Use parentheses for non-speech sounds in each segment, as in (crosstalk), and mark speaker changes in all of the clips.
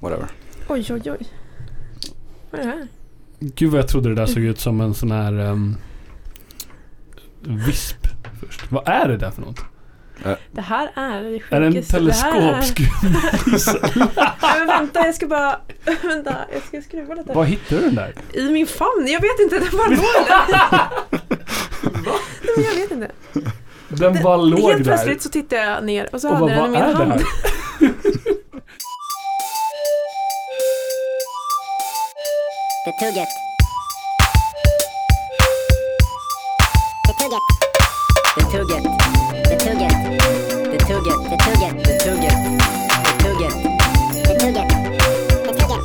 Speaker 1: whatever.
Speaker 2: Oj, oj, oj. Vad är det här?
Speaker 3: Gud vad jag trodde det där såg ut som en sån här ehm, visp först. Vad är det där för något?
Speaker 2: Det här är det
Speaker 3: Är det en
Speaker 2: sjukaste. Det här är-
Speaker 3: teleskopskruv?
Speaker 2: (laughs) Nej, men vänta, jag ska bara... (laughs) vänta, jag ska skruva lite.
Speaker 3: Vad hittar du den där?
Speaker 2: I min famn? Jag vet inte, den bara låg där. (laughs) Nej, men jag vet inte.
Speaker 3: (laughs) Den bara låg
Speaker 2: Helt
Speaker 3: där.
Speaker 2: plötsligt så tittade jag ner och så
Speaker 3: Och
Speaker 2: hade
Speaker 3: vad,
Speaker 2: jag den i
Speaker 3: vad
Speaker 2: min
Speaker 3: är
Speaker 2: hand.
Speaker 3: det här?
Speaker 4: Betugget. Betugget. Betugget. Betugget. Betugget. Betugget. Betugget. Betugget. Betugget. Betugget. Betugget.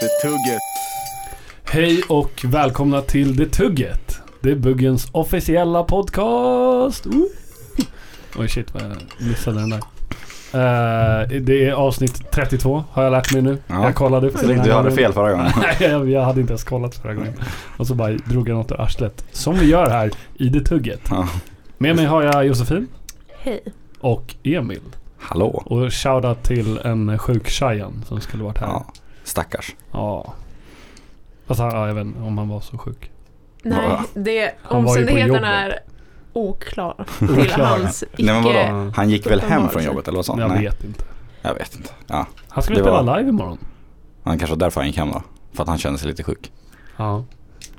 Speaker 4: Betugget.
Speaker 5: Betugget.
Speaker 3: Hej och välkomna till Det Tugget. Det är Buggens officiella podcast. Woo! Oj shit vad jag missade den där. Eh, det är avsnitt 32 har jag lärt mig nu.
Speaker 1: Ja.
Speaker 3: Jag kollade.
Speaker 1: Så tänkte du hade fel förra gången.
Speaker 3: (laughs) Nej, jag, jag hade inte ens kollat förra gången. Och så bara drog jag något ur arslet. Som vi gör här i Det Tugget.
Speaker 1: Ja.
Speaker 3: Med mig har jag Josefin
Speaker 2: Hej.
Speaker 3: och Emil.
Speaker 1: (laughs) Hallå.
Speaker 3: Och shoutout till en sjuk Shayan som skulle varit här. Ja.
Speaker 1: Ja, stackars.
Speaker 3: Fast han, ja, jag vet inte om han var så sjuk.
Speaker 2: Nej,
Speaker 1: Va?
Speaker 2: det,
Speaker 3: Han var ju på
Speaker 2: omständigheterna är
Speaker 3: (laughs)
Speaker 2: oklara till
Speaker 3: Oklara.
Speaker 2: hans icke...
Speaker 1: Nej men vadå?
Speaker 3: Icke-
Speaker 1: Han gick väl hem från
Speaker 2: uppenbarelse.
Speaker 1: jobbet eller vad sa han?
Speaker 3: Men jag
Speaker 1: Nej,
Speaker 3: vet inte.
Speaker 1: jag vet inte. Ja,
Speaker 3: Han skulle
Speaker 1: Det
Speaker 3: spela
Speaker 1: var-
Speaker 3: live imorgon.
Speaker 1: han kanske var därför han gick hem då. För att han kände sig lite sjuk.
Speaker 3: Ja.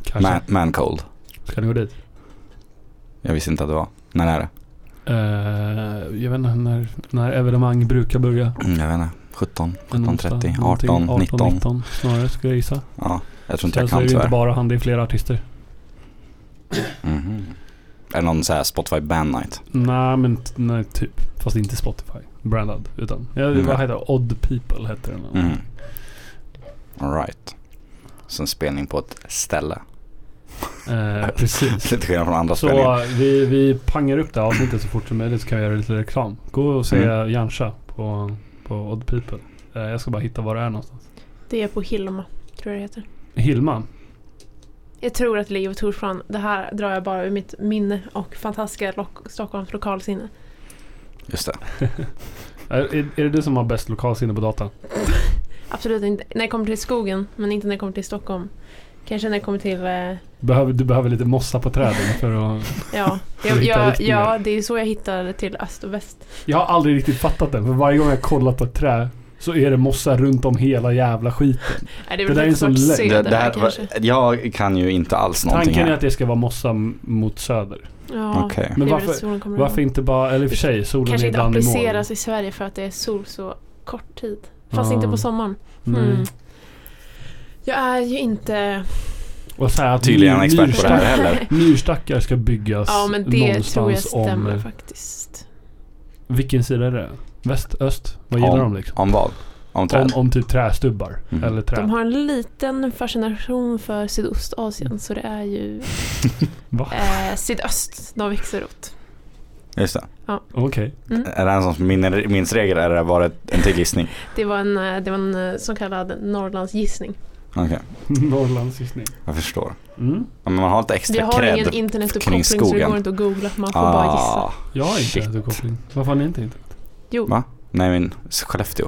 Speaker 3: Kanske.
Speaker 1: Man, man cold.
Speaker 3: Ska ni gå dit?
Speaker 1: Jag visste inte att det var. När är det?
Speaker 3: Eh, jag vet inte när, när evenemang brukar börja.
Speaker 1: Mm, jag vet inte. 17,
Speaker 3: En onsdag,
Speaker 1: 17.30,
Speaker 3: någonting.
Speaker 1: 18, 19.
Speaker 3: 19 snarare skulle jag gissa.
Speaker 1: Ja, jag tror inte
Speaker 3: Sen
Speaker 1: jag
Speaker 3: så
Speaker 1: kan
Speaker 3: är det ju inte
Speaker 1: tyvärr.
Speaker 3: bara han, det är flera artister.
Speaker 1: Mhm. Är det någon så här Spotify band night?
Speaker 3: Nej men t- nej, typ. Fast inte Spotify. Brandad. Utan. Ja,
Speaker 1: Mm.
Speaker 3: Vad heter det? Odd People heter den.
Speaker 1: Mm. Alright. Så en spelning på ett ställe. (laughs)
Speaker 3: Eh, precis.
Speaker 1: Lite skillnad från andra spelningar.
Speaker 3: Så vi, vi pangar upp det här avsnittet så fort som möjligt så kan vi göra lite reklam. Gå och se
Speaker 1: Mm.
Speaker 3: Jancha på, på Odd People. Eh, jag ska bara hitta var det är någonstans.
Speaker 2: Det är på Hilma, tror jag det heter.
Speaker 3: Hilma.
Speaker 2: Jag tror att det ligger på Torsplan. Det här drar jag bara ur mitt minne och fantastiska lo- Stockholms lokalsinne.
Speaker 1: Just det.
Speaker 3: Är, är är det du som har bäst lokalsinne på datan?
Speaker 2: Absolut inte när jag kommer till skogen, men inte när jag kommer till Stockholm. Kanske när jag kommer till... Eh,
Speaker 3: Behöver, du behöver lite mossa på träden för att...
Speaker 2: ja,
Speaker 3: För
Speaker 2: jag,
Speaker 3: att (laughs) hitta
Speaker 2: jag,
Speaker 3: riktningar.
Speaker 2: ja, det är så jag hittade till öst och väst.
Speaker 3: Jag har aldrig riktigt fattat den för varje gång jag kollar på ett träd så är det mossa runt om hela jävla skiten.
Speaker 2: Nej, det är
Speaker 3: Det
Speaker 2: väl
Speaker 3: där är
Speaker 2: någon
Speaker 3: en sån
Speaker 2: sorts
Speaker 3: lä-
Speaker 1: Det,
Speaker 2: seder
Speaker 1: det här,
Speaker 2: kanske.
Speaker 1: jag kan ju inte alls någonting
Speaker 3: Tanken är
Speaker 1: här.
Speaker 3: att det ska vara mossa m- mot söder.
Speaker 2: Ja,
Speaker 1: Okej.
Speaker 2: det
Speaker 3: Men
Speaker 2: är väl
Speaker 3: varför-
Speaker 2: solen kommer
Speaker 3: Varför
Speaker 2: ifrån.
Speaker 3: inte bara, eller i och för sig, solen
Speaker 2: Mm. Kanske
Speaker 3: är
Speaker 2: inte
Speaker 3: ibland i moln.
Speaker 2: appliceras i Sverige för att det är sol så kort tid. Fast
Speaker 3: Ah.
Speaker 2: inte på sommaren.
Speaker 3: Mm.
Speaker 2: Mm. Jag är ju inte...
Speaker 3: Och så här att
Speaker 1: Tydligen
Speaker 3: myr-
Speaker 1: en expert på det här heller.
Speaker 3: Myrstackar ska byggas
Speaker 2: Ja, men det
Speaker 3: någonstans
Speaker 2: tror jag stämmer
Speaker 3: om...
Speaker 2: faktiskt.
Speaker 3: Vilken sida är det? Väst, öst? Vad gillar de liksom?
Speaker 1: Om vad? Om träd?
Speaker 3: Om, om typ trästubbar.
Speaker 1: Mm.
Speaker 3: Eller träd.
Speaker 2: De har en liten fascination för Sydostasien så det är ju
Speaker 3: Va?
Speaker 2: eh, sydöst de växer åt.
Speaker 1: Just det.
Speaker 3: Okej. (laughs)
Speaker 2: Mm.
Speaker 1: Är det en sån min, minns regel eller har det varit en till gissning?
Speaker 2: Det var en, eh, det var en eh, så kallad Norrlandsgissning.
Speaker 1: Okej,
Speaker 3: Norrlandsgissning.
Speaker 1: jag förstår.
Speaker 3: Mm.
Speaker 1: Ja, Men man har lite
Speaker 2: Jag
Speaker 1: extra
Speaker 2: har
Speaker 1: cred. Ah.
Speaker 2: ingen internetuppkoppling
Speaker 1: kring
Speaker 2: så det
Speaker 1: skogen.
Speaker 2: går inte att googla. Man får
Speaker 3: Ah.
Speaker 2: bara gissa.
Speaker 3: Jag har inte
Speaker 1: Shit.
Speaker 3: återkoppling. Varför har ni inte inte?
Speaker 2: Jo,
Speaker 1: Va? Nej, men Skellefteå.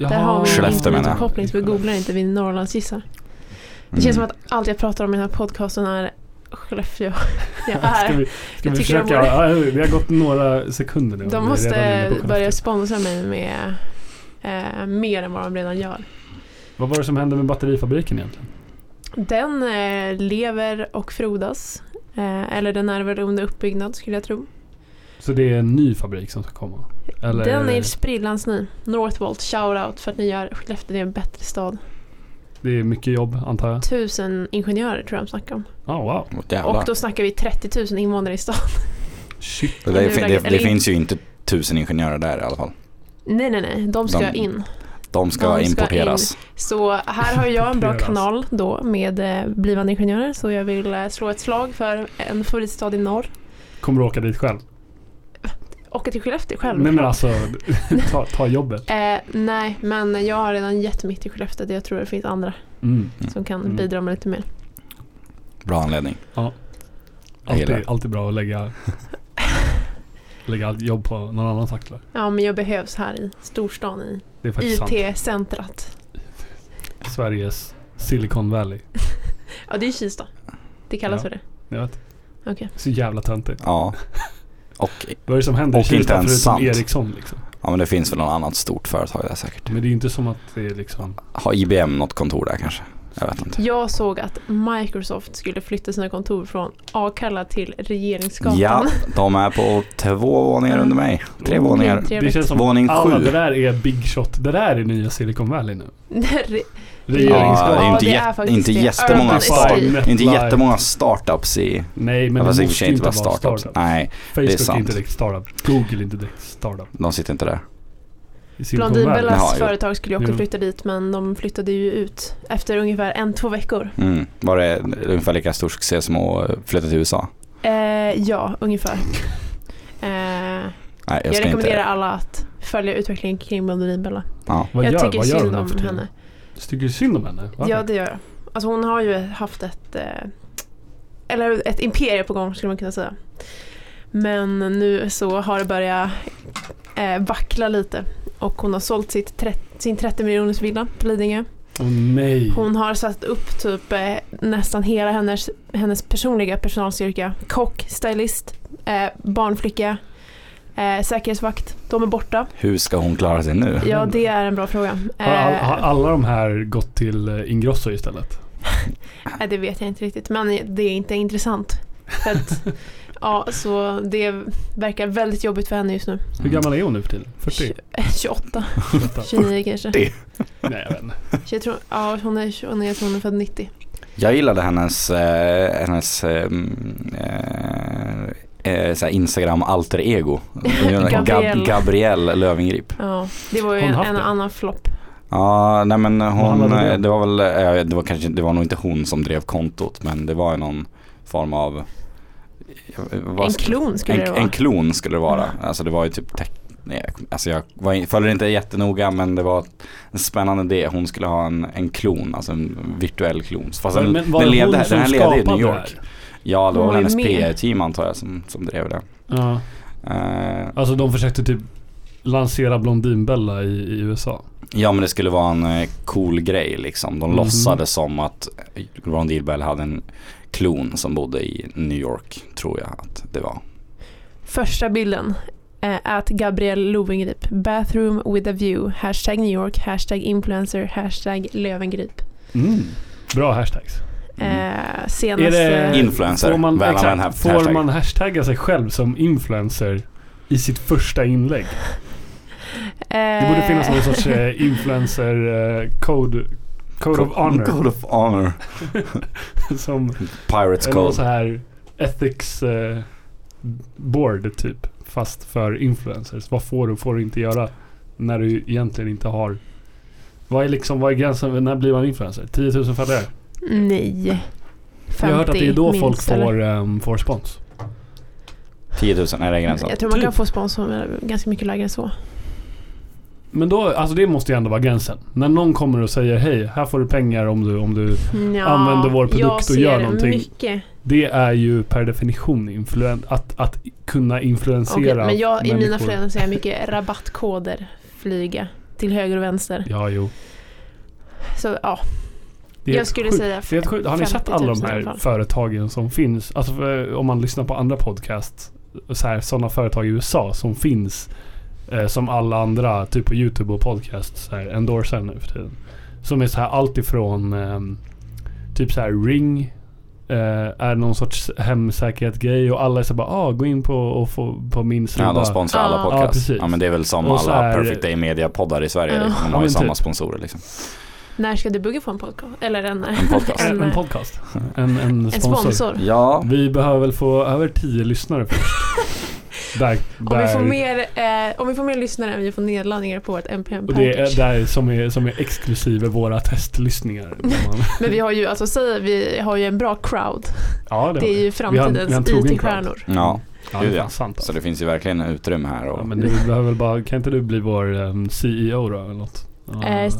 Speaker 3: Jaha.
Speaker 2: där har vi en
Speaker 1: Skellefteå menar jag.
Speaker 2: internetuppkoppling så vi googlar inte, vi Norrlandsgissar. Det känns som
Speaker 3: Mm.
Speaker 2: att allt jag pratar om i den här podcasten är
Speaker 3: (laughs)
Speaker 2: Skellefteå. Jag
Speaker 3: (laughs) Ska
Speaker 2: är.
Speaker 3: vi, ska vi
Speaker 2: Jag tycker de
Speaker 3: försöka? Ja, vi har gått några sekunder nu.
Speaker 2: De
Speaker 3: Vi är redan
Speaker 2: måste
Speaker 3: inne på
Speaker 2: börja
Speaker 3: Skellefteå.
Speaker 2: sponsra mig med eh, mer än vad de redan gör.
Speaker 3: Vad var det som hände med batterifabriken egentligen?
Speaker 2: Den eh, lever och frodas. Eh, eller den är väl under uppbyggnad skulle jag tro.
Speaker 3: Så det är en ny fabrik som ska komma? Eller?
Speaker 2: Den är sprillans ny. Northvolt, shoutout för att ni gör Skellefteå till en bättre stad.
Speaker 3: Det är mycket jobb antar jag?
Speaker 2: Tusen ingenjörer tror jag de snackar om.
Speaker 3: Ja, wow.
Speaker 1: Mm. Åh,
Speaker 2: Och
Speaker 1: jävlar.
Speaker 2: då snackar vi 30 000 invånare i stan. (laughs)
Speaker 3: Shit.
Speaker 1: Det, där
Speaker 2: Eller-
Speaker 1: fin- det,
Speaker 2: eller-
Speaker 1: det finns ju inte tusen ingenjörer där i alla fall.
Speaker 2: Nej, nej, nej. De ska
Speaker 1: De-
Speaker 2: in.
Speaker 1: De ska
Speaker 2: De ska
Speaker 1: importeras.
Speaker 2: Så här har jag en bra
Speaker 3: Importeras.
Speaker 2: kanal då med eh, blivande ingenjörer. Så jag vill eh, slå ett slag för en favoritstad i norr.
Speaker 3: Kommer du åka dit själv?
Speaker 2: Åka till Skellefteå själv.
Speaker 3: Nej men alltså, (laughs) ta, ta jobbet.
Speaker 2: Eh, nej, men jag har redan gett mitt till Skellefteå. Jag tror det finns andra
Speaker 3: Mm.
Speaker 2: som kan
Speaker 3: Mm.
Speaker 2: bidra med lite mer.
Speaker 1: Bra anledning. Jag gillar
Speaker 3: Alltid,
Speaker 1: det.
Speaker 3: alltid bra att lägga lägga allt jobb på någon annan tacklar.
Speaker 2: Ja, men jag behövs här i storstan i
Speaker 3: Det är faktiskt sant.
Speaker 2: IT-centrat.
Speaker 3: Sveriges Silicon Valley.
Speaker 2: Ja, det är Kista. Det kallas
Speaker 3: Ja.
Speaker 2: för det.
Speaker 3: Jag vet.
Speaker 2: Okej.
Speaker 3: Så jävla töntigt.
Speaker 1: Ja. Och,
Speaker 3: Vad är det som händer i
Speaker 1: Och inte
Speaker 3: Kista
Speaker 1: ens
Speaker 3: förutom
Speaker 1: sant.
Speaker 3: Ericsson liksom?
Speaker 1: ja men det finns väl något annat stort företag där säkert.
Speaker 3: Men det är ju inte som att det är liksom...
Speaker 1: Har IBM något kontor där kanske? Jag vet inte.
Speaker 2: Jag såg att Microsoft skulle flytta sina kontor från Akalla till Regeringsgatan.
Speaker 1: Ja, de är på två våningar under mig. Tre
Speaker 2: (laughs)
Speaker 1: våningar.
Speaker 3: Det känns som
Speaker 1: Våning
Speaker 3: alla det
Speaker 1: sju.
Speaker 3: där är big shot. Det där är nya Silicon Valley nu.
Speaker 2: Nej, (laughs)
Speaker 1: Ja, det är
Speaker 3: Regeringsgatan.
Speaker 2: Ja,
Speaker 1: inte,
Speaker 2: det är
Speaker 1: jätte-
Speaker 2: faktiskt
Speaker 1: inte
Speaker 2: det.
Speaker 1: jättemånga
Speaker 2: Urban
Speaker 1: start,
Speaker 2: Escape.
Speaker 1: inte
Speaker 3: Netlife.
Speaker 1: jättemånga startups i...
Speaker 3: Nej, men
Speaker 1: Men
Speaker 3: det
Speaker 1: fast i och för
Speaker 3: måste
Speaker 1: sig
Speaker 3: ju
Speaker 1: inte
Speaker 3: inte
Speaker 1: vara
Speaker 3: vara
Speaker 1: startups.
Speaker 3: startup.
Speaker 1: Nej,
Speaker 3: Facebook är,
Speaker 1: sant.
Speaker 3: inte direkt startup. Google är inte direkt startup.
Speaker 1: de sitter inte där.
Speaker 3: I Silicon Valley.
Speaker 1: Jaha,
Speaker 2: Blondinbellas
Speaker 1: jo.
Speaker 2: företag skulle ju också
Speaker 3: Jo.
Speaker 2: flytta dit men de flyttade ju ut efter ungefär en, två veckor.
Speaker 1: Mm. Var det ungefär lika stor succé som att flytta till USA?
Speaker 2: Eh, ja,
Speaker 1: (laughs)
Speaker 2: ungefär. Eh,
Speaker 1: Nej, jag
Speaker 2: jag
Speaker 1: ska
Speaker 2: rekommenderar
Speaker 1: inte...
Speaker 2: alla att följa utvecklingen kring Blondinbella.
Speaker 1: Ja.
Speaker 3: Vad
Speaker 2: jag
Speaker 3: gör,
Speaker 2: tycker
Speaker 3: vad gör
Speaker 2: synd
Speaker 3: hon nu
Speaker 2: om
Speaker 3: för tiden?
Speaker 2: henne.
Speaker 3: Tycker du synd om henne? Varför?
Speaker 2: Ja, det gör jag. Alltså hon har ju haft ett, eh, eller ett imperium på gång skulle man kunna säga. Men nu så har det börjat eh, vackla lite och hon har sålt sitt tret- sin 30 miljoners villa på Lidingö.
Speaker 3: Åh nej.
Speaker 2: Hon har satt upp typ eh, nästan hela hennes, hennes personliga personalstyrka. Kock, stylist, eh, barnflicka, eh, säkerhetsvakt. De är borta.
Speaker 1: Hur ska hon klara sig nu?
Speaker 2: Ja, det är en bra fråga.
Speaker 3: Har, all,
Speaker 2: Eh,
Speaker 3: har alla de här gått till eh, Ingrosso istället?
Speaker 2: Nej, det vet jag inte riktigt, men det är inte intressant. För
Speaker 3: (laughs)
Speaker 2: att, ja, så det verkar väldigt jobbigt för henne just nu.
Speaker 3: Hur gammal är hon nu för tiden? 40?
Speaker 2: Tj- (laughs) 28,
Speaker 3: (laughs) Vänta.
Speaker 2: 29 kanske.
Speaker 3: nej, jag vet inte.
Speaker 2: Jag tror, ja, hon är, hon är, jag tror hon är född 90.
Speaker 1: Jag gillade hennes, eh, hennes eh, mm, eh, eh, såhär Instagram alter ego.
Speaker 2: (laughs) Gabrielle.
Speaker 1: Gab- Gabrielle Lövengrip.
Speaker 2: Ja, det var ju
Speaker 3: Hon
Speaker 2: en,
Speaker 3: haft
Speaker 2: en
Speaker 3: det?
Speaker 2: annan flopp.
Speaker 1: Ja, nej men hon,
Speaker 3: handlade det
Speaker 1: eh,
Speaker 3: om?
Speaker 1: det var väl, eh, jag vet, det var kanske, det var nog inte hon som drev kontot men det var ju någon form av jag- vad
Speaker 2: En
Speaker 1: ska-
Speaker 2: klon skulle
Speaker 1: en,
Speaker 2: det vara.
Speaker 1: En klon skulle det vara. Alltså det var ju typ tech, nej, jag- alltså jag var, in- följer inte jättenoga men det var en spännande idé. Hon skulle ha en, en klon, alltså en virtuell klon. Fast den,
Speaker 3: Men var
Speaker 1: den,
Speaker 3: det
Speaker 1: levde,
Speaker 3: hon
Speaker 1: den
Speaker 3: som
Speaker 1: här levde i
Speaker 3: skapade
Speaker 1: New
Speaker 3: det
Speaker 1: York.
Speaker 3: här?
Speaker 1: Ja, det
Speaker 2: Hon
Speaker 1: var väl
Speaker 2: var ju
Speaker 1: hennes
Speaker 2: med.
Speaker 1: PR-team antar jag som, som drev det.
Speaker 3: Ja.
Speaker 1: Eh,
Speaker 3: Alltså de försökte typ lansera Blondinbella i, i USA.
Speaker 1: Ja men det skulle vara en eh, cool grej liksom. De
Speaker 3: Mhm.
Speaker 1: låtsades som att eh, Ron Dilbell hade en klon som bodde i New York, tror jag att det var.
Speaker 2: Första bilden. eh, Att Gabrielle Löwengrip. Bathroom with a view. Hashtag New York. Hashtag influencer. Hashtag Löwengrip.
Speaker 3: Bra hashtags.
Speaker 1: Mm.
Speaker 2: Eh, senaste...
Speaker 3: Är det-
Speaker 1: Influencer,
Speaker 3: Får man,
Speaker 1: väl använd
Speaker 3: exakt,
Speaker 1: ha-
Speaker 3: får
Speaker 1: hashtag.
Speaker 3: man hashtagga sig själv som influencer i sitt första inlägg? Det borde finnas någon sorts eh, influencer eh, code, code of honor.
Speaker 1: Code of honor.
Speaker 3: som
Speaker 1: Pirates
Speaker 3: eller någon så
Speaker 1: code.
Speaker 3: här ethics eh, board typ. Fast för influencers. Vad får du och får du inte göra när du egentligen inte har vad är, liksom, vad är gränsen? När blir man influencer? 10 000 följare?
Speaker 2: Nej. 50
Speaker 3: Jag har hört att det är då
Speaker 2: minst,
Speaker 3: folk
Speaker 2: eller?
Speaker 3: får, ehm, får spons.
Speaker 1: 10 000, är det gränsen?
Speaker 2: Mm, Jag tror man
Speaker 3: Typ.
Speaker 2: kan få sponsor med ganska mycket lägre än så.
Speaker 3: Men då, alltså det måste ju ändå vara gränsen. När någon kommer och säger hej, här får du pengar om du, om du...
Speaker 2: Nja,
Speaker 3: Använder vår produkt och gör någonting.
Speaker 2: Jag Mm, ser mycket.
Speaker 3: Det är ju per definition influen- att, att kunna
Speaker 2: Okej,
Speaker 3: influensera
Speaker 2: men jag, i mina
Speaker 3: människor.
Speaker 2: flöden ser jag mycket rabattkoder flyga till höger och vänster.
Speaker 3: Ja, jo.
Speaker 2: Så ja,
Speaker 3: Det är
Speaker 2: jag
Speaker 3: helt
Speaker 2: skulle
Speaker 3: sjukt.
Speaker 2: säga
Speaker 3: Det är helt sjukt. Har ni
Speaker 2: 50
Speaker 3: sett
Speaker 2: 000
Speaker 3: alla de
Speaker 2: i alla
Speaker 3: här
Speaker 2: fall.
Speaker 3: företagen som finns? Alltså för, om man lyssnar på andra podcast. Sådana företag i USA som finns. Eh, som alla andra, typ på YouTube och podcast, så här, endorsar nu för tiden. Som är så här allt ifrån ehm, typ så här Ring. Eh, är någon sorts hemsäkerhetsgrej och alla är så bara ah, gå in på, och få, på min sida.
Speaker 1: Ja, de sponsrar alla
Speaker 2: Ja.
Speaker 1: podcasts.
Speaker 3: Ja,
Speaker 1: Ja,
Speaker 3: precis.
Speaker 1: men det är väl som
Speaker 3: Och så
Speaker 1: alla
Speaker 3: här-
Speaker 1: Perfect Day Media-poddar i Sverige.
Speaker 2: Ja.
Speaker 1: Liksom. De
Speaker 3: Ja,
Speaker 1: har ju
Speaker 3: men
Speaker 1: samma
Speaker 3: typ.
Speaker 1: sponsorer liksom.
Speaker 2: när ska du bugga få en podcast? Eller en, (laughs) en,
Speaker 1: En podcast.
Speaker 3: en, en
Speaker 2: eh,
Speaker 3: podcast. En, en,
Speaker 2: en
Speaker 3: sponsor.
Speaker 2: sponsor.
Speaker 1: Ja,
Speaker 3: Vi behöver väl få över tio lyssnare först.
Speaker 2: (laughs)
Speaker 3: där,
Speaker 2: Om vi, får
Speaker 3: där-
Speaker 2: mer, eh, om vi får mer lyssnare än vi får nedladdningar på vårt MPM
Speaker 3: Och det är eh,
Speaker 2: package.
Speaker 3: där som är, som är exklusive våra testlyssningar. Där man-
Speaker 2: (laughs) Men vi har ju, alltså säg, vi har ju en bra crowd.
Speaker 3: ja, det,
Speaker 2: Det är
Speaker 3: har vi.
Speaker 2: ju
Speaker 3: har en- vi har en
Speaker 2: framtidens
Speaker 3: trogen crowd.
Speaker 2: IT-stjärnor.
Speaker 1: ja,
Speaker 3: ja, det
Speaker 1: Gud,
Speaker 3: är fan
Speaker 1: ja.
Speaker 3: sant
Speaker 1: så
Speaker 3: alltså.
Speaker 1: det finns ju verkligen utrymme här.
Speaker 3: ja,
Speaker 1: Och,
Speaker 3: men du behöver väl bara, kan inte du bli vår ehm, CEO då eller något?
Speaker 2: Eh,
Speaker 3: Ja,
Speaker 2: s-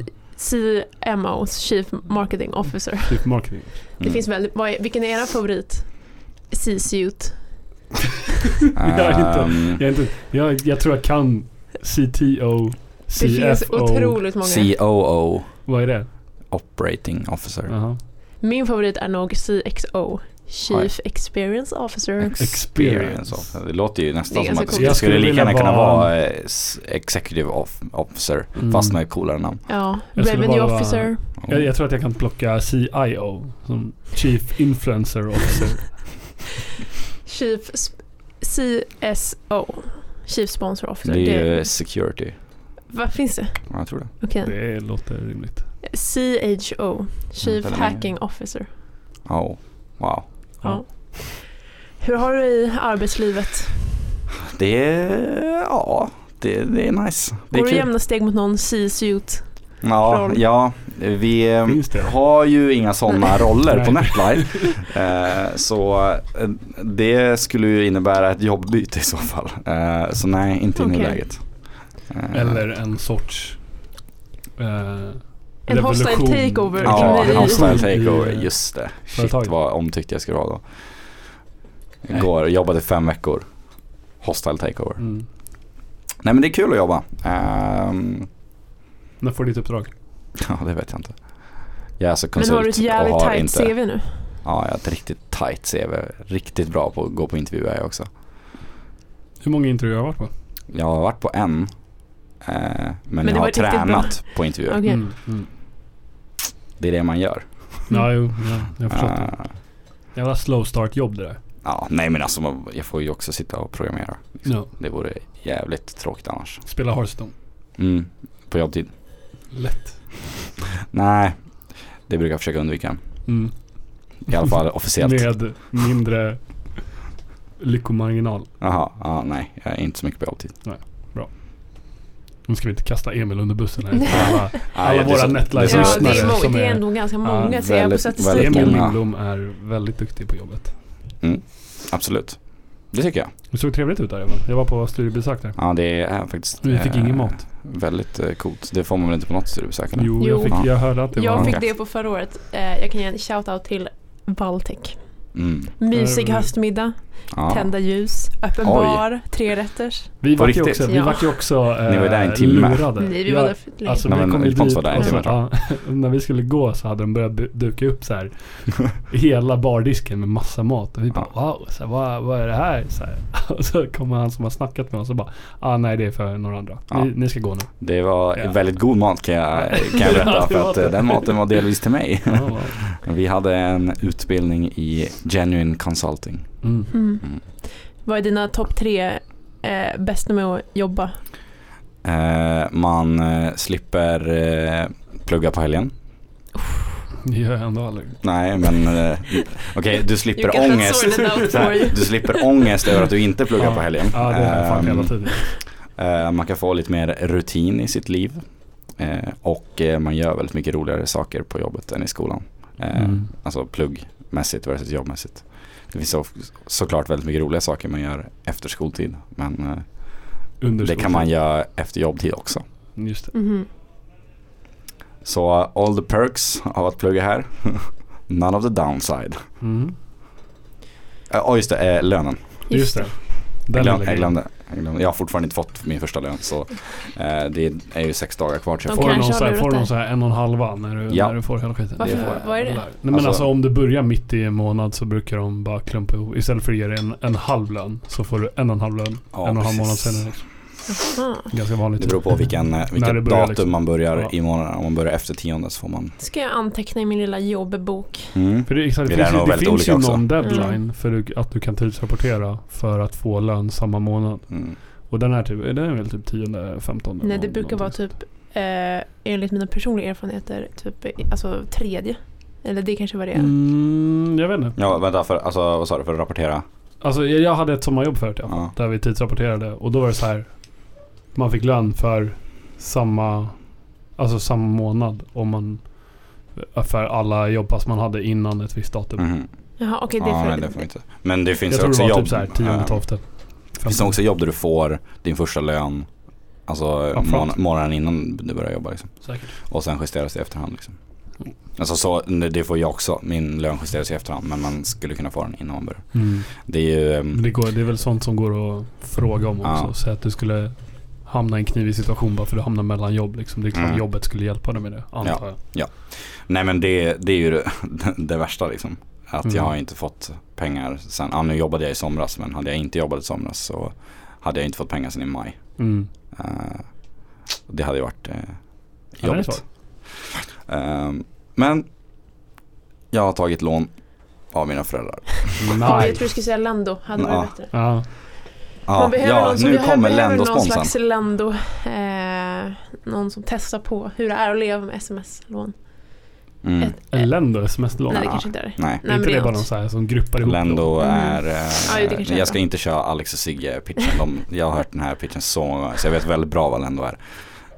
Speaker 2: CMO, Chief Marketing Officer.
Speaker 1: Mm.
Speaker 3: Typ marketing.
Speaker 2: Det finns väldigt, vad är, vilken är era favorit? C-suit?
Speaker 3: Jag är inte-
Speaker 1: Ehm,
Speaker 3: Jag, är inte, jag, jag tror jag kan CTO,
Speaker 2: Det finns
Speaker 3: CFO.
Speaker 2: otroligt många.
Speaker 1: COO,
Speaker 3: Vad är det?
Speaker 1: Operating Officer.
Speaker 3: Jaha.
Speaker 2: Min favorit är nog CXO. Chief Experience Officer.
Speaker 1: Experience Officer. Det låter ju
Speaker 2: Det är
Speaker 1: nästan som
Speaker 2: ganska
Speaker 1: att det
Speaker 2: coolt.
Speaker 1: skulle,
Speaker 2: Jag
Speaker 3: skulle
Speaker 1: lika gärna
Speaker 3: vilja
Speaker 1: kunna
Speaker 3: vara-
Speaker 1: vara eh, s- Executive off- Officer
Speaker 3: Mm.
Speaker 1: fast med coolare namn.
Speaker 2: Ja,
Speaker 3: Jag skulle
Speaker 2: Revenue
Speaker 3: bara-
Speaker 2: Officer.
Speaker 3: Mm. Jag, jag tror att jag kan plocka CIO som Chief Influencer Officer.
Speaker 2: Chief sp- CSO. Chief Sponsor Officer.
Speaker 1: Det är ju
Speaker 2: Det,
Speaker 1: security.
Speaker 2: vad finns det?
Speaker 1: Ja, jag tror det.
Speaker 2: Okej.
Speaker 3: Det låter rimligt.
Speaker 2: CHO. Chief
Speaker 1: Mm,
Speaker 2: Hacking Officer.
Speaker 1: Ja, oh, wow.
Speaker 2: Ja. Hur har du i arbetslivet?
Speaker 1: Det är, ja, det, det är nice. Det är
Speaker 2: Går du
Speaker 1: kul.
Speaker 2: jämna steg mot någon C-suit?
Speaker 1: Ja,
Speaker 2: från-
Speaker 1: ja, vi eh,
Speaker 3: Finns det?
Speaker 1: har ju inga sådana roller på
Speaker 3: Nej.
Speaker 1: Netlife.
Speaker 3: (laughs)
Speaker 1: Eh, så eh, det skulle ju innebära ett jobbbyte i så fall. Eh, så nej, inte i
Speaker 2: Okej.
Speaker 1: nuläget. Eh,
Speaker 3: Eller en sorts... eh,
Speaker 2: En hostile
Speaker 3: revolution.
Speaker 2: takeover
Speaker 1: Ja,
Speaker 2: inne i-
Speaker 1: hostile
Speaker 3: i, eh,
Speaker 1: takeover, just det. Shit
Speaker 3: företag.
Speaker 1: vad omtyckt jag skulle vara då.
Speaker 3: Nej.
Speaker 1: Igår, jobbade fem veckor. Hostile takeover.
Speaker 3: Mm.
Speaker 1: Nej men det är kul att jobba. Ehm, (laughs)
Speaker 3: När får du ditt uppdrag?
Speaker 1: Ja, det vet jag inte. Jag är alltså
Speaker 2: Men
Speaker 1: konsult
Speaker 2: har du ett jävligt
Speaker 1: och har
Speaker 2: tight
Speaker 1: inte,
Speaker 2: CV nu?
Speaker 1: Ja, jag har ett riktigt tight CV. Riktigt bra på att gå på intervjuer jag också.
Speaker 3: Hur många intervjuer har jag varit på?
Speaker 1: Jag har varit på en. Eh, men,
Speaker 2: det
Speaker 1: jag
Speaker 2: var
Speaker 1: har
Speaker 2: riktigt bra.
Speaker 1: tränat på intervjuer.
Speaker 2: Okej.
Speaker 3: Mm, mm.
Speaker 1: Det är det man gör.
Speaker 3: Ja,
Speaker 2: Mm.
Speaker 3: jo, ja, jag förstår. det.
Speaker 1: Eh,
Speaker 3: Jävla slow start jobb det där.
Speaker 1: ja, nej men alltså man- jag får ju också sitta och programmera.
Speaker 3: No.
Speaker 1: Det vore jävligt tråkigt annars.
Speaker 3: Spela Hearthstone.
Speaker 1: Mm, på jobbtid.
Speaker 3: Lätt.
Speaker 1: Nej, det brukar jag försöka undvika.
Speaker 3: Mm.
Speaker 1: I alla fall officiellt.
Speaker 3: Med mindre lyckomarginal.
Speaker 1: Jaha, ja, nej, jag är inte så mycket på jobbtid.
Speaker 3: Nu ska vi inte kasta Emil under bussen
Speaker 2: (laughs)
Speaker 3: här.
Speaker 2: Nej.
Speaker 3: Alla, alla
Speaker 1: Nej, det är
Speaker 3: våra
Speaker 1: så-
Speaker 2: Ja,
Speaker 1: Alltså,
Speaker 2: det, är
Speaker 1: lyssnare
Speaker 3: Netlife-lyssnare
Speaker 2: mo-
Speaker 3: som
Speaker 2: det är
Speaker 3: är...
Speaker 2: ändå ganska
Speaker 3: Ja,
Speaker 2: många ser jag på
Speaker 1: väldigt-
Speaker 2: statistiken.
Speaker 1: väldigt
Speaker 3: Emil
Speaker 1: många.
Speaker 3: Lindblom är väldigt duktig på jobbet.
Speaker 1: Absolut. Det tycker jag.
Speaker 3: Det såg trevligt ut där Emil. Jag var på studiebesök där.
Speaker 1: Ja, det är faktiskt
Speaker 3: Vi fick
Speaker 1: eh,
Speaker 3: ingen mat.
Speaker 1: Väldigt eh, coolt. Det får man väl inte på något studiebesök? Typ, eller?
Speaker 3: Jo,
Speaker 2: Jo.
Speaker 3: Jag, fick, jag hörde att det var...
Speaker 2: Jag fick
Speaker 1: Okej.
Speaker 2: det på förra året. Eh, Jag kan ge en shout-out till Baltic.
Speaker 1: Mm.
Speaker 2: Mysig
Speaker 3: Mm.
Speaker 2: höstmiddag,
Speaker 1: Ja.
Speaker 2: tända ljus, öppen
Speaker 1: Oj.
Speaker 2: bar, trerätters.
Speaker 3: Vi
Speaker 1: På
Speaker 3: vart ju
Speaker 1: riktigt?
Speaker 3: också, vi
Speaker 2: Ja.
Speaker 3: vart ju också eh,
Speaker 1: Ni var där en timme.
Speaker 3: lurade.
Speaker 2: Nej, vi
Speaker 3: Jag-
Speaker 2: var där för länge.
Speaker 3: Alltså
Speaker 1: Nej,
Speaker 3: vi
Speaker 1: men
Speaker 3: kom ju
Speaker 1: Alfons
Speaker 3: dit
Speaker 1: var där en
Speaker 3: och så,
Speaker 1: timme,
Speaker 3: ja, (laughs) när vi skulle gå så hade de börjat bu- duka upp så här hela bardisken med massa mat. Och vi bara wow, så här, vad, vad är det här? Så, här. (laughs) Och så kommer han som har snackat med oss och bara ah nej det är för några andra.
Speaker 1: Ja.
Speaker 3: Ni, ni
Speaker 1: (laughs)
Speaker 3: ska gå nu.
Speaker 1: (laughs) Det var
Speaker 3: Ja.
Speaker 1: väldigt god mat kan jag, kan jag
Speaker 3: (laughs) Ja,
Speaker 1: berätta
Speaker 3: det
Speaker 1: för
Speaker 3: var
Speaker 1: att
Speaker 3: det.
Speaker 1: eh, den maten var delvis till mig.
Speaker 3: Ja, wow.
Speaker 1: Vi hade en utbildning i genuine consulting.
Speaker 3: mm.
Speaker 2: Mm.
Speaker 1: Mm.
Speaker 2: Vad är dina topp tre eh, bästa med att jobba?
Speaker 1: Eh, man eh, slipper eh, plugga på helgen.
Speaker 3: Det gör jag ändå aldrig.
Speaker 1: Nej men eh, okej du
Speaker 2: You
Speaker 1: slipper
Speaker 2: get that
Speaker 1: ångest.
Speaker 2: sorted out for you.
Speaker 1: Du slipper ångest över att du inte pluggar på helgen.
Speaker 3: Ja det är fan
Speaker 1: Ehm,
Speaker 3: hela tiden.
Speaker 1: Eh, Man kan få lite mer rutin i sitt liv eh, och eh, man gör väldigt mycket roligare saker på jobbet än i skolan. Eh,
Speaker 3: Mm.
Speaker 1: Alltså pluggmässigt versus jobbmässigt. Det finns så, såklart väldigt mycket roliga saker man gör efter skoltid men eh, det
Speaker 3: Underskott.
Speaker 1: kan man göra efter jobbtid också.
Speaker 3: Just det.
Speaker 1: Mm-hmm.
Speaker 2: Mhm.
Speaker 1: Så eh, all the perks av att plugga här. (laughs) None of the downside.
Speaker 3: Mm.
Speaker 1: Ja eh, oh, just det, eh, lönen.
Speaker 3: Just det. Den
Speaker 1: Jag, glöm,
Speaker 3: lilla
Speaker 1: jag,
Speaker 3: grejen.
Speaker 1: glömde, jag glömde. Jag har fortfarande inte fått min första lön så eh, det är ju sex dagar kvar till jag får.
Speaker 3: Får du
Speaker 2: Kanske
Speaker 3: någon,
Speaker 2: har
Speaker 3: så här,
Speaker 2: lurat
Speaker 3: får du någon
Speaker 2: dig.
Speaker 3: så här en och en halva när du,
Speaker 1: Ja.
Speaker 3: när du får hela
Speaker 1: Det
Speaker 3: skiten?
Speaker 2: Varför,
Speaker 1: får jag.
Speaker 2: vad är det?
Speaker 3: Nej men alltså,
Speaker 1: Alltså-
Speaker 3: om du börjar mitt i en månad så brukar de bara klumpa ihop. Istället för att ge dig en, en halv lön så får du en och en halv lön.
Speaker 1: Ja,
Speaker 3: en och en halv
Speaker 1: precis.
Speaker 3: månad senare. liksom.
Speaker 2: Ah.
Speaker 3: Ganska vanligt. typ.
Speaker 1: Det beror på vilken, eh, vilket
Speaker 3: det börjar
Speaker 1: datum
Speaker 3: liksom.
Speaker 1: man börjar
Speaker 3: Ja.
Speaker 1: i månaden. Om man börjar efter tionde så får man.
Speaker 2: Ska jag anteckna i min lilla jobbbok?
Speaker 1: Mm.
Speaker 3: För det, exakt, det,
Speaker 1: Det där
Speaker 3: finns
Speaker 1: är nog
Speaker 3: ju, det
Speaker 1: väldigt
Speaker 3: finns ju
Speaker 1: olika också.
Speaker 3: någon deadline
Speaker 2: Mm.
Speaker 3: för du, att du kan tidsrapportera för att få lön samma månad.
Speaker 1: Mm.
Speaker 3: Och den här typ, den är väl typ 10, 15?
Speaker 2: Nej, det brukar vara typ, eh, enligt mina personliga erfarenheter, typ i- alltså tredje. Eller det kanske var det.
Speaker 3: Mm, jag vet inte.
Speaker 1: Ja vänta, för, alltså, vad sa du? För att rapportera?
Speaker 3: Alltså jag, jag hade ett sommarjobb förut ja.
Speaker 1: Ja.
Speaker 3: Där vi tidsrapporterade och då var det så här. Man fick lön för samma, alltså samma månad om man för alla jobbpass man hade innan ett visst datum.
Speaker 1: Mhm.
Speaker 2: Jaha, okej, det
Speaker 1: ja,
Speaker 2: är
Speaker 1: nej,
Speaker 2: för...
Speaker 1: det får vi inte. Men det finns
Speaker 3: Jag
Speaker 1: ju
Speaker 3: tror det
Speaker 1: också
Speaker 3: var
Speaker 1: jobb.
Speaker 3: typ såhär 10,
Speaker 1: eh,
Speaker 3: 12.
Speaker 1: finns det också jobb där du får din första lön Alltså
Speaker 3: Upfront.
Speaker 1: mån- månaden innan du börjar jobba liksom.
Speaker 3: Säkert.
Speaker 1: Och sen justeras det i efterhand liksom. Alltså så, det får jag också. Min lön justeras i efterhand men man skulle kunna få den innan man börjar. Det är ju, ehm,
Speaker 3: Men det, går, det är väl sånt som går att fråga om
Speaker 1: Ja.
Speaker 3: också. Säg att du skulle hamna i en knivig situation bara för att du hamnar mellan jobb. Liksom. Det är klart
Speaker 1: Mm.
Speaker 3: jobbet skulle hjälpa dig med det, antar jag.
Speaker 1: nej men det, det är ju det, det (laughs) värsta liksom. Att jag
Speaker 3: Mm.
Speaker 1: har inte fått pengar sen, ja nu jobbade jag i somras men hade jag inte jobbat i somras så hade jag inte fått pengar sen i maj.
Speaker 3: Mm.
Speaker 1: Eh, det hade ju varit eh,
Speaker 3: Ja, det är
Speaker 1: jobbigt.
Speaker 3: svårt.
Speaker 1: Eh, men jag har tagit lån av mina föräldrar.
Speaker 2: Ja, jag
Speaker 3: Nej.
Speaker 2: tror du skulle säga Lendo, hade
Speaker 1: Ja.
Speaker 2: varit bättre.
Speaker 3: Ja.
Speaker 1: Ja, ja
Speaker 2: som-
Speaker 1: nu
Speaker 2: vi
Speaker 1: kommer
Speaker 2: behöver någon
Speaker 1: Lendo-sponsorn.
Speaker 2: slags Lendo, eh, någon som testar på hur det är att leva med sms-lån.
Speaker 1: Mm.
Speaker 2: Ett- eh,
Speaker 3: Länder sms-lån.
Speaker 2: nej, det
Speaker 1: Ja.
Speaker 2: kanske inte är det.
Speaker 1: Nej.
Speaker 3: Är
Speaker 2: Nej, men
Speaker 3: inte
Speaker 2: det
Speaker 3: det
Speaker 2: är
Speaker 3: bara
Speaker 2: något.
Speaker 3: någon så här som gruppar ihop dem?
Speaker 1: Lendo
Speaker 2: Mm.
Speaker 1: är, eh,
Speaker 2: Ja, det kanske är
Speaker 1: jag ska
Speaker 2: bra.
Speaker 1: inte köra Alex och Sigge pitchen. De, jag har hört den här pitchen så många gånger så jag vet väldigt bra vad Lendo är.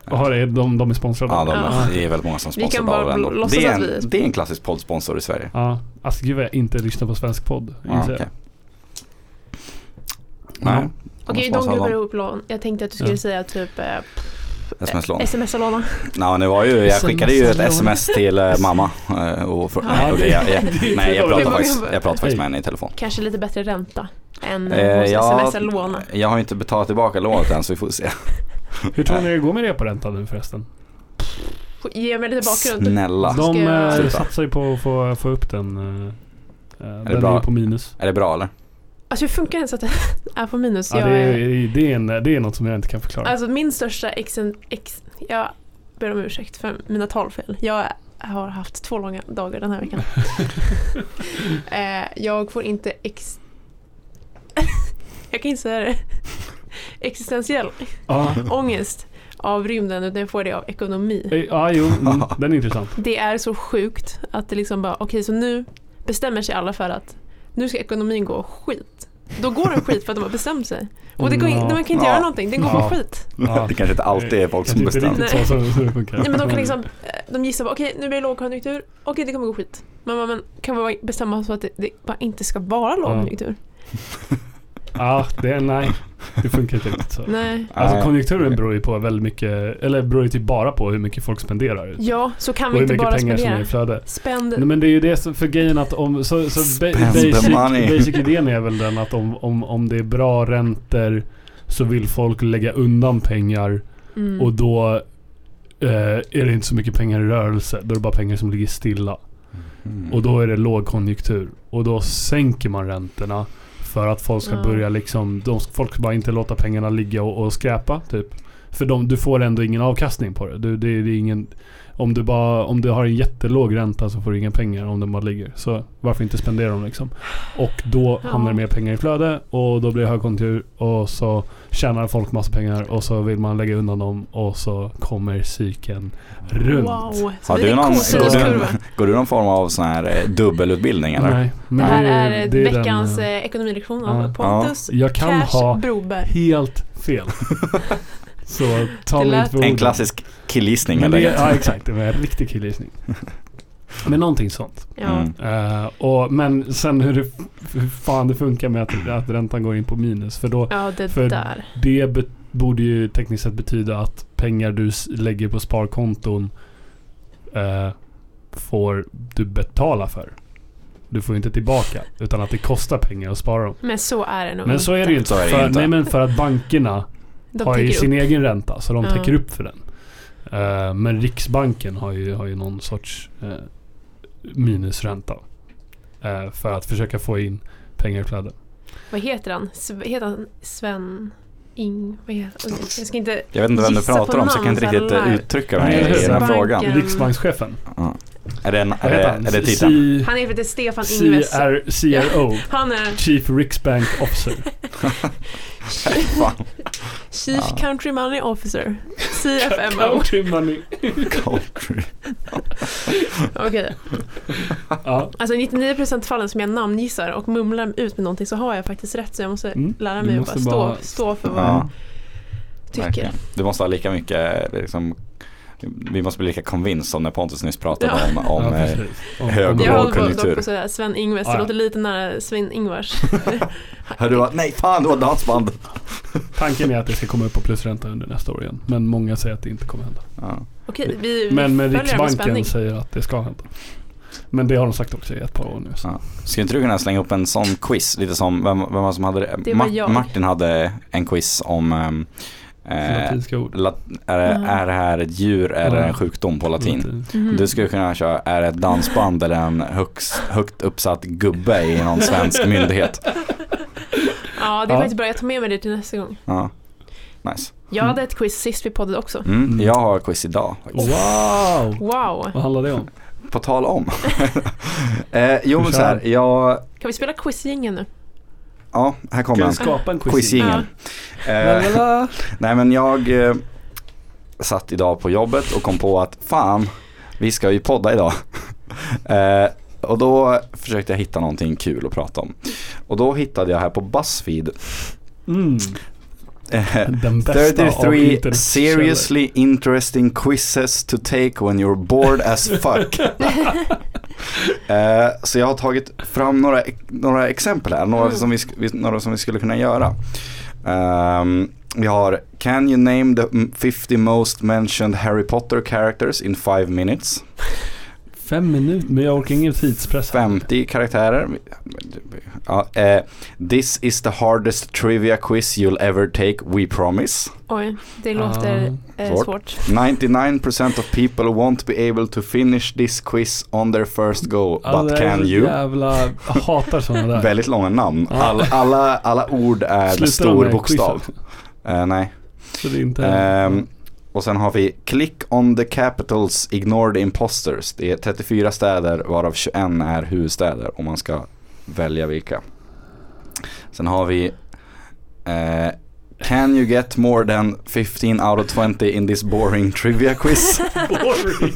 Speaker 3: Och har det, de, de är sponsrade?
Speaker 1: Ja, de,
Speaker 2: Ja.
Speaker 1: det är väldigt många som
Speaker 2: Vi kan
Speaker 1: sponsrar
Speaker 2: bara
Speaker 1: av Lendo.
Speaker 2: bl- låtsas
Speaker 1: Det är,
Speaker 2: att
Speaker 1: en,
Speaker 2: vi är-
Speaker 1: det är en klassisk poddsponsor i
Speaker 2: Mm.
Speaker 1: Sverige.
Speaker 3: Ja. Alltså gud vad jag inte lyssnar på svensk podd.
Speaker 1: Ja,
Speaker 3: inser jag.
Speaker 1: okej.
Speaker 3: Ja.
Speaker 2: Mm.
Speaker 1: Nej, de
Speaker 2: Okej, de
Speaker 1: sponsrar
Speaker 2: gruppar
Speaker 1: dem.
Speaker 2: ihop lån. Jag tänkte att du skulle
Speaker 3: Ja.
Speaker 2: säga typ eh,
Speaker 1: sms-lån.
Speaker 2: sms-låna.
Speaker 1: Nej, det var ju, jag skickade ju ett
Speaker 3: SMS-lån.
Speaker 1: sms till eh, mamma. eh, Och för,
Speaker 2: Ja.
Speaker 1: nej, och det, jag, jag, nej, jag
Speaker 2: Det
Speaker 1: pratar
Speaker 2: var-
Speaker 1: faktiskt, jag pratar faktiskt med henne i telefon.
Speaker 2: Kanske lite bättre ränta än
Speaker 1: Eh,
Speaker 2: eh,
Speaker 1: ja.
Speaker 2: sms-låna.
Speaker 1: Jag har inte betalat tillbaka lånet än så vi får se.
Speaker 3: Hur tror ni det går med reporäntan nu förresten?
Speaker 2: Ge mig lite bakgrund.
Speaker 1: Snälla.
Speaker 3: De
Speaker 2: Ska jag-
Speaker 3: eh,
Speaker 1: Sluta.
Speaker 3: satsar ju på att få, få upp den. eh, eh, den
Speaker 1: bra?
Speaker 3: är ju på minus.
Speaker 1: Är det bra eller?
Speaker 2: Alltså hur funkar det ens att det (laughs) är på minus?
Speaker 3: Ja,
Speaker 2: jag
Speaker 3: det,
Speaker 2: är,
Speaker 3: är, det, är en, det är något som jag inte kan förklara.
Speaker 2: alltså min största exen... Ex, jag ber om ursäkt för mina talfel. Jag har haft två långa dagar den här veckan. eh, jag får inte ex... (laughs) jag kan inte säga det. Existentiell
Speaker 3: Ja,
Speaker 2: ångest av rymden utan jag får det av ekonomi.
Speaker 3: Eh, ja jo, mm, den är intressant.
Speaker 2: Det är så sjukt att det liksom bara, okej så nu bestämmer sig alla för att nu ska ekonomin gå skit. Då går den skit för att de har bestämt sig. Och det går in,
Speaker 3: Mm, Ja.
Speaker 2: man kan inte
Speaker 1: Ja.
Speaker 2: göra någonting, den går
Speaker 3: Ja.
Speaker 2: på skit.
Speaker 3: Ja.
Speaker 1: (laughs) Det kanske inte alltid är folk
Speaker 3: Jag
Speaker 1: som
Speaker 3: tycker inte
Speaker 1: bestämmer.
Speaker 3: riktigt så som- så det funkar.
Speaker 2: Nej, men de kan liksom, eh, de gissar bara, okej nu blir det lågkonjunktur, okej det kommer gå skit. Men, men, men kan man bara bestämma oss för att det, det bara inte ska vara lågkonjunktur?
Speaker 3: Ja, det är nej. Det funkar inte riktigt så.
Speaker 2: Nej.
Speaker 3: Alltså
Speaker 1: Nej.
Speaker 3: konjunkturen beror ju på väldigt mycket, eller beror ju typ bara på hur mycket folk spenderar.
Speaker 2: Ja, så kan
Speaker 3: Och
Speaker 2: vi
Speaker 3: hur
Speaker 2: inte
Speaker 3: mycket
Speaker 2: bara
Speaker 3: pengar som är
Speaker 2: spendera.
Speaker 3: i flöde.
Speaker 2: Spend,
Speaker 3: Nej, men det är ju det som, för grejen att om, så, så ba-
Speaker 1: Spend the
Speaker 3: basic,
Speaker 1: money.
Speaker 3: basic idén är väl den att om, om, om det är bra räntor så vill folk lägga undan pengar
Speaker 2: mm.
Speaker 3: och då eh, är det inte så mycket pengar i rörelse. Då är det bara pengar som ligger stilla.
Speaker 1: Mm.
Speaker 3: Och då är det lågkonjunktur. Och då sänker man räntorna. För att folk ska
Speaker 2: Ja.
Speaker 3: börja liksom... De, folk ska bara inte låta pengarna ligga och, och skräpa typ. För de, du får ändå ingen avkastning på det. Du, det, det är ingen, om, du bara, om du har en jättelåg ränta så får du inga pengar om den bara ligger. Så varför inte spendera dem liksom? Och då
Speaker 2: Ja.
Speaker 3: hamnar det mer pengar i flöde och då blir det högkonjunktur och så tjänar folk massa pengar och så vill man lägga undan dem och så kommer cykeln runt.
Speaker 2: Wow,
Speaker 1: Har
Speaker 2: som en
Speaker 1: du, någon,
Speaker 2: liten
Speaker 1: går, du,
Speaker 2: kosinuskurva.
Speaker 1: går du någon form av sån här eh, dubbelutbildning eller?
Speaker 3: Nej,
Speaker 2: Det
Speaker 3: men
Speaker 2: här
Speaker 3: är-
Speaker 2: är,
Speaker 3: det är den,
Speaker 2: veckans
Speaker 3: eh,
Speaker 2: eh, ekonomilektion
Speaker 3: ja.
Speaker 2: av Pontus
Speaker 3: Jag kan
Speaker 2: Cash
Speaker 3: ha
Speaker 2: Broberg.
Speaker 3: helt
Speaker 2: (laughs)
Speaker 3: fel. Så ta
Speaker 2: Det
Speaker 3: mig
Speaker 2: lät-
Speaker 3: inte på orden.
Speaker 1: En klassisk killgissning
Speaker 3: Men
Speaker 1: helt
Speaker 3: det,
Speaker 1: enkelt.
Speaker 3: Ja exakt, det var en
Speaker 1: (laughs)
Speaker 3: riktig killgissning. Men någonting sånt.
Speaker 2: Ja.
Speaker 1: Mm.
Speaker 3: Eh, och, men sen hur, det, hur fan det funkar med att, att räntan går in på minus. För då,
Speaker 2: Ja, det
Speaker 3: För-
Speaker 2: där.
Speaker 3: det be, borde ju tekniskt sett betyda att pengar du s- lägger på sparkonton eh, får du betala för. Du får ju inte tillbaka. Utan att det kostar pengar att spara dem.
Speaker 2: Men så är det nog
Speaker 3: Men så är det ju inte.
Speaker 1: Så är det ju
Speaker 3: för,
Speaker 1: inte.
Speaker 3: Nej men för att bankerna
Speaker 2: De
Speaker 3: har ju
Speaker 2: täcker
Speaker 3: sin e-
Speaker 2: upp.
Speaker 3: egen ränta så de
Speaker 2: Ja.
Speaker 3: täcker upp för den. Eh, men Riksbanken har ju, har ju någon sorts eh, minusränta. eh, för att försöka få in pengar i flödet.
Speaker 2: Vad heter han? Sve- heter han Sven... Ing... Vad heter han? Jag ska inte...
Speaker 1: Jag vet inte vem du
Speaker 2: Gissa
Speaker 1: pratar
Speaker 2: på
Speaker 1: om så jag kan
Speaker 2: namn,
Speaker 1: inte riktigt eh,
Speaker 2: eller?
Speaker 1: uttrycka
Speaker 3: Nej,
Speaker 1: mig i den här
Speaker 3: Riksbanken.
Speaker 1: frågan.
Speaker 3: Riksbankschefen.
Speaker 1: Ja. Är det, en, är
Speaker 3: Vad
Speaker 1: det,
Speaker 3: heter han?
Speaker 1: är det
Speaker 3: C-
Speaker 1: titeln?
Speaker 2: Han heter faktiskt Stefan Ingves.
Speaker 3: CR, CRO.
Speaker 2: (laughs) Han är
Speaker 3: Chief Riksbank
Speaker 2: (laughs)
Speaker 3: Officer.
Speaker 1: Fan,
Speaker 2: Chief
Speaker 1: Ja.
Speaker 2: Country Money Officer. CFMO.
Speaker 3: Country money.
Speaker 1: country.
Speaker 2: (laughs) Okej.
Speaker 3: Ja.
Speaker 2: Alltså 99% fallen som jag namngissar och mumlar ut med någonting så har jag faktiskt rätt så jag måste
Speaker 3: Mm.
Speaker 2: lära
Speaker 3: Du
Speaker 2: mig att
Speaker 3: måste
Speaker 2: bara stå,
Speaker 3: bara-
Speaker 2: stå för vad
Speaker 1: Ja,
Speaker 2: jag tycker.
Speaker 1: verkligen. Du måste ha lika mycket eh, liksom, Vi måste bli lika convinced som när Pontus nyss pratade
Speaker 2: Ja.
Speaker 1: om, om eh,
Speaker 3: precis. Om- om-
Speaker 1: hög-
Speaker 2: Jag
Speaker 1: Bra
Speaker 2: håller på dock
Speaker 1: konjunktur.
Speaker 2: på att säga Sven-Ingves,
Speaker 3: Ah,
Speaker 2: det
Speaker 3: ja.
Speaker 2: låter lite nära
Speaker 3: (laughs)
Speaker 2: Svein-Ingvars.
Speaker 1: Hör du att nej fan det var dansband.
Speaker 3: Tanken är att det ska komma upp på plusränta under nästa år igen. Men många säger att det inte kommer hända.
Speaker 1: Ja.
Speaker 2: Okej, vi vi
Speaker 3: Men med
Speaker 2: följer det med
Speaker 3: Riksbanken
Speaker 2: spänning.
Speaker 3: säger att det ska hända. Men det har de sagt också i ett par år nu. Så.
Speaker 1: Skulle inte du kunna slänga upp en sån quiz? Lite som, vem, vem var det som hade det?
Speaker 2: Det var
Speaker 1: Ma-
Speaker 2: jag.
Speaker 1: Martin hade en quiz om ehm, eh,
Speaker 3: Latinska ord.
Speaker 1: lat- är, det,
Speaker 2: Ja.
Speaker 1: är det här ett djur eller
Speaker 3: Ja. Mm.
Speaker 1: en sjukdom på latin?
Speaker 2: Mhm.
Speaker 1: Du skulle kunna köra, är det ett dansband eller en högst, högt uppsatt gubbe i någon svensk myndighet?
Speaker 2: (laughs) Ja, det är
Speaker 3: Ja.
Speaker 2: faktiskt bra. Jag tar med mig det till nästa gång.
Speaker 1: Ja. Nice.
Speaker 2: Jag
Speaker 3: Mm.
Speaker 2: hade ett quiz sist vi poddade också.
Speaker 1: Mm,
Speaker 3: Mm.
Speaker 1: jag har quiz idag.
Speaker 3: Wow!
Speaker 2: Wow!
Speaker 3: Vad handlar det om?
Speaker 1: På tal om. (laughs) eh, jo men så här, jag,
Speaker 2: Kan vi spela quizgängen nu?
Speaker 1: ja här kommer
Speaker 3: Kan vi
Speaker 1: den.
Speaker 3: skapa en quiz?
Speaker 1: Quizjingeln. Eh,
Speaker 3: Lalala.
Speaker 1: Nej men jag eh, satt idag på jobbet och kom på att fan, vi ska ju podda idag. (laughs) eh, och då försökte jag hitta någonting kul att prata om. Och då hittade jag här på Buzzfeed
Speaker 3: Mm.
Speaker 1: eh,
Speaker 3: Den bästa
Speaker 1: 33
Speaker 3: avsnitten.
Speaker 1: seriously interesting quizzes to take when you're bored as
Speaker 3: (laughs)
Speaker 1: fuck. Eh, så jag har tagit fram några, e-, några exempel här, några,
Speaker 2: Mm.
Speaker 1: som vi, sk- vi- några som vi skulle kunna göra. Ehm, vi har Can you name the 50 most mentioned Harry Potter characters in 5 minutes?
Speaker 3: Fem minuter, men jag orkar ingen tidspress.
Speaker 1: 50 karaktärer. Ja, eh, this is the hardest trivia quiz you'll ever take, we promise.
Speaker 2: Oj, det låter
Speaker 3: Ah.
Speaker 2: eh,
Speaker 1: Svårt.
Speaker 2: svårt.
Speaker 1: 99% of people won't be able to finish this quiz on their first go,
Speaker 3: Alla
Speaker 1: but
Speaker 3: är
Speaker 1: can
Speaker 3: så
Speaker 1: you?
Speaker 3: Jävla, jag hatar sådana där.
Speaker 1: Väldigt långa namn.
Speaker 3: Ja.
Speaker 1: All, alla, alla ord är med
Speaker 3: Slutar de
Speaker 1: stor
Speaker 3: med
Speaker 1: bokstav.
Speaker 3: quiz också?
Speaker 1: Eh, nej.
Speaker 3: Så det är inte...
Speaker 1: Ehm, och sen har vi Click on the capitals, ignore the imposters. Det är 34 städer varav 21 är huvudstäder om man ska välja vilka. Sen har vi eh, Can you get more than 15 out of 20 in this boring trivia quiz?
Speaker 3: boring.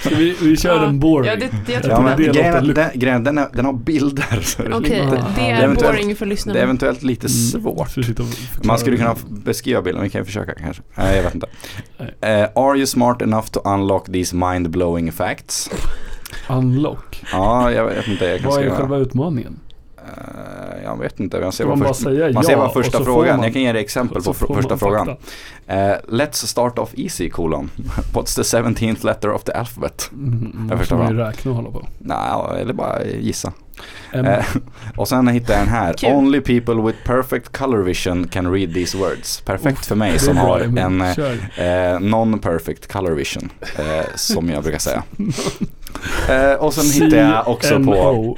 Speaker 3: Ska vi, vi kör
Speaker 2: Ja.
Speaker 3: en boring.
Speaker 2: Ja, det, det, jag tror
Speaker 1: Ja,
Speaker 3: tycker
Speaker 1: men
Speaker 3: det låter
Speaker 1: grejen, är-
Speaker 3: luk-
Speaker 1: den, grejen, den, är, den har bilder. (laughs) så det är
Speaker 2: Okej,
Speaker 1: lite-
Speaker 3: Ja,
Speaker 2: det
Speaker 3: det
Speaker 2: är
Speaker 3: är
Speaker 2: boring för lyssnarna.
Speaker 1: Det är eventuellt
Speaker 3: Mm.
Speaker 1: lite svårt.
Speaker 3: Så vi sitter och förklarar.
Speaker 1: Man skulle kunna f- beskriva bilden, vi kan ju försöka kanske. Nej, jag vet inte.
Speaker 3: Nej.
Speaker 1: Eh, are you smart enough to unlock these mind-blowing facts?
Speaker 3: Unlock.
Speaker 1: Ja, jag vet inte. Jag kan
Speaker 3: Vad är
Speaker 1: skriva.
Speaker 3: själva utmaningen?
Speaker 1: Eh, jag vet inte. Jag ser
Speaker 3: Ska
Speaker 1: vad
Speaker 3: man bara
Speaker 1: först,
Speaker 3: säga
Speaker 1: man
Speaker 3: ja
Speaker 1: ser bara
Speaker 3: och så
Speaker 1: första
Speaker 3: får
Speaker 1: frågan.
Speaker 3: man-
Speaker 1: Jag kan ge dig exempel
Speaker 3: så
Speaker 1: på
Speaker 3: får
Speaker 1: fr- första
Speaker 3: man
Speaker 1: frågan.
Speaker 3: fakta.
Speaker 1: Eh, let's start off easy, kolon. (laughs) What's the 17th letter of the alphabet?
Speaker 3: Mm,
Speaker 1: Jag Eh,
Speaker 3: jag
Speaker 1: förstår
Speaker 3: förstår. Man räkna och hålla på.
Speaker 1: Nej, eller bara gissa.
Speaker 3: Em,
Speaker 1: Eh, (laughs) och sen hittade jag den
Speaker 2: Kul.
Speaker 1: här. Only people with perfect color vision can read these words. Perfekt för
Speaker 3: Oh, det
Speaker 1: mig
Speaker 3: är
Speaker 1: som
Speaker 3: bra,
Speaker 1: har
Speaker 3: Emil.
Speaker 1: en eh,
Speaker 3: Kör.
Speaker 1: eh, non-perfect color vision. Eh, som jag brukar säga. Eh, och sen hittade jag också på...
Speaker 3: CNO,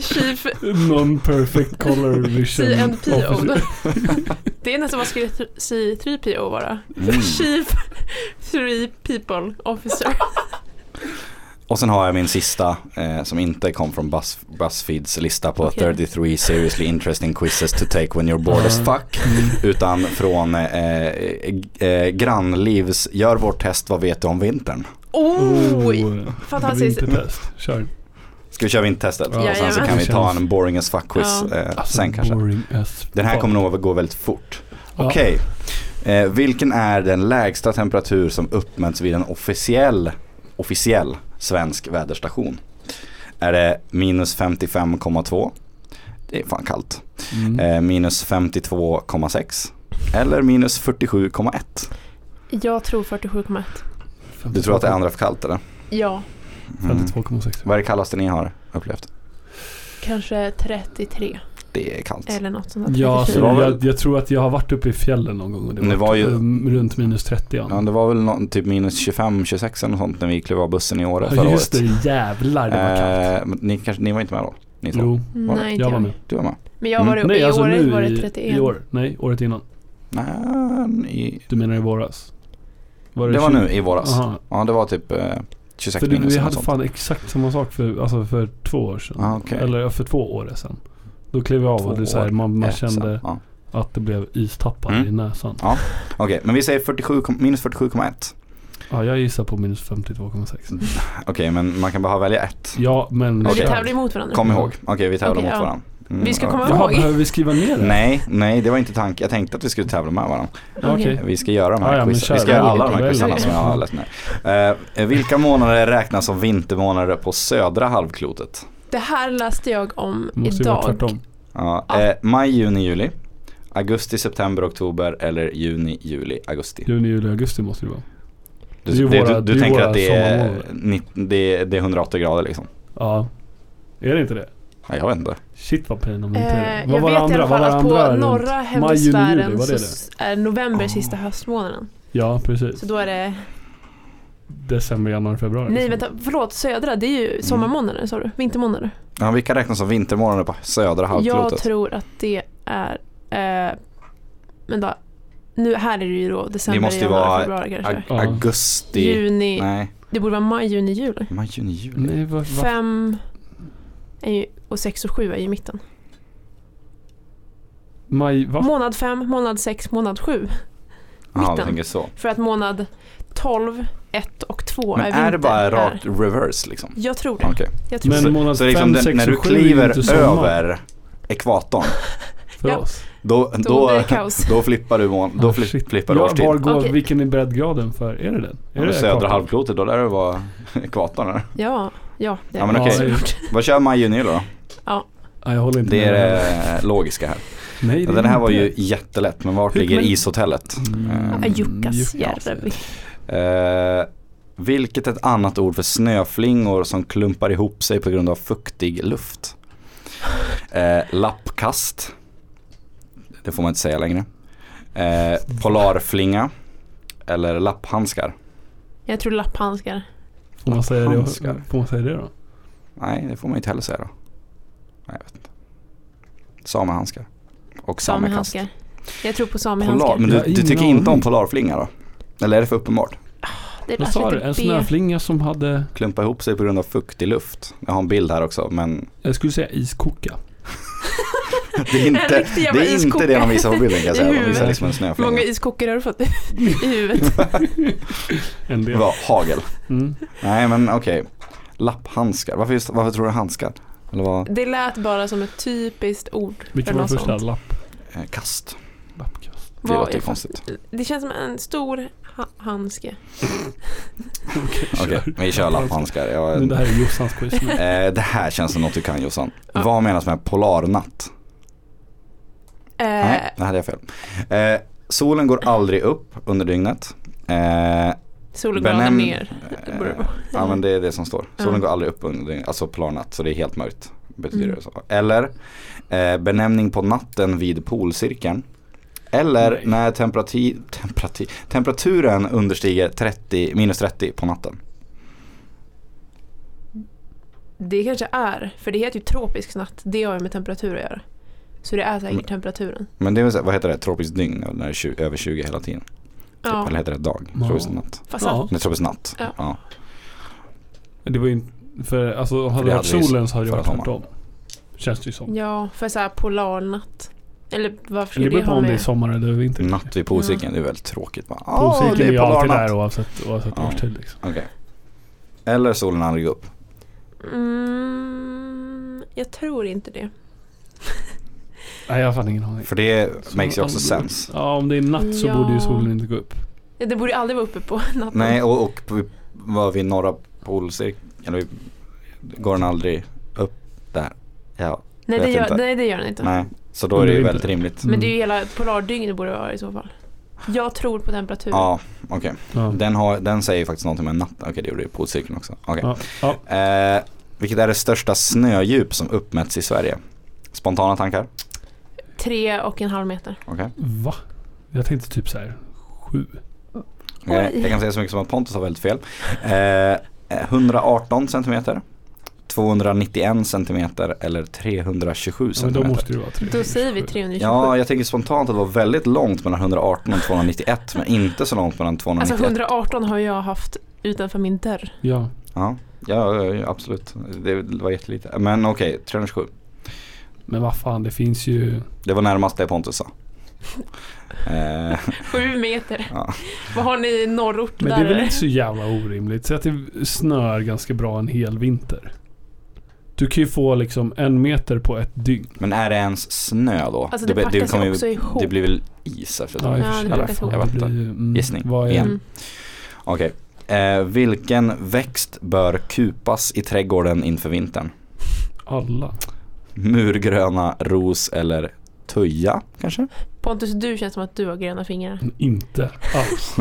Speaker 2: Chief
Speaker 3: Non-perfect color vision.
Speaker 2: CNPO.
Speaker 3: officer.
Speaker 2: (laughs) Det är nästan vad skulle th- C3PO vara?
Speaker 1: Mm.
Speaker 2: Chief Three People Officer.
Speaker 1: Och sen har jag min sista eh, som inte kom från Buzz, Buzzfeeds lista på
Speaker 2: Okej.
Speaker 1: 33 seriously interesting quizzes to take when you're bored as
Speaker 3: Ja.
Speaker 1: fuck. Utan från eh, eh, eh, Grannlivs Gör vårt test, vad vet du om vintern?
Speaker 2: Oh!
Speaker 3: Oh,
Speaker 2: fantastiskt.
Speaker 3: Vintertest. Kör.
Speaker 1: Ska vi köra vintertestet?
Speaker 3: Ja.
Speaker 1: och sen så
Speaker 2: Jajamän.
Speaker 1: kan vi ta
Speaker 3: Känns-
Speaker 1: en boring as fuck quiz
Speaker 2: Ja.
Speaker 1: eh, sen kanske.
Speaker 3: Alltså, boring as
Speaker 1: Den här
Speaker 3: fuck.
Speaker 1: kommer nog att gå väldigt fort.
Speaker 3: Ja.
Speaker 1: Okej. Eh, vilken är den lägsta temperatur som uppmätts vid en officiell, officiell svensk väderstation? Är det minus 55,2? Det är fan kallt.
Speaker 3: Mm.
Speaker 1: Eh, minus 52,6? Eller minus 47,1?
Speaker 2: Jag tror 47,1.
Speaker 1: Du tror att det är andra för kallt eller?
Speaker 2: Ja,
Speaker 1: Mm.
Speaker 3: 52,6.
Speaker 1: Vad är det kallaste ni har upplevt?
Speaker 2: kanske 33
Speaker 1: Det är kallt.
Speaker 2: eller något sånt. där.
Speaker 3: Ja, alltså,
Speaker 1: Det var väl-
Speaker 3: jag, jag tror att jag har varit uppe i fjällen någon gång och det var,
Speaker 1: Det var ju-
Speaker 3: um, runt minus 30.
Speaker 1: Ja, det var väl någon, typ minus 25-26 eller något sånt när vi klev av bussen i Åre förra
Speaker 3: Ja, just
Speaker 1: året.
Speaker 3: det, jävlar det var kallt.
Speaker 1: Eh, men ni, kanske, ni var inte med då? Ni två?
Speaker 3: Jo,
Speaker 1: var det?
Speaker 2: Mm, Nej, inte
Speaker 3: jag var med.
Speaker 2: jag.
Speaker 1: Du var med?
Speaker 2: Men jag var det,
Speaker 3: Nej,
Speaker 2: i
Speaker 3: alltså
Speaker 2: året
Speaker 3: nu
Speaker 2: var det
Speaker 3: i-
Speaker 2: 31.
Speaker 3: i år. Nej, året innan.
Speaker 1: Nej, ni,
Speaker 3: Du menar i våras?
Speaker 1: det, var
Speaker 3: 20?
Speaker 1: nu i våras.
Speaker 3: Aha.
Speaker 1: Ja, det var typ eh, 26
Speaker 3: För det,
Speaker 1: minus
Speaker 3: vi
Speaker 1: eller
Speaker 3: hade
Speaker 1: något sånt.
Speaker 3: fan exakt samma sak för, alltså för två år sedan.
Speaker 1: Ah, okej.
Speaker 3: Eller ja, för två år sedan. Då klev jag av
Speaker 1: Två
Speaker 3: och det så här, man, man
Speaker 1: Ett sen.
Speaker 3: kände
Speaker 1: Eh, Ja.
Speaker 3: att det blev istappar
Speaker 1: Mm.
Speaker 3: i näsan.
Speaker 1: Okej, men vi säger 47, kom- minus 47,1.
Speaker 3: Ja, jag gissar på minus 52,6.
Speaker 1: Okej, men man kan bara välja ett.
Speaker 3: Ja, men...
Speaker 2: Men
Speaker 1: Mm. Okej.
Speaker 2: vi tävlar emot varandra.
Speaker 1: Kom ihåg. Okej, vi tävlar
Speaker 2: Mm. Okej,
Speaker 1: mot
Speaker 2: ja.
Speaker 1: varandra. Mm,
Speaker 2: Vi ska
Speaker 1: ja.
Speaker 2: komma
Speaker 3: Jaha,
Speaker 2: ihåg.
Speaker 3: behöver vi skriva ner det?
Speaker 1: Nej, nej det var inte tanken. Jag tänkte att vi skulle tävla med varandra.
Speaker 3: Okej.
Speaker 1: Eh, Vi ska göra de här
Speaker 3: Ja, ja, men
Speaker 1: quizen.
Speaker 3: kör.
Speaker 1: Vi ska göra alla de här
Speaker 3: Välj.
Speaker 1: quizarna som jag har läst ner. Eh, vilka månader räknas som vintermånader på södra halvklotet?
Speaker 2: Det här läste jag om
Speaker 3: Det måste ju vara
Speaker 2: idag.
Speaker 3: tvärtom.
Speaker 1: Ja,
Speaker 2: Ja.
Speaker 1: eh, maj, juni, juli. Augusti, september, oktober eller juni, juli, augusti.
Speaker 3: Juni, juli, augusti måste det vara.
Speaker 1: Du,
Speaker 3: Det är ju
Speaker 1: det- du,
Speaker 3: våra- det
Speaker 1: du
Speaker 3: är ju
Speaker 1: tänker
Speaker 3: våra
Speaker 1: att det är,
Speaker 3: sommarmånader.
Speaker 1: nitt- det, är, det är 180 grader liksom?
Speaker 3: Ja. Är det inte det?
Speaker 1: Ja, jag vet inte.
Speaker 3: Shit vad pin om det inte
Speaker 2: Eh,
Speaker 3: är det. Mm. Vad
Speaker 2: jag
Speaker 3: var
Speaker 2: vet
Speaker 3: det
Speaker 2: i
Speaker 3: andra?
Speaker 2: alla
Speaker 3: Vad
Speaker 2: fall
Speaker 3: var det
Speaker 2: att på
Speaker 3: andra?
Speaker 2: norra
Speaker 3: Maj, juni,
Speaker 2: hemisfären
Speaker 3: juli, var
Speaker 2: så
Speaker 3: det
Speaker 2: s- är november
Speaker 3: Ah.
Speaker 2: sista höstmånaden.
Speaker 3: Ja, precis.
Speaker 2: Så då är det,
Speaker 3: December, januari, februari. liksom.
Speaker 2: nej vänta, förlåt södra det är ju sommarmånader sa du, vintermånader.
Speaker 1: Ja, alltså. vilka räknas som vintermånader på södra
Speaker 2: Jag
Speaker 1: halvklotet?
Speaker 2: tror att det är, eh, vänta, nu här är det ju då december,
Speaker 1: Det måste ju
Speaker 2: januari,
Speaker 1: vara
Speaker 2: februari kanske.
Speaker 1: Ag-
Speaker 3: Ja.
Speaker 1: augusti,
Speaker 2: Juni,
Speaker 1: nej,
Speaker 2: det borde vara maj, juni, juli.
Speaker 1: maj, juni, juli.
Speaker 3: Nej, vad, vad?
Speaker 2: Fem är ju, och sex och sju är ju i mitten.
Speaker 3: Maj, va?
Speaker 2: Månad fem, månad sex, månad sju.
Speaker 1: Jaha, du
Speaker 2: mitten.
Speaker 1: tänker så.
Speaker 2: För att månad 12, 1 och 2
Speaker 1: Men
Speaker 2: är vinter.
Speaker 1: är det bara
Speaker 2: här.
Speaker 1: rakt reverse liksom?
Speaker 2: Jag tror det.
Speaker 1: Okej.
Speaker 2: Jag tror
Speaker 3: Men
Speaker 1: så,
Speaker 3: månad
Speaker 1: så liksom
Speaker 3: fem,
Speaker 1: den,
Speaker 3: sex
Speaker 1: när
Speaker 3: och
Speaker 1: du
Speaker 3: sju är ju inte
Speaker 1: kliver
Speaker 3: sommar.
Speaker 1: över ekvatorn,
Speaker 3: För
Speaker 2: Ja.
Speaker 3: oss.
Speaker 1: då,
Speaker 2: (laughs) Då
Speaker 1: då,
Speaker 2: blir det kaos.
Speaker 1: då flippar du, mån, då
Speaker 3: Ah,
Speaker 1: flipp,
Speaker 3: shit.
Speaker 1: flippar du
Speaker 3: ja,
Speaker 1: årstid.
Speaker 3: Var går,
Speaker 2: Okej.
Speaker 3: vilken är breddgraden för? Är det den? Är
Speaker 1: Om
Speaker 3: det
Speaker 1: du södra
Speaker 3: kartan?
Speaker 1: halvklotet, då lär det vara (laughs) ekvatorn eller?
Speaker 2: Ja, ja. Det är
Speaker 1: Ja, men
Speaker 2: det.
Speaker 1: okej.
Speaker 2: Såklart.
Speaker 1: Vad kör maj, juni, juli då?
Speaker 3: Nej, jag håller inte
Speaker 1: Det är
Speaker 3: med.
Speaker 1: det logiska här.
Speaker 3: Nej, det är
Speaker 1: Den här var
Speaker 3: inte.
Speaker 1: ju jättelätt, men vart
Speaker 3: Hur-
Speaker 1: ligger
Speaker 3: men-
Speaker 1: ishotellet?
Speaker 3: Mm,
Speaker 1: Eh,
Speaker 2: (laughs) Ja, Jukkasjärvi.
Speaker 3: Jukkasjärvi.
Speaker 1: Eh, vilket är ett annat ord för snöflingor som klumpar ihop sig på grund av fuktig luft? Eh, lappkast. Det får man inte säga längre. Eh, polarflinga. Eller lapphandskar.
Speaker 2: Jag tror lapphandskar.
Speaker 3: Får man säga det?
Speaker 1: Handskar.
Speaker 3: Får man säga det då?
Speaker 1: Nej, det får man inte heller säga då. Nej, jag vet inte. Samehandskar. Och samekast.
Speaker 2: Samehandskar. Jag tror på
Speaker 1: Polar,
Speaker 2: samehandskar.
Speaker 1: men du,
Speaker 3: Jag har
Speaker 1: du tycker
Speaker 3: ingen
Speaker 1: inte om
Speaker 3: aning.
Speaker 1: polarflinga då? Eller är det för uppenbart?
Speaker 2: Det
Speaker 3: Vad
Speaker 2: lät
Speaker 3: sa du?
Speaker 2: lite
Speaker 3: En
Speaker 2: B.
Speaker 3: snöflinga som hade,
Speaker 1: Klumpa ihop sig på grund av fuktig luft. Jag har en bild här också, men
Speaker 3: jag skulle säga iskoka.
Speaker 1: Det är
Speaker 2: En
Speaker 1: inte,
Speaker 2: riktig
Speaker 1: det,
Speaker 2: jävla
Speaker 1: är inte
Speaker 2: iskoka.
Speaker 1: det de visar på bilden kan jag
Speaker 2: I
Speaker 1: säga. De visar
Speaker 2: huvudet.
Speaker 1: liksom en
Speaker 2: Hur många
Speaker 1: snöflinga.
Speaker 2: iskockor har du fått
Speaker 1: (laughs)
Speaker 2: i huvudet?
Speaker 3: En
Speaker 1: Det
Speaker 3: del.
Speaker 1: var hagel.
Speaker 3: Mm.
Speaker 1: Nej men okej. Lapphandskar. Varför, just, varför tror du handskar? Eller vad?
Speaker 2: Det lät bara som ett typiskt ord.
Speaker 3: Vilken
Speaker 2: Eller
Speaker 3: var
Speaker 2: något
Speaker 3: första?
Speaker 2: sånt.
Speaker 3: Lapp,
Speaker 1: Eh, Kast.
Speaker 3: lappkast. (laughs)
Speaker 1: Det
Speaker 2: Vad
Speaker 1: låter
Speaker 2: är
Speaker 1: ju konstigt.
Speaker 2: Det känns som en stor ha- handske.
Speaker 1: Okej, vi kör lapphandskar. Jag,
Speaker 3: Men det här är Jossans quiz nu.
Speaker 1: eh, det här känns som något du kan Jossan.
Speaker 2: Ja.
Speaker 1: Vad menas med polarnatt?
Speaker 2: Eh,
Speaker 1: Nej, det hade jag fel. Eh, solen går aldrig upp under dygnet. Eh,
Speaker 2: solen går aldrig
Speaker 1: Benämn-
Speaker 2: ner. Det borde vara.
Speaker 1: Ja men det är det som står. Solen
Speaker 2: Mm. Ja.
Speaker 1: går aldrig upp under dygnet, alltså polarnatt, så det är helt mörkt. Betyder
Speaker 2: Mm.
Speaker 1: det så. Eller eh, benämning på natten vid polcirkeln. Eller
Speaker 3: Nej.
Speaker 1: när temperati, temperati, temperaturen understiger 30, minus 30 på natten.
Speaker 2: Det kanske är, för det heter ju tropisk natt. Det har ju med temperatur att göra. Så det är säkert
Speaker 1: Mm.
Speaker 2: temperaturen.
Speaker 1: Men det är väl så här, vad heter det, tropiskt dygn när det är 20, över 20 hela tiden? Typ.
Speaker 2: Ja,
Speaker 1: Eller heter det dag?
Speaker 3: Ja.
Speaker 1: Tropisk natt?
Speaker 2: fast
Speaker 3: Ja.
Speaker 1: Nej, tropisk natt.
Speaker 2: Ja.
Speaker 1: Ja.
Speaker 3: Det var ju inte, för alltså hade
Speaker 1: det
Speaker 3: det varit
Speaker 1: hade vi
Speaker 3: solen så hade det
Speaker 1: förra
Speaker 3: varit tvärtom. Känns det ju som.
Speaker 2: Ja, för såhär polarnatt. Eller varför
Speaker 3: Eller
Speaker 2: skulle
Speaker 3: det
Speaker 2: det
Speaker 3: beror på
Speaker 2: ha
Speaker 3: om det är
Speaker 2: med...
Speaker 3: sommar eller vinter.
Speaker 1: Natt vid polcirkeln, det är väldigt tråkigt. Bara, "Åh,
Speaker 3: Polcirkeln är
Speaker 1: det
Speaker 3: ju
Speaker 1: är
Speaker 3: alltid
Speaker 1: polarnatt.
Speaker 3: där oavsett, oavsett
Speaker 1: Ja.
Speaker 3: årstid liksom.
Speaker 1: Okej. Eller solen aldrig går upp.
Speaker 2: Mm, jag tror inte det.
Speaker 3: Nej jag har fan ingen aning.
Speaker 1: För det
Speaker 3: Så
Speaker 1: makes ju också
Speaker 3: aldrig-
Speaker 1: sense.
Speaker 3: Ja om det är natt så
Speaker 2: Ja.
Speaker 3: borde ju solen inte gå upp.
Speaker 2: Ja, Det borde ju aldrig vara uppe på (laughs) natten.
Speaker 1: Nej, och, och vi- var vid norra polcirkeln, eller vi- går den aldrig upp där? Ja,
Speaker 2: nej, det
Speaker 1: vet
Speaker 2: gör,
Speaker 1: inte.
Speaker 2: nej, det gör den inte.
Speaker 1: nej. Så då är det ju väldigt rimligt.
Speaker 2: Men det är
Speaker 3: Mm.
Speaker 2: ju hela polardygnet borde det vara i så fall. Jag tror på temperatur.
Speaker 1: Ja, okej.
Speaker 3: Ja.
Speaker 1: Den, har- den säger ju faktiskt någonting med natten. Okej, det gjorde ju polcirkeln också. Okej.
Speaker 3: Ja. Ja.
Speaker 1: Eh, vilket är det största snödjup som uppmätts i Sverige? Spontana tankar?
Speaker 2: Tre och en halv meter.
Speaker 1: Okej.
Speaker 3: Va? Jag tänkte typ så här sju.
Speaker 1: Eh,
Speaker 2: Oj.
Speaker 1: jag kan säga så mycket som att Pontus har väldigt fel. Eh, 118 centimeter, 291 centimeter eller 327
Speaker 3: Ja, men då
Speaker 1: centimeter.
Speaker 3: måste det vara tre.
Speaker 2: Då säger vi 327.
Speaker 1: Ja, jag tänker spontant att det var väldigt långt mellan 118 och 291 men inte så långt mellan
Speaker 2: alltså
Speaker 1: 291.
Speaker 2: 118 har jag haft utanför min dörr.
Speaker 3: Ja.
Speaker 2: Alltså
Speaker 1: Ja, ja, ja, absolut. Det var jättelite. Men okej, 327.
Speaker 3: Men vad fan det finns ju.
Speaker 1: Det var närmast det Pontus
Speaker 2: (laughs)
Speaker 1: sa. Eh,
Speaker 2: Sju meter.
Speaker 1: Ja.
Speaker 2: Vad har ni i norrort
Speaker 3: Men det
Speaker 2: där?
Speaker 3: är väl
Speaker 2: eller?
Speaker 3: inte så jävla orimligt. Säg att det snör ganska bra en hel vinter. Du kan ju få liksom en meter på ett dygn.
Speaker 1: Men är det ens snö då?
Speaker 2: Alltså det,
Speaker 1: blir-
Speaker 2: packar
Speaker 1: kommer
Speaker 2: sig
Speaker 1: ju-
Speaker 2: också ihop. Mm.
Speaker 1: det blir väl is efter ett
Speaker 3: i
Speaker 1: tag?
Speaker 3: och
Speaker 2: Ja,
Speaker 3: för sig.
Speaker 2: det
Speaker 1: Eller,
Speaker 2: packar
Speaker 1: jag vet inte.
Speaker 3: blir ju, mm,
Speaker 1: Gissning.
Speaker 3: Vad är
Speaker 1: Igen.
Speaker 2: Mm.
Speaker 1: Okej. Eh, vilken växt bör kupas i trädgården inför vintern?
Speaker 3: alla?
Speaker 1: Murgröna, ros eller tuja kanske?
Speaker 2: Pontus, du känns som att du har gröna fingrar.
Speaker 3: Inte alls.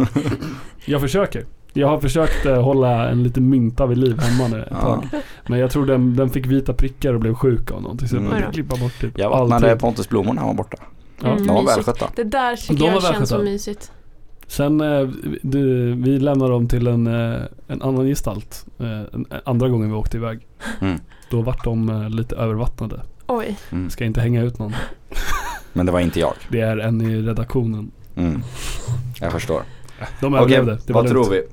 Speaker 3: jag försöker. Jag har försökt eh, hålla en liten mynta vid liv hemma nu ett
Speaker 1: Ja.
Speaker 3: tag. Men jag tror den, den fick vita prickar och blev sjuk av någonting. Så jag
Speaker 1: Mm.
Speaker 3: började
Speaker 2: Oj då.
Speaker 3: klippa bort typ
Speaker 1: Jag vattnade
Speaker 3: allting.
Speaker 1: Pontus blommor när han var borta.
Speaker 3: Ja.
Speaker 1: De
Speaker 2: Mm.
Speaker 1: var
Speaker 2: Mysigt.
Speaker 1: välskötta.
Speaker 2: Det där tycker
Speaker 3: De var
Speaker 2: jag känns
Speaker 3: välskötta.
Speaker 2: så mysigt.
Speaker 3: Sen, eh, du, vi lämnar dem till en, eh, en annan gestalt. eh, en- Andra gången vi åkte iväg.
Speaker 1: Mm.
Speaker 3: Då vart de eh, lite övervattnade.
Speaker 2: Oj.
Speaker 1: Mm.
Speaker 3: Ska inte hänga ut någon.
Speaker 1: Men det var inte jag.
Speaker 3: Det är en i redaktionen.
Speaker 1: Mm. Jag förstår.
Speaker 3: De
Speaker 1: Okej,
Speaker 3: överlevde. det var
Speaker 1: vad
Speaker 3: lugnt.
Speaker 1: tror vi?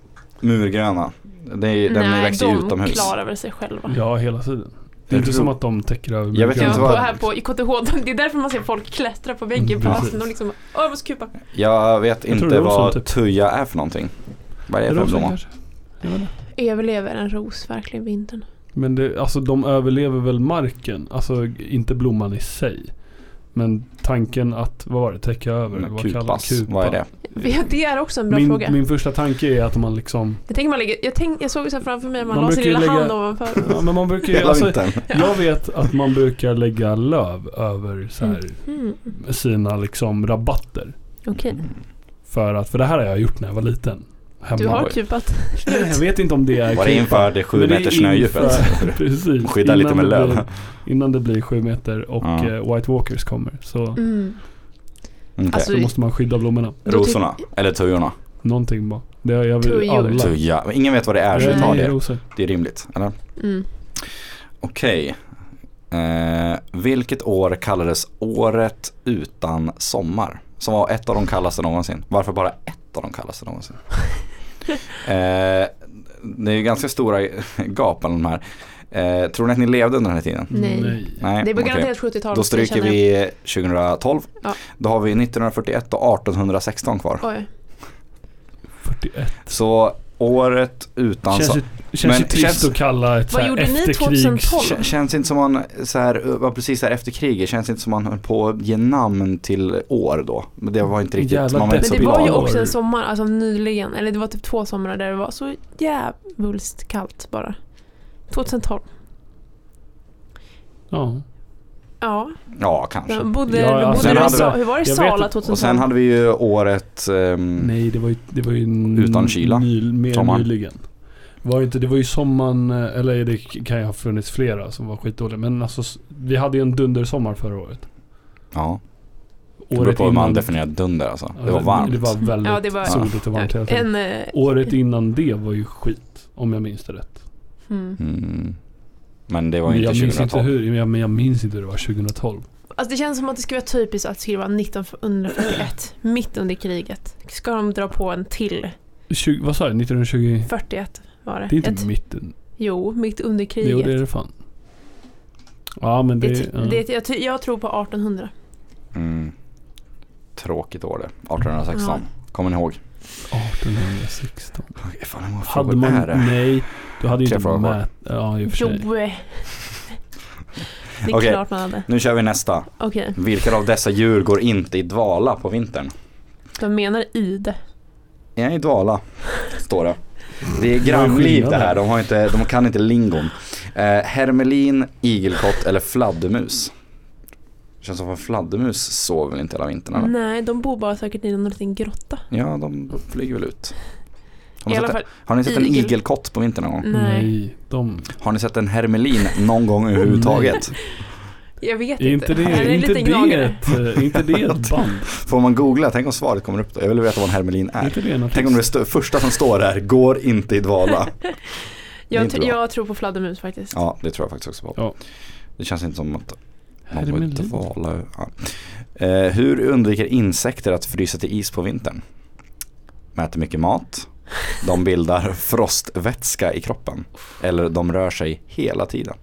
Speaker 1: Murgröna. Det är, den
Speaker 2: Nej,
Speaker 1: växer
Speaker 2: de
Speaker 1: ju utomhus.
Speaker 2: klarar väl sig själva.
Speaker 3: Ja, hela tiden. Det är
Speaker 1: Jag
Speaker 3: inte
Speaker 1: tror-
Speaker 3: som att de täcker över
Speaker 1: Jag vet
Speaker 2: Ja,
Speaker 3: mycket.
Speaker 1: inte
Speaker 2: på,
Speaker 1: vad-
Speaker 2: här på, i KTH, de- det är därför man ser folk klättra på väggen på
Speaker 3: Mm, Precis.
Speaker 2: rasten. De liksom, åh jag måste kupa.
Speaker 1: Jag vet
Speaker 3: Jag tror
Speaker 1: inte
Speaker 3: det var
Speaker 1: vad
Speaker 3: sån typ.
Speaker 1: tuja är för någonting. Vad är
Speaker 3: Är
Speaker 1: det
Speaker 3: de
Speaker 1: för
Speaker 3: så
Speaker 1: blomma?
Speaker 3: kanske? Jag vet inte.
Speaker 2: Överlever en ros verkligen vintern?
Speaker 3: Men det, alltså de överlever väl marken? Alltså inte blomman i sig. Men tanken att, vad var det, täcka över? vad kallas
Speaker 1: Kupas, Mm, vad är det?
Speaker 2: Ja, det är också en bra
Speaker 3: Min,
Speaker 2: fråga.
Speaker 3: min första tanke är att
Speaker 1: (laughs)
Speaker 3: man liksom
Speaker 2: Jag, tänker man lägger, jag, tänk, jag såg så här framför mig att man,
Speaker 3: Man
Speaker 2: la sin
Speaker 3: brukar ju
Speaker 2: lilla hand
Speaker 3: lägga-
Speaker 2: ovanför.
Speaker 3: Ja, men man brukar ju,
Speaker 1: Hela
Speaker 3: alltså,
Speaker 1: vintern.
Speaker 3: jag vet att man brukar lägga löv över så här,
Speaker 2: Mm.
Speaker 3: sina liksom rabatter.
Speaker 2: Okej,
Speaker 3: För, att, för det här har jag gjort när jag var liten. Hemma.
Speaker 2: du har kupat.
Speaker 3: (laughs) jag vet inte om det är
Speaker 1: Var det
Speaker 3: klippa,
Speaker 1: inför det sju
Speaker 3: men det är
Speaker 1: meter snödjupet?
Speaker 3: inför- (laughs) Precis.
Speaker 1: Skydda lite
Speaker 3: innan
Speaker 1: med
Speaker 3: det
Speaker 1: löv.
Speaker 3: blir- Innan det blir sju meter och
Speaker 1: Ja.
Speaker 3: eh, White Walkers kommer. Så
Speaker 2: Mm.
Speaker 1: Okej.
Speaker 2: Alltså-
Speaker 3: då måste man skydda blommorna.
Speaker 2: Då typ- tyck-
Speaker 1: Rosorna, eller tujorna.
Speaker 3: Någonting bara. Det har jag vill
Speaker 2: Tujor.
Speaker 3: alla.
Speaker 1: Tuja, Men ingen vet vad det är så vi
Speaker 2: Nej.
Speaker 1: tar
Speaker 3: det.
Speaker 1: det.
Speaker 3: Rosor.
Speaker 1: Det är rimligt, eller?
Speaker 2: Mm.
Speaker 1: Okej. Eh, vilket år kallades året utan sommar? Som var ett av de kallaste någonsin. Varför bara ett av de kallaste
Speaker 2: (laughs)
Speaker 1: någonsin? eh, det är ju ganska stora gap mellan de här. Eh, tror ni att ni levde under den här tiden?
Speaker 2: Nej.
Speaker 1: Nej,
Speaker 2: Mm. Det var
Speaker 1: okej.
Speaker 2: garanterat 70-tal.
Speaker 1: Då
Speaker 2: det
Speaker 1: stryker
Speaker 2: känner jag.
Speaker 1: vi 2012.
Speaker 2: Ja.
Speaker 1: Då har vi 1941 och 1816 kvar.
Speaker 2: Oj.
Speaker 3: 41.
Speaker 1: Så året utan
Speaker 3: Känns,
Speaker 1: so-
Speaker 3: ju, känns ju
Speaker 1: Men
Speaker 3: trist
Speaker 1: känns-
Speaker 3: att kalla ett så
Speaker 2: Vad
Speaker 3: här
Speaker 2: gjorde ni
Speaker 3: efterkrigs...
Speaker 2: 2012?
Speaker 1: K- Känns inte som man så här, var precis här efter kriget, känns inte som man höll på att ge namn till år då. Men det var inte riktigt,
Speaker 3: Jävla
Speaker 1: man var inte
Speaker 2: Men
Speaker 1: så
Speaker 2: det var ju
Speaker 1: glad.
Speaker 3: år.
Speaker 2: också en sommar, alltså nyligen, eller det var typ två somrar där det var så jävulst kallt bara. 2012.
Speaker 3: Ja.
Speaker 2: Ja,
Speaker 1: Ja, kanske.
Speaker 2: de bodde,
Speaker 3: Ja,
Speaker 2: de
Speaker 3: alltså,
Speaker 2: bodde
Speaker 1: sen
Speaker 2: i
Speaker 1: hade
Speaker 2: Sa-
Speaker 3: vi-
Speaker 2: Hur var det i
Speaker 3: jag
Speaker 2: Sala
Speaker 3: vet
Speaker 2: 2012?
Speaker 1: Och sen hade vi ju året, ehm,
Speaker 3: Nej, det var ju, det var ju n-
Speaker 1: Utan kyla.
Speaker 3: Ny, mer
Speaker 1: Sommaren.
Speaker 3: nyligen. Var ju inte, det var ju sommaren, eh, eller det k- kan ju ha funnits flera som var skitdåliga. Men alltså, s- vi hade ju en dundersommar förra året.
Speaker 1: ja, det beror
Speaker 3: Året
Speaker 1: på hur man
Speaker 3: innan-
Speaker 1: definierar dunder alltså.
Speaker 3: Ja,
Speaker 1: Det var varmt.
Speaker 3: Det var väldigt
Speaker 2: Ja, det var-
Speaker 3: soligt och varmt hela
Speaker 2: Ja,
Speaker 3: tiden.
Speaker 2: en, eh,
Speaker 3: Året innan det var ju skit, om jag minns det rätt.
Speaker 2: mm.
Speaker 1: Mm. Men det var
Speaker 3: Men
Speaker 1: inte
Speaker 3: jag minns inte
Speaker 1: 2012.
Speaker 3: hur, jag, men jag minns inte hur det var 2012.
Speaker 2: Alltså det känns som att det skulle vara typiskt att skriva 1941, mitt under kriget. Ska de dra på en till?
Speaker 3: 20, vad sa du? 1920?
Speaker 2: 41 var det.
Speaker 3: Det är inte
Speaker 2: Ett-
Speaker 3: mitten.
Speaker 2: Jo, mitt under kriget.
Speaker 3: Jo, det är det fan. Ja, men det...
Speaker 2: Det-
Speaker 3: ja.
Speaker 2: det- jag, ty- jag tror på 1800.
Speaker 1: Mm. Tråkigt år det, 1816. Kommer ni ihåg?
Speaker 3: 1816.
Speaker 1: Okej, Fan, hur många
Speaker 3: Hade
Speaker 1: frågor är
Speaker 3: man...
Speaker 1: det?
Speaker 3: Nej. Du hade ju
Speaker 1: Tre
Speaker 3: inte
Speaker 1: frågor.
Speaker 3: mät... Ja, i och för
Speaker 2: Jo.
Speaker 3: sig.
Speaker 2: eh. (laughs) Det är
Speaker 1: Okej.
Speaker 2: klart man hade.
Speaker 1: Nu kör vi nästa.
Speaker 2: Okej,
Speaker 1: Vilka av dessa djur går inte i dvala på vintern?
Speaker 2: de menar id.
Speaker 1: Är han i dvala? Står det. Det är
Speaker 3: Vad är
Speaker 1: grannliv det
Speaker 3: skillnaden?
Speaker 1: här, de, har inte, de kan inte lingon. Eh, hermelin, igelkott eller fladdermus? Känns som att fladdermus sover väl inte hela vintern eller?
Speaker 2: Nej, de bor bara säkert i någon liten grotta.
Speaker 1: Ja, de flyger väl ut. Har
Speaker 2: I
Speaker 1: ni,
Speaker 2: alla
Speaker 1: sett,
Speaker 2: fall,
Speaker 1: har ni sett en
Speaker 2: igel. Mm.
Speaker 1: igelkott på vintern någon gång?
Speaker 2: nej.
Speaker 3: Nej. De...
Speaker 1: Har ni sett en hermelin någon gång överhuvudtaget?
Speaker 2: Jag vet
Speaker 3: Är inte det,
Speaker 2: Han är
Speaker 3: är
Speaker 2: en
Speaker 3: inte
Speaker 2: liten
Speaker 3: det
Speaker 2: gnagare.
Speaker 3: ett, eh, inte det
Speaker 1: (laughs)
Speaker 3: ett band?
Speaker 1: Får man googla? Tänk om svaret kommer upp då. Jag vill veta vad en hermelin
Speaker 3: Är
Speaker 1: är.
Speaker 3: inte det en
Speaker 1: Tänk om det stö- första som står där, går inte i
Speaker 3: (laughs)
Speaker 1: dvala. Det är
Speaker 2: Jag,
Speaker 1: inte
Speaker 2: tr-
Speaker 1: bra.
Speaker 2: jag tror på fladdermus faktiskt.
Speaker 1: Ja, det tror jag faktiskt också på.
Speaker 3: Ja.
Speaker 1: Det känns inte som att Man får inte
Speaker 3: Hermelin.
Speaker 1: vala. Ja. Eh, hur undviker insekter att frysa till is på vintern? De äter mycket mat. De bildar (laughs) frostvätska i kroppen. Eller de rör sig hela tiden.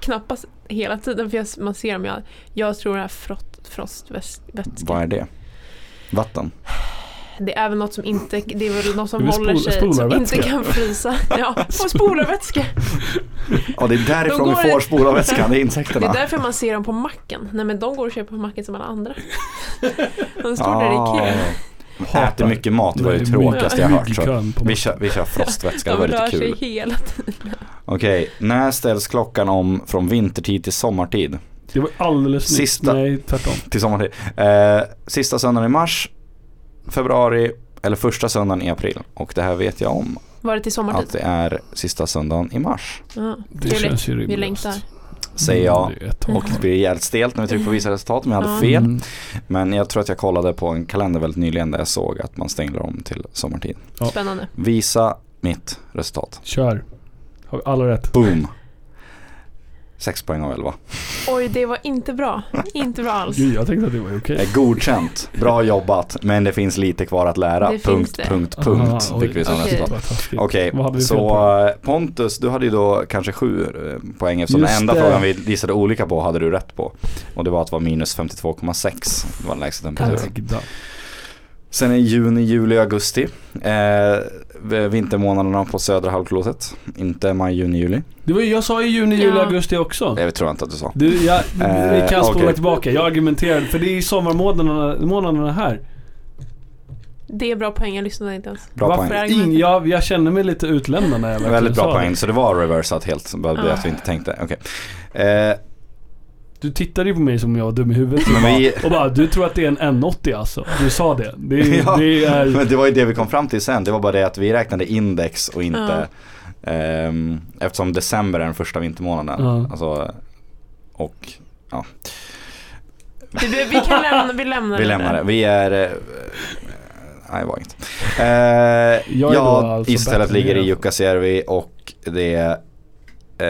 Speaker 2: Knappast hela tiden för jag, man ser dem ju aldrig. Jag tror det här frott, frostvätska.
Speaker 1: Vad är det? Vatten?
Speaker 2: det är väl något som inte, det är väl något som
Speaker 3: Det är väl
Speaker 2: håller sig,
Speaker 3: spol-
Speaker 2: som inte
Speaker 3: spolarvätska.
Speaker 1: (laughs)
Speaker 2: kan frysa. Ja, och spolarvätska.
Speaker 1: Ja, det är därifrån
Speaker 2: De
Speaker 1: vi
Speaker 2: går-
Speaker 1: får spolarvätskan, det är
Speaker 2: (laughs) Det är
Speaker 1: insekterna.
Speaker 2: därför man ser dem på macken. Nej men de går och köper på macken som
Speaker 1: (laughs)
Speaker 2: alla andra. De står
Speaker 1: Ah.
Speaker 2: där i kö.
Speaker 1: Äter mycket mat, det var ju tråkigaste jag hört. Så. Vi, kör, vi kör frostvätska, det
Speaker 2: De
Speaker 1: var lite
Speaker 2: rör sig
Speaker 1: kul.
Speaker 2: hela tiden.
Speaker 1: Okej, när ställs klockan om från vintertid till sommartid?
Speaker 3: Det var alldeles nyss.
Speaker 1: Sista.
Speaker 3: Nej, tvärtom.
Speaker 1: Till sommartid. Eh, sista söndagen i mars, februari eller första söndagen i april. Och det här vet jag om,
Speaker 2: Var det till
Speaker 1: att
Speaker 2: sommartid?
Speaker 1: det är sista söndagen i mars.
Speaker 2: Ja.
Speaker 3: Det
Speaker 2: Trevligt.
Speaker 3: känns ju
Speaker 2: Vi
Speaker 3: rimligast.
Speaker 2: längtar.
Speaker 1: Säger jag.
Speaker 3: Mm. Det är ett tag.
Speaker 1: Och det blir jävligt stelt när vi trycker på visa resultat, men jag hade
Speaker 2: Ja.
Speaker 1: fel.
Speaker 3: Mm.
Speaker 1: Men jag tror att jag kollade på en kalender väldigt nyligen där jag såg att man stängde om till sommartid.
Speaker 3: Ja.
Speaker 2: Spännande.
Speaker 1: Visa mitt resultat.
Speaker 3: Kör. Har vi alla rätt?
Speaker 1: Boom! 6 poäng av 11.
Speaker 2: Oj, det var inte bra. Inte bra alls.
Speaker 3: Gud, jag tänkte att det var okej.
Speaker 1: Eh, Godkänt, bra jobbat, men det finns lite kvar att lära.
Speaker 2: Det finns
Speaker 1: punkt,
Speaker 2: det.
Speaker 1: punkt,
Speaker 3: Ah,
Speaker 1: punkt,
Speaker 3: oj.
Speaker 1: fick vi som
Speaker 2: Okej.
Speaker 1: resultat.
Speaker 3: Vad taskigt.
Speaker 1: Okej,
Speaker 3: Typ. Vad hade vi fel
Speaker 1: så eh, Pontus, du hade ju då kanske sju eh, poäng eftersom den
Speaker 3: Just
Speaker 1: enda
Speaker 3: det.
Speaker 1: frågan vi gissade olika på hade du rätt på. Och det var att det var minus 52,6, det var den lägsta temperaturen.
Speaker 3: Ägda.
Speaker 1: Sen är juni, juli, augusti. Eh, v- vintermånaderna på södra halvklotet. Inte maj, juni, juli.
Speaker 3: Det var ju, jag sa ju juni, juli,
Speaker 2: Ja.
Speaker 3: augusti också.
Speaker 1: Det tror jag inte att du sa.
Speaker 3: Du, jag, vi
Speaker 1: Eh,
Speaker 3: kan spola
Speaker 1: okej.
Speaker 3: tillbaka. Jag argumenterade, för det är ju sommarmånaderna månaderna här.
Speaker 2: Det är bra poäng, jag lyssnade inte ens.
Speaker 1: Bra
Speaker 3: Varför
Speaker 1: poäng.
Speaker 2: är-
Speaker 3: Ing, jag, jag känner mig lite utlämnad när jag verkligen
Speaker 1: Väldigt
Speaker 3: sa
Speaker 1: bra
Speaker 3: det. Ah.
Speaker 1: poäng, så det var reversat helt. Bara det
Speaker 2: Ja.
Speaker 1: att vi inte tänkte. Okej. Eh,
Speaker 3: Du tittade ju på mig som jag var dum i huvudet och,
Speaker 1: Men vi-
Speaker 3: bara, och bara, du tror att det är en N80 alltså. Du sa det. Det, är-
Speaker 1: (laughs) Ja,
Speaker 3: det är...
Speaker 1: Men det var ju det vi kom fram till sen, det var bara det att vi räknade index och inte ehm, Eftersom december är den första vintermånaden
Speaker 3: Ja.
Speaker 1: alltså, Och
Speaker 2: Vi, vi, vi kan lämna, vi lämnar
Speaker 1: vi
Speaker 2: det
Speaker 1: lämnar
Speaker 2: där.
Speaker 1: det, vi är eh, eh, Nej det var inget eh,
Speaker 3: Jag är då
Speaker 1: Ja,
Speaker 3: alltså
Speaker 1: istället
Speaker 3: bättre
Speaker 1: ligger i
Speaker 3: än jag.
Speaker 1: Jukkasjärvi och det är eh,
Speaker 3: det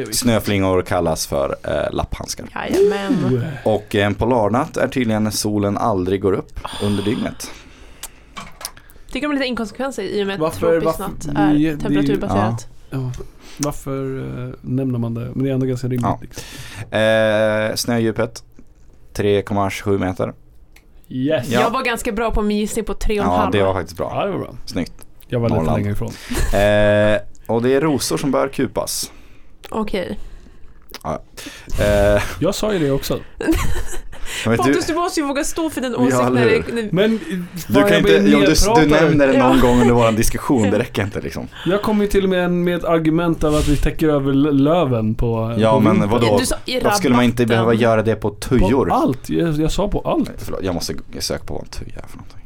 Speaker 3: är vi.
Speaker 1: Snöflingor kallas för eh, lapphandskar
Speaker 3: Oh.
Speaker 2: Jajamän.
Speaker 1: Och en polarnatt är tydligen när solen aldrig går upp under dygnet
Speaker 2: Tycker de är lite inkonsekvenser i och med att
Speaker 3: Varför-
Speaker 2: tropisk
Speaker 3: varför-
Speaker 2: natt
Speaker 3: det- det-
Speaker 2: är temperaturbaserat.
Speaker 3: Ja, varför eh, nämner man det? Men det är ändå ganska rimligt.
Speaker 1: Ja.
Speaker 3: Liksom.
Speaker 1: eh, Snödjupet 3,7 meter
Speaker 3: Yes.
Speaker 1: Ja.
Speaker 2: Jag var ganska bra på min gissning på tre och en
Speaker 1: Ja,
Speaker 2: halv.
Speaker 1: det var faktiskt bra.
Speaker 3: Ja, det var bra.
Speaker 1: Snyggt.
Speaker 3: Jag var lite
Speaker 1: Norrland.
Speaker 3: längre ifrån.
Speaker 1: Eh, och det är rosor som bör kupas.
Speaker 2: Okej.
Speaker 1: Eh,
Speaker 3: Jag sa ju det också.
Speaker 1: men du,
Speaker 2: Pontus, du måste ju våga stå för din
Speaker 1: Ja,
Speaker 2: åsikt
Speaker 1: eller
Speaker 2: när
Speaker 1: hur?
Speaker 2: det... När,
Speaker 3: Men
Speaker 1: du, kan inte, ja, du, du nämner det någon
Speaker 2: Ja.
Speaker 1: gång under vår diskussion, det räcker inte
Speaker 2: (laughs)
Speaker 1: liksom.
Speaker 3: Jag kom ju till och med en- med ett argument av att vi täcker över l- löven på...
Speaker 1: Ja,
Speaker 3: på
Speaker 1: men
Speaker 3: vintern.
Speaker 1: vadå?
Speaker 2: du sa i
Speaker 1: Då skulle man inte
Speaker 2: rabatten.
Speaker 1: behöva göra det på
Speaker 3: På
Speaker 1: tujor.
Speaker 3: allt. Jag, jag sa på allt.
Speaker 1: Förlåt, jag måste g- söka på vad en tuja är för någonting.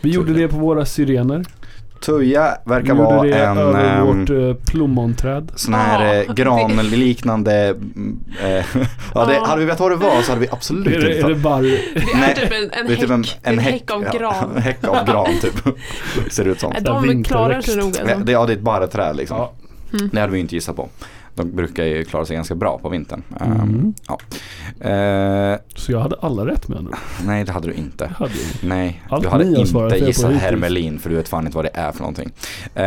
Speaker 3: Vi gjorde det på våra syrener.
Speaker 1: Tuja
Speaker 3: Vi
Speaker 1: verkar
Speaker 3: gjorde
Speaker 1: vara
Speaker 3: det
Speaker 1: en
Speaker 3: över
Speaker 1: ehm,
Speaker 3: vårt eh, plommonträd.
Speaker 1: sån här eh,
Speaker 2: Ja,
Speaker 1: granliknande... mm, Eh, (laughs) ja, det,
Speaker 2: Ja.
Speaker 1: hade vi vetat vad det var så hade vi
Speaker 3: Är
Speaker 1: absolut inte
Speaker 3: det, är det
Speaker 1: tagit-
Speaker 2: (laughs)
Speaker 3: barr?
Speaker 2: Det är
Speaker 1: Nej,
Speaker 2: typ en, (laughs) en,
Speaker 1: det är
Speaker 2: häck,
Speaker 1: typ en, en häck.
Speaker 2: av
Speaker 1: ja, (laughs)
Speaker 2: gran.
Speaker 1: en häck av gran
Speaker 2: (laughs)
Speaker 1: typ. Ser det ut som.
Speaker 2: Nej,
Speaker 3: Där
Speaker 2: De klarar sig nog
Speaker 3: vinterväxt.
Speaker 1: Ja,
Speaker 2: alltså.
Speaker 1: det, ja, det är ett barrträd liksom.
Speaker 3: Ja.
Speaker 1: Det hade vi ju inte gissat på. De brukar ju klara sig ganska bra på vintern. Ehm,
Speaker 3: Mm.
Speaker 1: ja. Eh,
Speaker 3: Så jag hade alla rätt med nu.
Speaker 1: nej, det hade du
Speaker 3: Jag
Speaker 1: inte.
Speaker 3: hade ju.
Speaker 1: Nej,
Speaker 3: Allt
Speaker 1: du hade
Speaker 3: ni har svarat
Speaker 1: inte
Speaker 3: fel på
Speaker 1: gissat
Speaker 3: hittills.
Speaker 1: hermelin för du vet fan inte vad det är för någonting. Eh,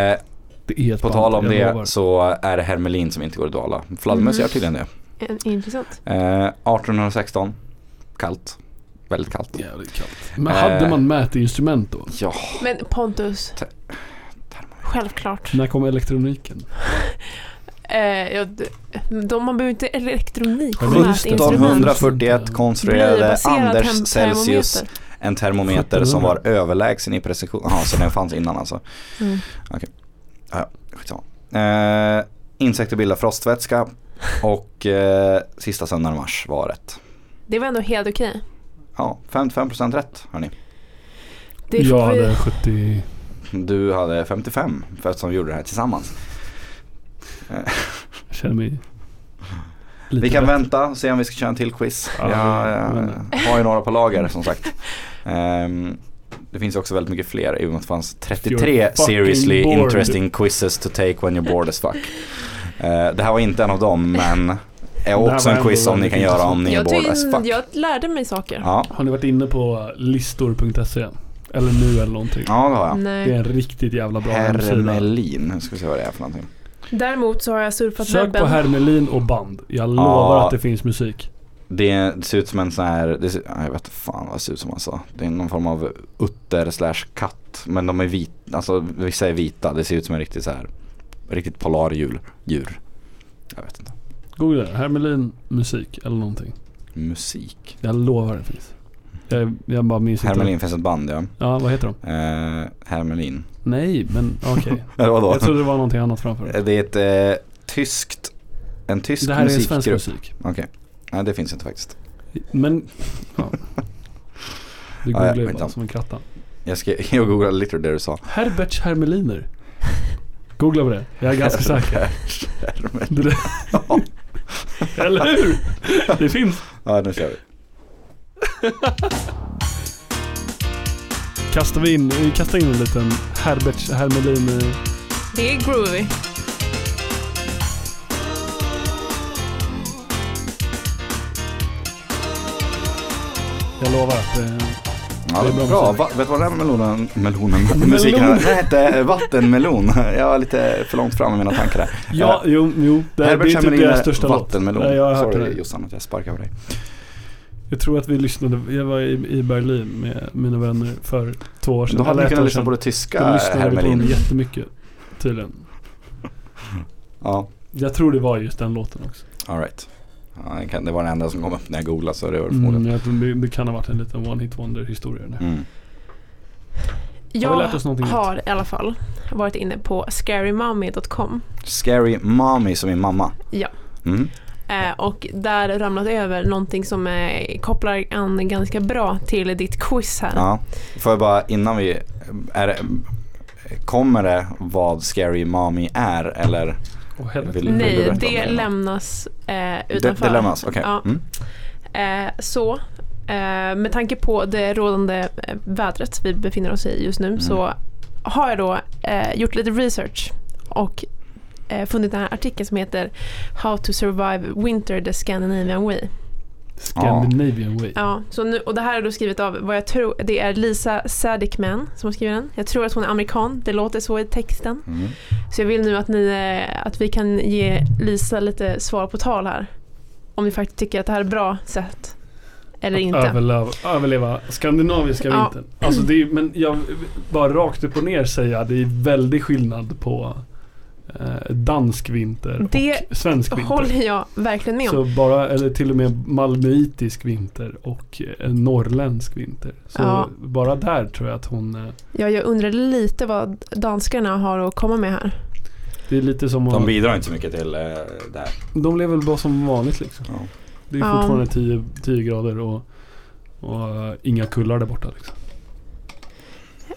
Speaker 3: Det är ett
Speaker 1: på
Speaker 3: band,
Speaker 1: tal om
Speaker 3: jag
Speaker 1: det
Speaker 3: lovar.
Speaker 1: så är det hermelin som inte går att dala. Fladdermöss
Speaker 2: Mhm.
Speaker 1: gör tydligen det.
Speaker 2: En- Intressant.
Speaker 1: Eh, 1816, kallt. Väldigt kallt.
Speaker 3: Jävligt kallt. Men hade
Speaker 1: Eh.
Speaker 3: man mätinstrument då?
Speaker 1: Ja,
Speaker 2: Men Pontus.
Speaker 1: Te-
Speaker 2: Självklart.
Speaker 3: När kom elektroniken?
Speaker 2: Eh, ja, d- de, man behöver inte elektronik
Speaker 3: Ja,
Speaker 2: som
Speaker 3: men-
Speaker 2: ett instrument.
Speaker 1: 1741 konstruerade
Speaker 2: Blybaserad
Speaker 1: Anders
Speaker 2: tem-
Speaker 1: Celsius
Speaker 2: termometer.
Speaker 1: en termometer som
Speaker 3: 1700.
Speaker 1: var överlägsen i precision. Ja, så den fanns innan alltså.
Speaker 2: Mm.
Speaker 1: Skitsamma. Eh, insekter bildar frostvätska och eh, sista söndagen i mars var rätt.
Speaker 2: Det var ändå helt okej.
Speaker 1: Ja, 55% rätt hörni.
Speaker 2: Det
Speaker 3: jag
Speaker 2: får vi-
Speaker 3: hade 70...
Speaker 1: Du hade 55 för eftersom vi gjorde det här tillsammans.
Speaker 3: Jag känner mig... Lite
Speaker 1: Vi kan
Speaker 3: bättre.
Speaker 1: vänta och se om vi ska köra en till quiz.
Speaker 3: Ja,
Speaker 1: Jag, jag
Speaker 3: men-
Speaker 1: har ju några på lager som sagt. Ehm, det finns ju också väldigt mycket fler i och med att det fanns 33
Speaker 3: You're fucking
Speaker 1: seriously
Speaker 3: bored.
Speaker 1: interesting quizzes to take when you're bored as fuck. Eh, det här var inte en av dem men är
Speaker 3: här
Speaker 1: också
Speaker 3: var
Speaker 1: en quiz
Speaker 3: ändå
Speaker 1: som ni
Speaker 3: väldigt
Speaker 1: kan göra om ni är
Speaker 2: jag,
Speaker 1: bored as
Speaker 2: tog
Speaker 1: fuck.
Speaker 2: in, jag lärde mig saker.
Speaker 1: Ja,
Speaker 3: Har ni varit inne på listor.se? E? Eller nu eller någonting?
Speaker 1: ja det har jag.
Speaker 3: Det är
Speaker 2: Nej.
Speaker 3: en riktigt jävla bra hemsida.
Speaker 1: Hermelin, nu ska vi se vad det är för någonting.
Speaker 2: Däremot så har jag surfat
Speaker 3: Sök på
Speaker 2: webben.
Speaker 3: Hermelin och band. Jag lovar att det finns musik.
Speaker 1: Det ser ut som en sån här, det ser, ja, jag vet inte fan vad det ser ut som han sa. Det är någon form av utter slash katt. Men de är vita, alltså vissa är vita. Det ser ut som en riktig så här, riktigt polardjur. Djur. Jag vet inte.
Speaker 3: Googla Hermelin musik eller någonting.
Speaker 1: Musik.
Speaker 3: Jag lovar det finns. Jag, jag bara minns inte.
Speaker 1: Hermelin finns ett band ja.
Speaker 3: Ja, vad heter de?
Speaker 1: Eh, Hermelin.
Speaker 3: Nej, men okej.
Speaker 1: (laughs) Eller vadå?
Speaker 3: Jag trodde det var någonting annat framför. Det,
Speaker 1: Det är ett eh, tyskt, en tysk
Speaker 3: det här är svensk
Speaker 1: musikgrupp.
Speaker 3: musik.
Speaker 1: Okej. Nej det finns inte faktiskt.
Speaker 3: Men,
Speaker 1: (laughs)
Speaker 3: ja. Du
Speaker 1: Ja,
Speaker 3: googlar
Speaker 1: jag
Speaker 3: ju
Speaker 1: vet
Speaker 3: bara
Speaker 1: inte.
Speaker 3: som en kratta.
Speaker 1: Jag, ska, (laughs) jag googlade literally det du sa.
Speaker 3: Herberts Hermeliner. Googla på det. Jag är ganska säker. Det där- (laughs) Eller hur? Det finns.
Speaker 1: Ja nu kör vi.
Speaker 3: Kastar vi in, vi kastar in en liten Herberts Hermelin. eh,
Speaker 2: Det är groovy.
Speaker 3: Jag lovar att eh,
Speaker 1: Ja,
Speaker 3: Det är
Speaker 1: bra.
Speaker 3: bra
Speaker 1: bra.
Speaker 3: musik.
Speaker 1: Va, vet du vad den här melonen, melonen, musiken här hette? eh, Vattenmelon. (laughs) Jag var lite för långt fram i mina tankar där.
Speaker 3: Ja, jo, jo. Det, här, det
Speaker 1: Herbert
Speaker 3: är typ
Speaker 1: Hamrin
Speaker 3: deras
Speaker 1: är
Speaker 3: största låt.
Speaker 1: Vattenmelon.
Speaker 3: Nej, jag har hört
Speaker 1: Sorry
Speaker 3: det.
Speaker 1: Jossan att jag sparkar på dig.
Speaker 3: Jag tror att vi lyssnade, jag var i, i Berlin med mina vänner för två år sedan.
Speaker 1: Då hade
Speaker 3: eller
Speaker 1: vi
Speaker 3: ett
Speaker 1: kunnat
Speaker 3: år
Speaker 1: lyssna
Speaker 3: sedan.
Speaker 1: på det
Speaker 3: Då
Speaker 1: tyska
Speaker 3: lyssnade vi på dem
Speaker 1: Hermelin.
Speaker 3: jättemycket, tydligen.
Speaker 1: Ja,
Speaker 3: Jag tror det var just den låten också.
Speaker 1: alright. Ja, det kan- det var den enda som kom upp när jag googlade så det var det
Speaker 3: Mm,
Speaker 1: förmodligen.
Speaker 3: jag tror det, det kan ha varit en liten one hit wonder historia. nu.
Speaker 1: Mm.
Speaker 3: vi
Speaker 2: Jag
Speaker 3: lärt oss någonting nytt?
Speaker 2: har i alla fall varit inne på scarymummy.com
Speaker 1: Scary Mommy som är mamma.
Speaker 2: Ja.
Speaker 1: Mm.
Speaker 2: eh, och där ramlat över någonting som eh, kopplar an ganska bra till ditt quiz här.
Speaker 1: Ja, får jag bara innan vi, är det, kommer det vad Scary Mommy är eller?
Speaker 3: Åh, helvete.
Speaker 1: Vill- vill du
Speaker 2: Nej,
Speaker 1: berätta om
Speaker 2: det
Speaker 1: det?
Speaker 2: lämnas eh,
Speaker 1: Det,
Speaker 2: utanför.
Speaker 1: det lämnas, okej.
Speaker 2: Ja.
Speaker 1: Mm.
Speaker 2: Eh, så, eh, med tanke på det rådande eh, vädret vi befinner oss i just nu
Speaker 3: Mm.
Speaker 2: så har jag då eh, gjort lite research och eh, funnit den här artikeln som heter How to survive winter the Scandinavian way.
Speaker 3: Scandinavian Way.
Speaker 2: Ja, så nu, och det här är då skrivet av vad jag tror, det är Lisa Sadikman som har skrivit den. Jag tror att hon är amerikan, det låter så i texten.
Speaker 1: Mm.
Speaker 2: Så jag vill nu att, ni, eh, att vi kan ge Lisa lite svar på tal här. Om ni faktiskt tycker att det här är bra sätt. Eller
Speaker 3: Att
Speaker 2: inte.
Speaker 3: Överleva, överleva skandinaviska
Speaker 2: Ja.
Speaker 3: vintern. Alltså det är, men jag bara rakt upp och ner säga det är väldig skillnad på eh, dansk vinter
Speaker 2: Det
Speaker 3: och svensk vinter.
Speaker 2: håller jag verkligen med om.
Speaker 3: Så bara, eller till och med malmöitisk vinter och en norrländsk vinter. Så
Speaker 2: Ja.
Speaker 3: bara där tror jag att hon, eh,
Speaker 2: Ja, jag undrar lite vad danskarna har att komma med här.
Speaker 3: det är lite som
Speaker 1: De
Speaker 3: att,
Speaker 1: bidrar inte så mycket till eh, det här.
Speaker 3: de lever väl bara som vanligt liksom.
Speaker 1: Ja.
Speaker 3: Det är
Speaker 2: Ja.
Speaker 3: fortfarande 10 10 grader och, och eh, inga kullar där borta liksom.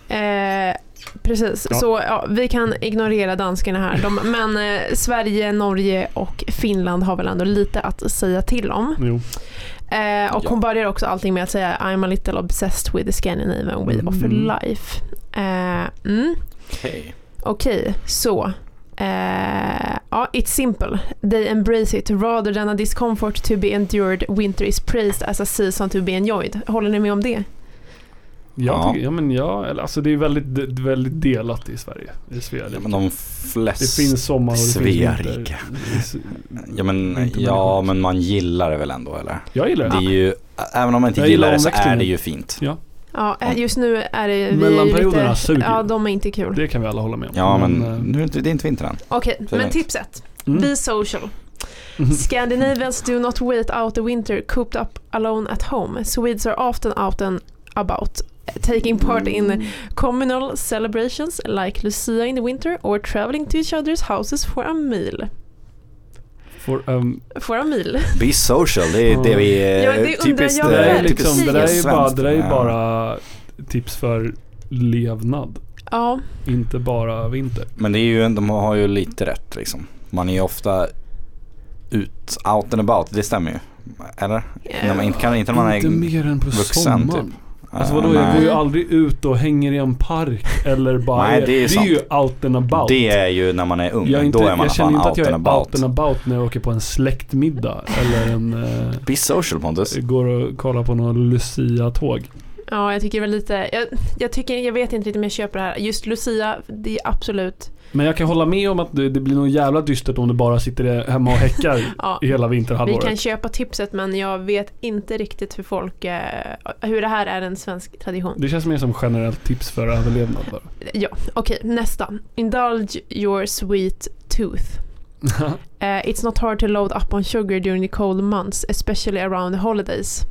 Speaker 2: Eh, precis,
Speaker 3: Ja.
Speaker 2: så ja, vi kan ignorera danskarna här.
Speaker 3: (laughs)
Speaker 2: De, men eh, Sverige, Norge och Finland har väl ändå lite att säga till om.
Speaker 3: Jo.
Speaker 2: Eh, och
Speaker 1: Ja.
Speaker 2: hon börjar också allting med att säga I'm a little obsessed with the Scandinavian way of
Speaker 3: Mm.
Speaker 2: life. Eh, mm.
Speaker 1: Okej.
Speaker 2: Okej, så. Eh, ja, it's simple. They embrace it rather than a discomfort to be endured. Winter is praised as a season to be enjoyed. Håller ni med om det?
Speaker 3: Jag
Speaker 1: Ja.
Speaker 3: ja. Tycker, ja men ja, eller, alltså det är väldigt, det är väldigt delat i Sverige. I Sverige.
Speaker 1: Ja, men de
Speaker 3: det
Speaker 1: flesta...
Speaker 3: finns sommar och det finns
Speaker 1: Sverige.
Speaker 3: vinter. Det är s-
Speaker 1: Ja men,
Speaker 3: vintermänniskor
Speaker 1: ja
Speaker 3: också.
Speaker 1: men man gillar det väl ändå eller?
Speaker 3: Jag gillar
Speaker 1: Det
Speaker 3: det.
Speaker 1: är ju, ä- även om man inte
Speaker 3: Jag
Speaker 1: gillar
Speaker 3: gillar
Speaker 1: det så är
Speaker 3: omväxlingen.
Speaker 1: det ju fint.
Speaker 2: Ja, eh, just nu är det... vi är ju
Speaker 3: Mellanperioderna
Speaker 2: lite,
Speaker 3: suger.
Speaker 2: Ja, de är inte kul.
Speaker 3: Det kan vi alla hålla med om.
Speaker 1: Ja men,
Speaker 3: eh,
Speaker 1: nu är det, inte- det är inte vinter än.
Speaker 2: Okej,
Speaker 1: det är
Speaker 2: men
Speaker 1: lugnt.
Speaker 2: tips ett.
Speaker 3: mm.
Speaker 2: Be social.
Speaker 3: (laughs)
Speaker 2: Scandinavians do not wait out the winter cooped up alone at home. Swedes are often out and about, taking part
Speaker 1: Mm.
Speaker 2: in communal celebrations like Lucia in the winter or traveling to each other's houses for a meal.
Speaker 3: For, um,
Speaker 2: For a meal.
Speaker 1: Be social, det är det vi eh,
Speaker 2: Ja, det undrar
Speaker 1: typiskt,
Speaker 2: jag
Speaker 1: eh,
Speaker 2: är
Speaker 3: det, där är
Speaker 2: verkligen.
Speaker 1: typiskt
Speaker 3: liksom, det där är ju bara,
Speaker 1: svenskt.
Speaker 3: det där är ju
Speaker 1: Ja.
Speaker 3: bara tips för levnad,
Speaker 2: Ja,
Speaker 3: inte bara vinter.
Speaker 1: Men det är ju, de har ju lite rätt liksom. Man är ju ofta ut, out and about, det stämmer ju. Eller?
Speaker 2: Eh,
Speaker 1: När man inte, kan, inte när man är...
Speaker 3: inte mer än på
Speaker 1: vuxen,
Speaker 3: sommaren.
Speaker 1: typ.
Speaker 3: Alltså vadå, jag
Speaker 1: nej.
Speaker 3: går ju aldrig ut och hänger i en park eller bara
Speaker 1: Nej,
Speaker 3: är,
Speaker 1: det är
Speaker 3: det är
Speaker 1: sant.
Speaker 3: ju out and about.
Speaker 1: Det är ju när man är ung,
Speaker 3: jag är inte,
Speaker 1: då är man
Speaker 3: jag känner
Speaker 1: fan
Speaker 3: inte
Speaker 1: out
Speaker 3: att jag
Speaker 1: and
Speaker 3: är
Speaker 1: about.
Speaker 3: out and about när jag åker på en släktmiddag eller en eh,
Speaker 1: Be social Pontus.
Speaker 3: går och kollar på någon Lucia-tåg.
Speaker 2: Ja, jag tycker det var lite, jag, jag, tycker, jag vet inte riktigt om jag köper det här. Just Lucia, det är absolut,
Speaker 3: Men jag kan hålla med om att det, det blir nog jävla dystert om du bara sitter där hemma
Speaker 2: (laughs)
Speaker 3: och häckar
Speaker 2: ja.
Speaker 3: i hela
Speaker 2: Vi
Speaker 3: vinterhalvåret.
Speaker 2: kan köpa tipset men jag vet inte riktigt hur folk, eh, hur det här är en svensk tradition.
Speaker 3: Det känns mer som generellt tips för överlevnad bara.
Speaker 2: Ja, okej, nästa. Indulge your sweet tooth. (laughs) Eh, it's not hard to load up on sugar during the cold months, especially around the holidays.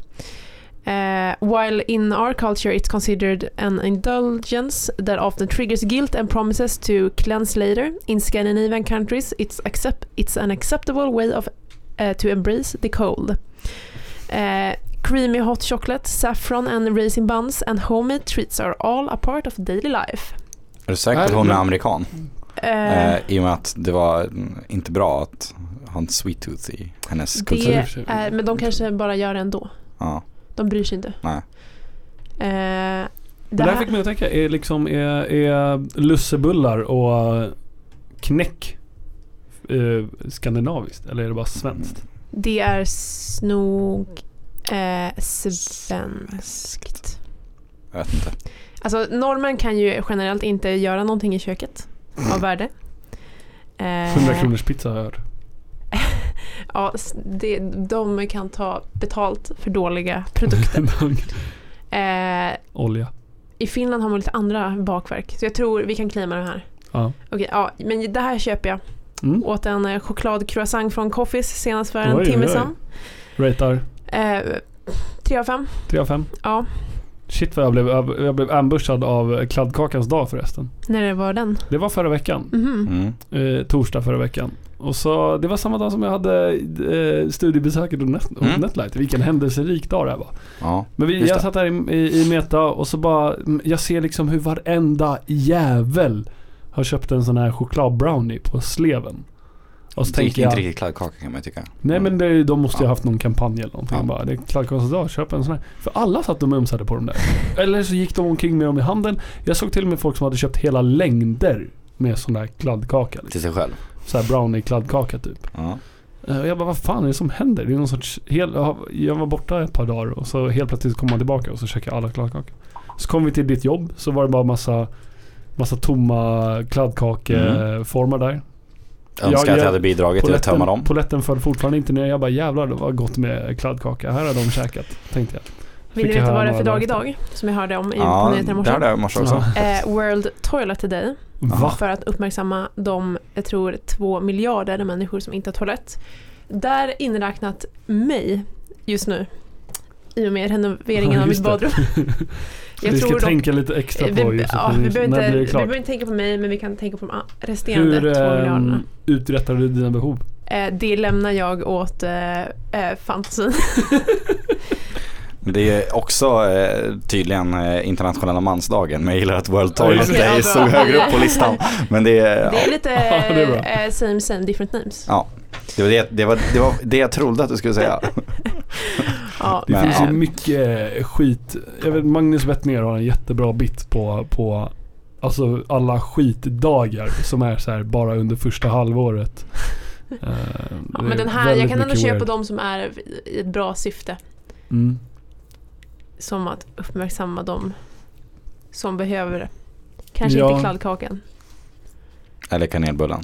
Speaker 2: Eh, while in our culture it's considered an indulgence that often triggers guilt and promises to cleanse later, in Scandinavian countries it's, accept- it's an acceptable way of eh, to embrace the cold. Eh, creamy hot chocolate, saffron and raisin buns and homemade treats are all a part of daily life.
Speaker 1: Är du säker på att
Speaker 3: Nej,
Speaker 1: hon är
Speaker 3: men-
Speaker 1: amerikan?
Speaker 2: Eh,
Speaker 1: Eh, I och med att det var mm, inte bra att ha en sweet tooth i hennes kultur.
Speaker 3: i och
Speaker 2: det
Speaker 3: för sig.
Speaker 2: är, men de kanske bara gör det ändå.
Speaker 1: Ja.
Speaker 2: De bryr sig inte.
Speaker 1: Nej.
Speaker 2: Eh,
Speaker 3: Det
Speaker 2: det
Speaker 3: där
Speaker 2: här,
Speaker 3: fick mig att tänka, är, liksom, är, är lussebullar och eh, knäck eh, skandinaviskt eller är det bara svenskt?
Speaker 2: det är s- nog eh, svenskt.
Speaker 1: Jag vet inte.
Speaker 2: Alltså norrmän kan ju generellt inte göra någonting i köket av värde. Eh,
Speaker 3: 100 kronors pizza har jag hört.
Speaker 2: Ja, s- det, de kan ta betalt för dåliga
Speaker 3: (laughs)
Speaker 2: produkter. eh,
Speaker 3: Olja.
Speaker 2: I Finland har man lite andra bakverk, så jag tror vi kan claima det här.
Speaker 3: Ja.
Speaker 2: Okej, ja, men det här köper jag.
Speaker 3: Mm.
Speaker 2: Åt en eh, chokladcroissant från Coffees senast för
Speaker 3: Oj,
Speaker 2: en timme
Speaker 3: oj.
Speaker 2: sedan.
Speaker 3: Ratar
Speaker 2: Eh, tre av fem.
Speaker 3: 3 av 5.
Speaker 2: Ja,
Speaker 3: Shit vad jag blev, jag blev ambushad av kladdkakans dag förresten.
Speaker 2: när det var den.
Speaker 3: Det var förra veckan.
Speaker 2: Mhm.
Speaker 1: Mm.
Speaker 3: Eh, torsdag förra veckan. Och så, det var samma dag som jag hade eh, studiebesöket hos Net- hos
Speaker 1: Mm.
Speaker 3: Netlight. Vilken händelserik dag det här var.
Speaker 1: Ja.
Speaker 3: Men vi,
Speaker 1: Just
Speaker 3: jag
Speaker 1: det.
Speaker 3: satt här i, i, i Meta och så bara, mm, jag ser liksom hur varenda jävel har köpt en sån här chokladbrownie på sleven. Och så
Speaker 1: Det gick
Speaker 3: tänker
Speaker 1: inte
Speaker 3: jag,
Speaker 1: riktigt kladdkaka kan man ju tycka.
Speaker 3: nej men det, de måste ju
Speaker 1: Ja.
Speaker 3: ha haft någon kampanj eller någonting.
Speaker 1: Ja.
Speaker 3: Bara, det är kladdkakas dag, köp en sån här. För alla satt och mumsade på
Speaker 1: (laughs)
Speaker 3: dem där. eller så gick de omkring med dem i handen. Jag såg till och med folk som hade köpt hela längder med sån där kladdkaka. Liksom.
Speaker 1: Till sig själv.
Speaker 3: Så här brownie-kladdkaka typ.
Speaker 1: Ja.
Speaker 3: Eh, Och jag bara, vad fan är det som händer? Det är någon sorts hel, jag var borta ett par dagar och så helt plötsligt kom man tillbaka och så käkade alla kladdkakor. Så kom vi till ditt jobb så var det bara massa, massa tomma kladdkakeformar där.
Speaker 1: Jag önskar
Speaker 3: Ja,
Speaker 1: att
Speaker 3: ja.
Speaker 1: jag hade bidragit till att tömma dem.
Speaker 3: Poletten föll fortfarande inte ner. Jag bara, jävlar det var gott med kladdkaka. Här har de käkat, tänkte jag.
Speaker 2: Vill ni
Speaker 3: jag
Speaker 2: veta
Speaker 3: höra
Speaker 2: vad det är för
Speaker 3: några
Speaker 2: dag
Speaker 3: dagar
Speaker 2: idag? Som jag hörde om i, på
Speaker 1: Ja,
Speaker 2: nyheterna i
Speaker 1: det hörde
Speaker 2: morse.
Speaker 1: jag i morse också.
Speaker 2: Eh, World Toilet Day.
Speaker 3: Va?
Speaker 2: För att uppmärksamma de, jag tror, två miljarder människor som inte har toalett. Där inräknat mig just nu. I och med renoveringen
Speaker 3: Ja,
Speaker 2: av mitt
Speaker 3: just det.
Speaker 2: badrum.
Speaker 3: (laughs) vi ska
Speaker 2: tror dock-
Speaker 3: tänka lite extra på
Speaker 2: vi,
Speaker 3: Josefin.
Speaker 2: ja, vi, behöver
Speaker 3: När
Speaker 2: inte,
Speaker 3: blir
Speaker 2: vi
Speaker 3: det klart?
Speaker 2: behöver inte tänka på mig men vi kan tänka på de resterande
Speaker 3: Hur
Speaker 2: två miljarderna.
Speaker 3: eh, uträttar du dina behov?
Speaker 2: Eh, det lämnar jag åt eh, eh, fantasin.
Speaker 1: Men det är också eh, tydligen eh, internationella mansdagen. Men jag gillar att World Toilet
Speaker 2: Okej,
Speaker 1: Day
Speaker 2: ja, bra.
Speaker 1: stod högre upp på listan. Men det är,
Speaker 2: Det
Speaker 1: ja,
Speaker 2: är lite
Speaker 3: (laughs) Ja, det är bra.
Speaker 2: eh, same same different names.
Speaker 1: det, var det, det, var, det var det jag trodde att du skulle säga.
Speaker 2: Ja. Eh,
Speaker 3: Det
Speaker 1: Men,
Speaker 3: finns
Speaker 1: ja.
Speaker 3: ju mycket skit. Jag vet, Magnus Bettner har en jättebra bit på, på alltså alla skitdagar som är så här bara under första halvåret. Eh,
Speaker 2: Ja,
Speaker 3: det är
Speaker 2: men den här, jag
Speaker 3: väldigt
Speaker 2: kan ändå
Speaker 3: mycket
Speaker 2: köpa
Speaker 3: weird.
Speaker 2: de som är i ett bra syfte.
Speaker 3: Mm.
Speaker 2: Som att uppmärksamma de som behöver det. Kanske
Speaker 3: Ja.
Speaker 2: inte kladdkakan.
Speaker 1: (laughs) Eller kanelbullen.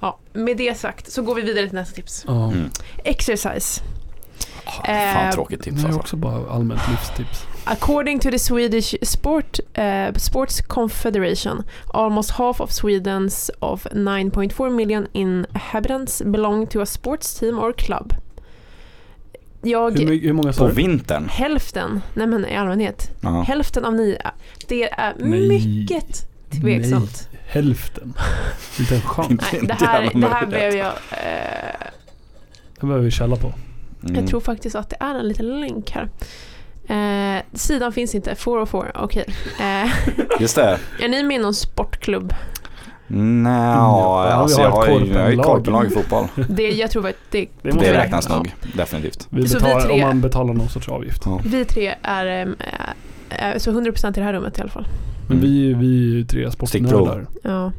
Speaker 2: Ja, med det sagt så går vi vidare till nästa tips.
Speaker 3: Ja.
Speaker 1: Mm.
Speaker 2: Exercise.
Speaker 1: Ah, Fan
Speaker 2: Eh,
Speaker 1: tråkigt tips
Speaker 3: Det är
Speaker 1: alltså.
Speaker 3: också bara allmänt livstips.
Speaker 2: According to the Swedish Sport, eh, Sports Confederation, almost half of Sweden's of 9.4 million inhabitants belong to a sports team or club. Jag,
Speaker 3: Hur, my- hur många sa
Speaker 1: På
Speaker 3: du?
Speaker 1: vintern.
Speaker 2: hälften, nej men i allmänhet,
Speaker 1: Ja.
Speaker 2: hälften av nio, det är
Speaker 3: Nej.
Speaker 2: mycket tveksamt.
Speaker 3: Hälften. Inte
Speaker 1: (laughs)
Speaker 3: en chans. (laughs)
Speaker 2: Nej,
Speaker 1: Inte
Speaker 2: det här,
Speaker 1: jävla
Speaker 2: det här
Speaker 1: möjligt.
Speaker 2: blev jag, eh,
Speaker 3: Det behöver vi källa på.
Speaker 1: Mm.
Speaker 2: jag tror faktiskt att det är en liten länk här. Eh, sidan finns inte, 404, okej. Eh, (laughs)
Speaker 1: Just det.
Speaker 2: är ni med i någon sportklubb?
Speaker 1: Nej,
Speaker 3: Ja, vi
Speaker 1: alltså
Speaker 3: har
Speaker 1: jag
Speaker 3: ett
Speaker 1: har ju- jag har ju
Speaker 3: korpenlag.
Speaker 1: korpenlag i fotboll.
Speaker 2: Det, jag tror att det,
Speaker 3: Det
Speaker 1: Det
Speaker 3: måste
Speaker 1: räknas
Speaker 2: Ja.
Speaker 1: nog, definitivt.
Speaker 3: Vi
Speaker 2: Så vi
Speaker 3: betalar,
Speaker 2: tre-
Speaker 3: om man betalar någon sorts avgift.
Speaker 2: vi tre är ehm, eh, eh, så 100% i det här rummet i alla fall.
Speaker 3: Men
Speaker 1: Mm.
Speaker 3: vi, vi är ju tre sportnördar.
Speaker 2: Ja.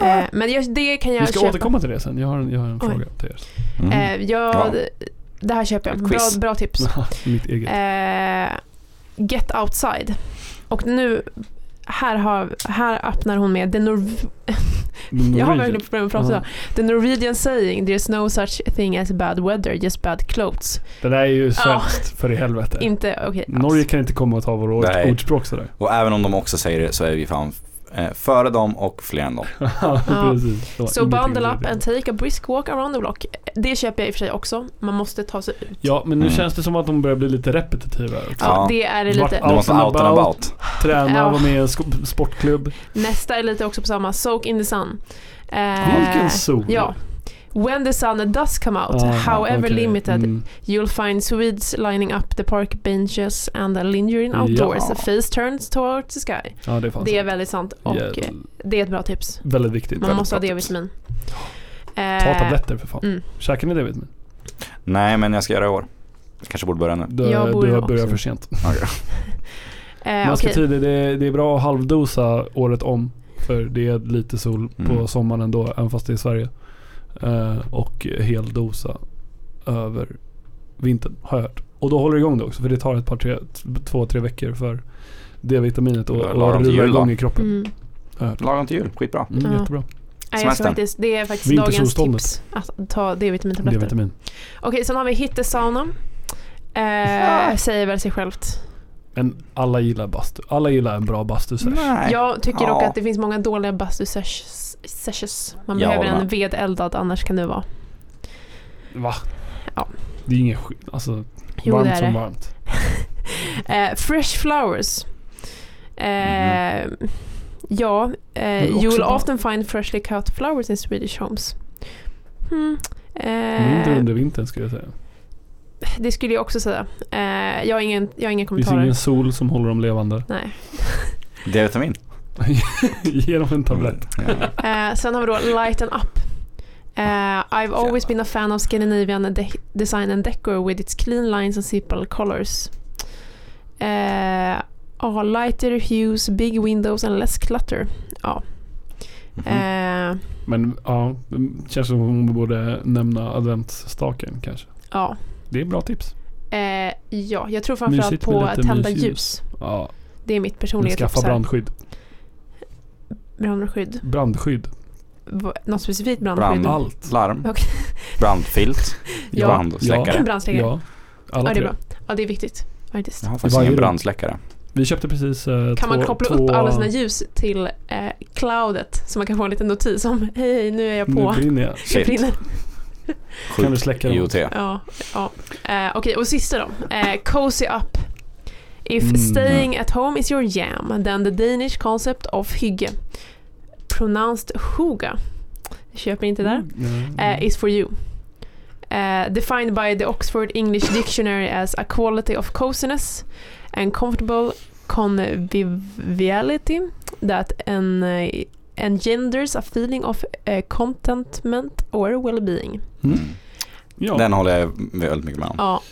Speaker 2: Eh, men jag, det kan jag
Speaker 3: Vi ska
Speaker 2: köpa.
Speaker 3: återkomma till det sen. Jag har en, jag har en
Speaker 2: Oj.
Speaker 3: fråga till er. (laughs)
Speaker 1: Mm.
Speaker 2: Eh, jag,
Speaker 1: Ja.
Speaker 2: Det här köper jag.
Speaker 1: Ett
Speaker 2: Bra,
Speaker 1: quiz.
Speaker 2: bra tips.
Speaker 3: Mitt eget.
Speaker 2: Eh, Get Outside. Och nu, här, har, här öppnar hon med The, Norv- jag har verkligen problem med att prata
Speaker 3: Ja.
Speaker 2: idag. The Norwegian saying there's no such thing as bad weather, just bad clothes.
Speaker 3: Det där är ju
Speaker 2: Ja.
Speaker 3: svenskt för i helvete.
Speaker 2: Inte, okej. alls.
Speaker 3: Norge kan inte komma och ta vår ord-
Speaker 1: Nej.
Speaker 3: ordspråk sådär.
Speaker 1: Och även om de också säger det så är vi fan eh, före dem och fler än dem.
Speaker 3: (laughs) ja, precis. Det var
Speaker 2: So
Speaker 3: ingenting
Speaker 2: bundle
Speaker 3: med
Speaker 2: up
Speaker 3: det.
Speaker 2: and take a brisk walk around the block. Det köper jag i och för sig också. Man måste ta sig ut.
Speaker 3: Ja, men nu
Speaker 1: Mm.
Speaker 3: känns det som att de börjar bli lite repetitiva. också.
Speaker 2: Ja,
Speaker 1: Ja.
Speaker 2: det är det
Speaker 3: Vart-
Speaker 2: lite.
Speaker 1: Du måste
Speaker 3: Out
Speaker 1: out and
Speaker 3: and
Speaker 1: about.
Speaker 3: Träna,
Speaker 2: Ja.
Speaker 3: vara med i en sko- sportklubb.
Speaker 2: Nästa är lite också på samma. Soak in the sun. Eh,
Speaker 3: Vilken sol!
Speaker 2: Ja. When the sun does come out,
Speaker 3: Ah,
Speaker 2: however
Speaker 3: okej.
Speaker 2: limited,
Speaker 3: Mm.
Speaker 2: You'll find Swedes lining up the park benches and lingering outdoors. The
Speaker 3: Ja.
Speaker 2: face turns towards the sky.
Speaker 3: Ja, det är fan
Speaker 2: Det är
Speaker 3: sant.
Speaker 2: väldigt sant och
Speaker 3: Jävlar.
Speaker 2: eh, det är ett bra tips.
Speaker 3: Väldigt viktigt.
Speaker 2: Man
Speaker 3: Väldigt
Speaker 2: måste ha
Speaker 3: bra tips.
Speaker 2: D-vitamin.
Speaker 3: Ta
Speaker 2: Eh,
Speaker 3: tabletter för fan.
Speaker 2: mm.
Speaker 3: Käkar ni D-vitamin?
Speaker 1: Nej, men jag ska göra det i år. Kanske borde börja nu.
Speaker 3: Du,
Speaker 2: Jag borde
Speaker 3: du har
Speaker 2: också.
Speaker 3: börjat för sent.
Speaker 2: eh,
Speaker 3: Man ska
Speaker 2: okej.
Speaker 3: tidigt, det, är- det är bra att halvdosa året om. För det är lite sol
Speaker 1: Mm.
Speaker 3: på sommaren ändå, även fast det är i Sverige. Eh, och heldosa över vintern, har jag hört. Och då håller det igång det också, för det tar ett par, tre, t- två, tre veckor för D-vitaminet och,
Speaker 1: Det är lagom
Speaker 3: och
Speaker 1: till
Speaker 3: rulla
Speaker 1: jul, va?
Speaker 3: igång i kroppen.
Speaker 2: Mm.
Speaker 3: Har jag hört.
Speaker 1: Lagom till jul, skitbra.
Speaker 3: Mm,
Speaker 2: Ja.
Speaker 3: Jättebra.
Speaker 2: Nej, jag ska
Speaker 1: Semestern.
Speaker 2: faktiskt, det är faktiskt dagens
Speaker 3: Vintersolståndet.
Speaker 2: tips. Att ta D-vitamintabletter.
Speaker 3: D-vitamin.
Speaker 2: Okej, sen har vi hit the sauna. Eh,
Speaker 1: Ah.
Speaker 2: Säger väl sig självt.
Speaker 3: Men alla gillar bastu. Alla gillar en bra bastu
Speaker 1: Nej.
Speaker 2: Jag tycker dock
Speaker 1: Ja.
Speaker 2: att det finns många dåliga bastu-sessions. Man
Speaker 1: Jag
Speaker 2: behöver
Speaker 1: håller
Speaker 2: en
Speaker 1: med.
Speaker 2: vedeldad, annars kan det vara.
Speaker 3: Va?
Speaker 2: Ja.
Speaker 3: Det är ingen skit. Alltså,
Speaker 2: Jo,
Speaker 3: varmt
Speaker 2: det är
Speaker 3: som
Speaker 2: det.
Speaker 3: varmt.
Speaker 2: Eh, fresh flowers. Eh, Ja, eh,
Speaker 3: Mhm. Men också
Speaker 2: you will
Speaker 3: bra.
Speaker 2: often find freshly cut flowers in Swedish homes. Hmm.
Speaker 3: Mindre
Speaker 2: Eh,
Speaker 3: under vintern skulle jag säga.
Speaker 2: det skulle jag också säga. Eh, jag, har ingen, jag har inga
Speaker 3: Det finns
Speaker 2: kommentarer.
Speaker 3: ingen sol som håller
Speaker 2: (laughs)
Speaker 3: dem levande.
Speaker 2: Nej.
Speaker 1: D-vitamin.
Speaker 3: Ge dem en tablett.
Speaker 1: Ja.
Speaker 2: Eh, sen har vi då Lighten Up. Eh, I've always been a fan of Scandinavian de- design and decor with its clean lines and simple colors. Eh, ja, lighter hues, big windows and less clutter. Ja.
Speaker 1: Mhm.
Speaker 3: Mm.
Speaker 2: Eh,
Speaker 3: Men ja, det känns som hon borde nämna adventsstaken kanske.
Speaker 2: ja.
Speaker 3: Det är bra tips.
Speaker 2: Eh, ja, jag tror framförallt
Speaker 3: Mysigt
Speaker 2: på
Speaker 3: med
Speaker 2: att
Speaker 3: lite
Speaker 2: tända
Speaker 3: mysljus.
Speaker 2: ljus.
Speaker 3: Ja,
Speaker 2: Det är mitt
Speaker 3: men
Speaker 2: personliga
Speaker 3: skaffa
Speaker 2: tips. här.
Speaker 3: brandskydd.
Speaker 2: Brandskydd.
Speaker 3: Brandskydd.
Speaker 2: Va- Något specifikt brandskydd?
Speaker 1: Brand.
Speaker 3: Allt.
Speaker 1: Larm.
Speaker 2: Okej. (laughs)
Speaker 1: Brandsfilt.
Speaker 2: Ja. (clears throat)
Speaker 1: Brandsläckare.
Speaker 2: Brandsläckare.
Speaker 3: Ja, alla
Speaker 2: Ja, det är
Speaker 3: tre.
Speaker 2: bra. Ja, det är viktigt. Faktiskt.
Speaker 1: Jag har
Speaker 3: Det
Speaker 1: faktiskt
Speaker 3: var
Speaker 1: ingen
Speaker 3: ju-
Speaker 1: brandsläckare.
Speaker 3: Vi köpte precis eh,
Speaker 2: Kan man
Speaker 3: två-
Speaker 2: koppla
Speaker 3: två-
Speaker 2: upp alla sina ljus till eh, cloudet så man kan få en liten notis om (laughs) hej, hej nu är jag
Speaker 3: Nu
Speaker 2: på.
Speaker 3: brinner jag.
Speaker 2: Jag
Speaker 1: Shit,
Speaker 2: brinner.
Speaker 3: Kan du
Speaker 1: sjukt
Speaker 3: släcka dem?
Speaker 1: IoT.
Speaker 2: Ja, ja. Eh, Okej, och sista då. Eh, cozy up. If
Speaker 3: Mm.
Speaker 2: staying at home is your jam, then the Danish concept of hygge, pronounced huga, köper inte där, eh,
Speaker 3: Mm.
Speaker 2: is for you. Eh, defined by the Oxford English Dictionary as a quality of coziness and comfortable conviviality that en, eh, engenders a feeling of eh, contentment or well-being.
Speaker 3: Mm.
Speaker 1: Mm.
Speaker 3: Ja.
Speaker 1: Den håller jag väldigt mycket med om.
Speaker 2: Ja.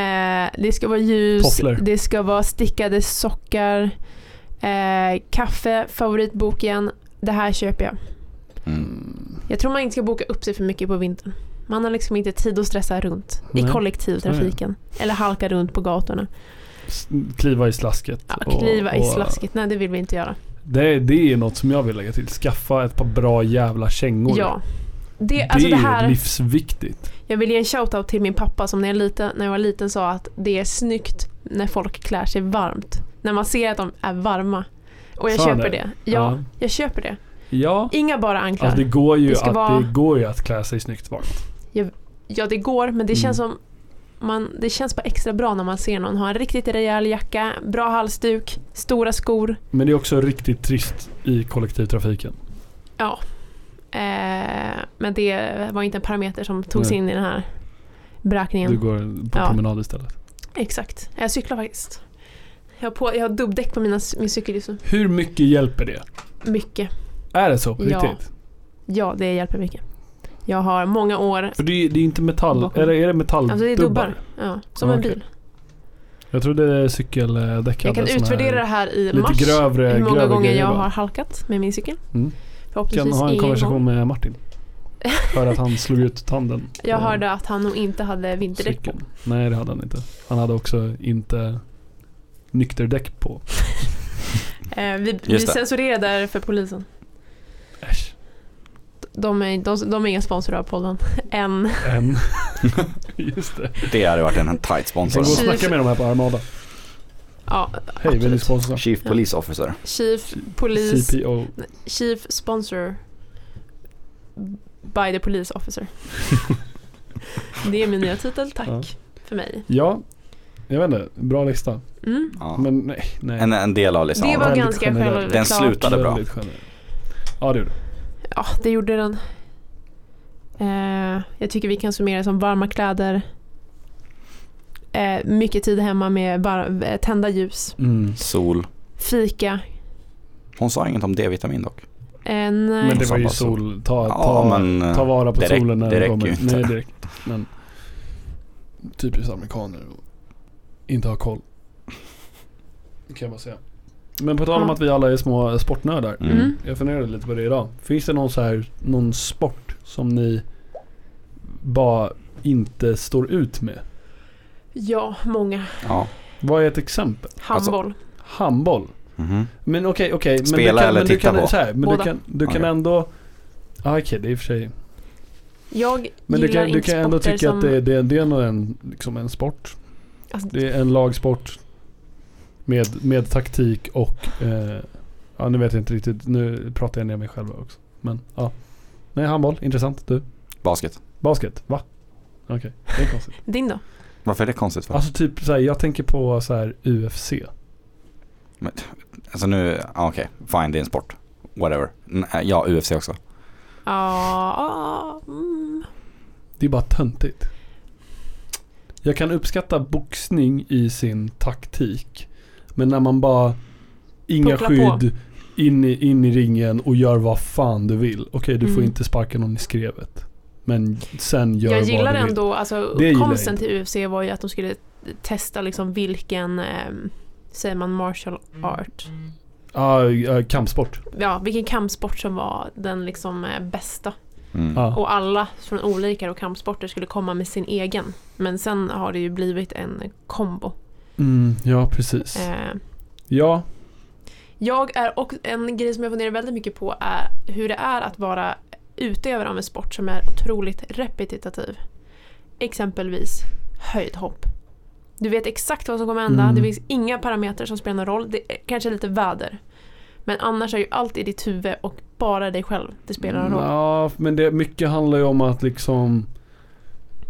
Speaker 2: Eh, det ska vara ljus,
Speaker 3: Tofflor.
Speaker 2: det ska vara stickade sockar, eh, kaffe, favoritboken. Det här köper jag.
Speaker 1: Mm.
Speaker 2: Jag tror man inte ska boka upp sig för mycket på vintern. Man har liksom inte tid att stressa runt i
Speaker 3: Nej.
Speaker 2: kollektivtrafiken. Eller halka runt på gatorna.
Speaker 3: S- Kliva i slasket.
Speaker 2: Ja,
Speaker 3: och-
Speaker 2: kliva i
Speaker 3: och-
Speaker 2: slasket, nej det vill vi inte göra.
Speaker 3: Det, det är något som jag vill lägga till. Skaffa ett par bra jävla kängor.
Speaker 2: Ja. Det,
Speaker 3: Det,
Speaker 2: alltså det
Speaker 3: är
Speaker 2: här,
Speaker 3: livsviktigt.
Speaker 2: jag vill ge en shoutout till min pappa som när jag, liten, när jag var liten sa att det är snyggt när folk klär sig varmt. När man ser att de är varma. Och jag
Speaker 3: Sa han
Speaker 2: köper
Speaker 3: det?
Speaker 2: det. Ja, jag köper det.
Speaker 3: Ja.
Speaker 2: Inga bara anklar.
Speaker 3: Alltså det går, ju
Speaker 2: Det ska
Speaker 3: att,
Speaker 2: vara-
Speaker 3: det går ju att klä sig snyggt varmt.
Speaker 2: Ja, det går, men det
Speaker 3: Mm.
Speaker 2: känns som man, det känns bara extra bra när man ser någon ha en riktigt rejäl jacka, bra halsduk, stora skor.
Speaker 3: Men det är också riktigt trist i kollektivtrafiken.
Speaker 2: Eh, men det var inte en parameter som togs
Speaker 3: Nej.
Speaker 2: in i den här beräkningen.
Speaker 3: Du går på
Speaker 2: Ja.
Speaker 3: promenad istället.
Speaker 2: Exakt. Jag cyklar faktiskt. Jag har, på, jag har dubbdäck på mina, min cykel just nu.
Speaker 3: Hur mycket hjälper det?
Speaker 2: Mycket.
Speaker 3: Är det så på
Speaker 2: Ja.
Speaker 3: riktigt?
Speaker 2: Ja, det hjälper mycket. Jag har många år...
Speaker 3: För det är, det är inte metall...
Speaker 2: Bakom.
Speaker 3: Är det, är det metall
Speaker 2: Alltså det är dubbar. Ja, som
Speaker 3: Ja,
Speaker 2: en
Speaker 3: okej.
Speaker 2: bil.
Speaker 3: Jag trodde cykeldäck
Speaker 2: Jag kan
Speaker 3: hade såna
Speaker 2: utvärdera det
Speaker 3: här
Speaker 2: här i
Speaker 3: Lite
Speaker 2: mars.
Speaker 3: grövre,
Speaker 2: hur många
Speaker 3: grövre
Speaker 2: gånger
Speaker 3: grejer
Speaker 2: jag
Speaker 3: bara.
Speaker 2: har halkat med min cykel.
Speaker 3: Mm.
Speaker 2: Förhoppningsvis
Speaker 3: Kan ha en
Speaker 2: ingen gång.
Speaker 3: konversation med Martin. För att han slog ut tanden.
Speaker 2: (laughs) Jag
Speaker 3: på
Speaker 2: hörde att han nog inte hade vinterdäck på.
Speaker 3: cykeln. Nej det hade han inte. Han hade också inte nykterdäck på.
Speaker 2: Eh, vi vi
Speaker 1: Just det.
Speaker 2: censurerade för polisen.
Speaker 3: Äsch.
Speaker 2: De är, de, de är inga sponsorer av podden. (laughs) Än.
Speaker 1: (laughs)
Speaker 3: En. Just det.
Speaker 1: Det hade varit en tight
Speaker 3: Sen
Speaker 1: sponsor.
Speaker 3: går och
Speaker 2: Chief-
Speaker 3: snacka med de här på Armada.
Speaker 2: Ja,
Speaker 3: Hej, vill ni
Speaker 2: absolut.
Speaker 3: sponsra?
Speaker 1: Chief Police Officer.
Speaker 2: Chief Police
Speaker 3: CPO.
Speaker 2: Chief Sponsor by the Police Officer. det är min nya titel, tack
Speaker 3: Ja.
Speaker 2: för mig.
Speaker 3: Ja, jag vet inte. Bra lista.
Speaker 2: Mm.
Speaker 1: Ja.
Speaker 3: Men nej, nej.
Speaker 1: En, en del av liksom listan.
Speaker 2: Det var
Speaker 3: väldigt
Speaker 2: ganska
Speaker 3: generell.
Speaker 2: självklart.
Speaker 1: Den slutade bra.
Speaker 3: Väldigt generell. Ja, det gjorde det.
Speaker 2: Ja, det gjorde den. Eh, jag tycker vi kan summera det som varma kläder, eh, mycket tid hemma med var- eh, tända ljus,
Speaker 3: Mm.
Speaker 1: Sol.
Speaker 2: fika.
Speaker 1: Hon sa inget om D-vitamin dock.
Speaker 2: Eh,
Speaker 3: Men
Speaker 2: nej.
Speaker 3: det var ju
Speaker 1: Samma sol.
Speaker 3: sol. Ta,
Speaker 1: Ja,
Speaker 3: ta,
Speaker 1: men, eh,
Speaker 3: ta vara på
Speaker 1: det räck-
Speaker 3: solen när
Speaker 1: det
Speaker 3: den
Speaker 1: räcker
Speaker 3: kommer.
Speaker 1: ju inte.
Speaker 3: Nej, det räcker inte. Men typiskt amerikaner och inte ha koll. Det kan jag bara säga. Men på tal om
Speaker 2: Ja.
Speaker 3: att vi alla är små sportnördar.
Speaker 1: Mm.
Speaker 2: Mm.
Speaker 3: Jag funderade lite på det idag. Finns det någon, så här, någon sport som ni bara inte står ut med?
Speaker 2: Ja, många.
Speaker 1: Ja.
Speaker 3: Vad är ett exempel?
Speaker 2: Handboll.
Speaker 3: Handboll?
Speaker 1: Mhm.
Speaker 3: Men okej, okej. men
Speaker 1: Spela
Speaker 3: du kan,
Speaker 1: eller
Speaker 3: men du
Speaker 1: titta
Speaker 3: kan,
Speaker 1: på?
Speaker 3: Så här, men du
Speaker 2: Båda.
Speaker 3: kan, du kan
Speaker 1: Okej.
Speaker 3: ändå... Ah, okej, det är i och för sig...
Speaker 2: jag
Speaker 3: Men du
Speaker 2: gillar
Speaker 3: kan, du
Speaker 2: inte
Speaker 3: kan ändå
Speaker 2: sporter
Speaker 3: tycka
Speaker 2: som...
Speaker 3: att det, det, det är nog en, liksom en sport.
Speaker 2: Alltså-
Speaker 3: det är en lagsport med, med taktik och... Eh, ja, nu vet jag inte riktigt. Nu pratar jag ner mig själv också. Men ja. Nej, handboll. Intressant. Du.
Speaker 1: Basket.
Speaker 3: Basket. Va? Okej, det är konstigt.
Speaker 2: Din då?
Speaker 1: Varför är det konstigt? För?
Speaker 3: Alltså typ så här, jag tänker på så här UFC.
Speaker 1: Alltså nu, ja, okej, fine det är en sport. Whatever. N- Ja, UFC också.
Speaker 2: Ja, ah, mm.
Speaker 3: Det är bara töntigt. Jag kan uppskatta boxning i sin taktik. Men när man bara inga
Speaker 2: Pucklar på.
Speaker 3: skydd in i, in i ringen och gör vad fan du vill. Okej, du får
Speaker 2: Mm.
Speaker 3: inte sparka någon i skrevet. Men sen gör
Speaker 2: Jag
Speaker 3: vad
Speaker 2: gillar
Speaker 3: du vill.
Speaker 2: ändå, alltså
Speaker 3: Det gillar jag
Speaker 2: konsten till UFC var ju att de skulle testa liksom vilken, ehm, säger man martial art?
Speaker 3: Ja, ja, kampsport.
Speaker 2: Ja, vilken kampsport som var den liksom eh, bästa.
Speaker 1: Mm.
Speaker 3: Ja.
Speaker 2: Och alla från olika då kampsporter skulle komma med sin egen. Men sen har det ju blivit en kombo.
Speaker 3: Mm, ja, precis.
Speaker 2: Eh,
Speaker 3: Ja,
Speaker 2: Jag är också, en grej som jag funderar väldigt mycket på är hur det är att vara utövare av en sport som är otroligt repetitiv. Exempelvis höjdhopp. Du vet exakt vad som kommer hända,
Speaker 3: Mm.
Speaker 2: det finns inga parametrar som spelar någon roll, det är kanske lite väder. Men annars är ju allt i ditt huvud och bara dig själv det spelar någon roll.
Speaker 3: Ja, men det, mycket handlar ju om att liksom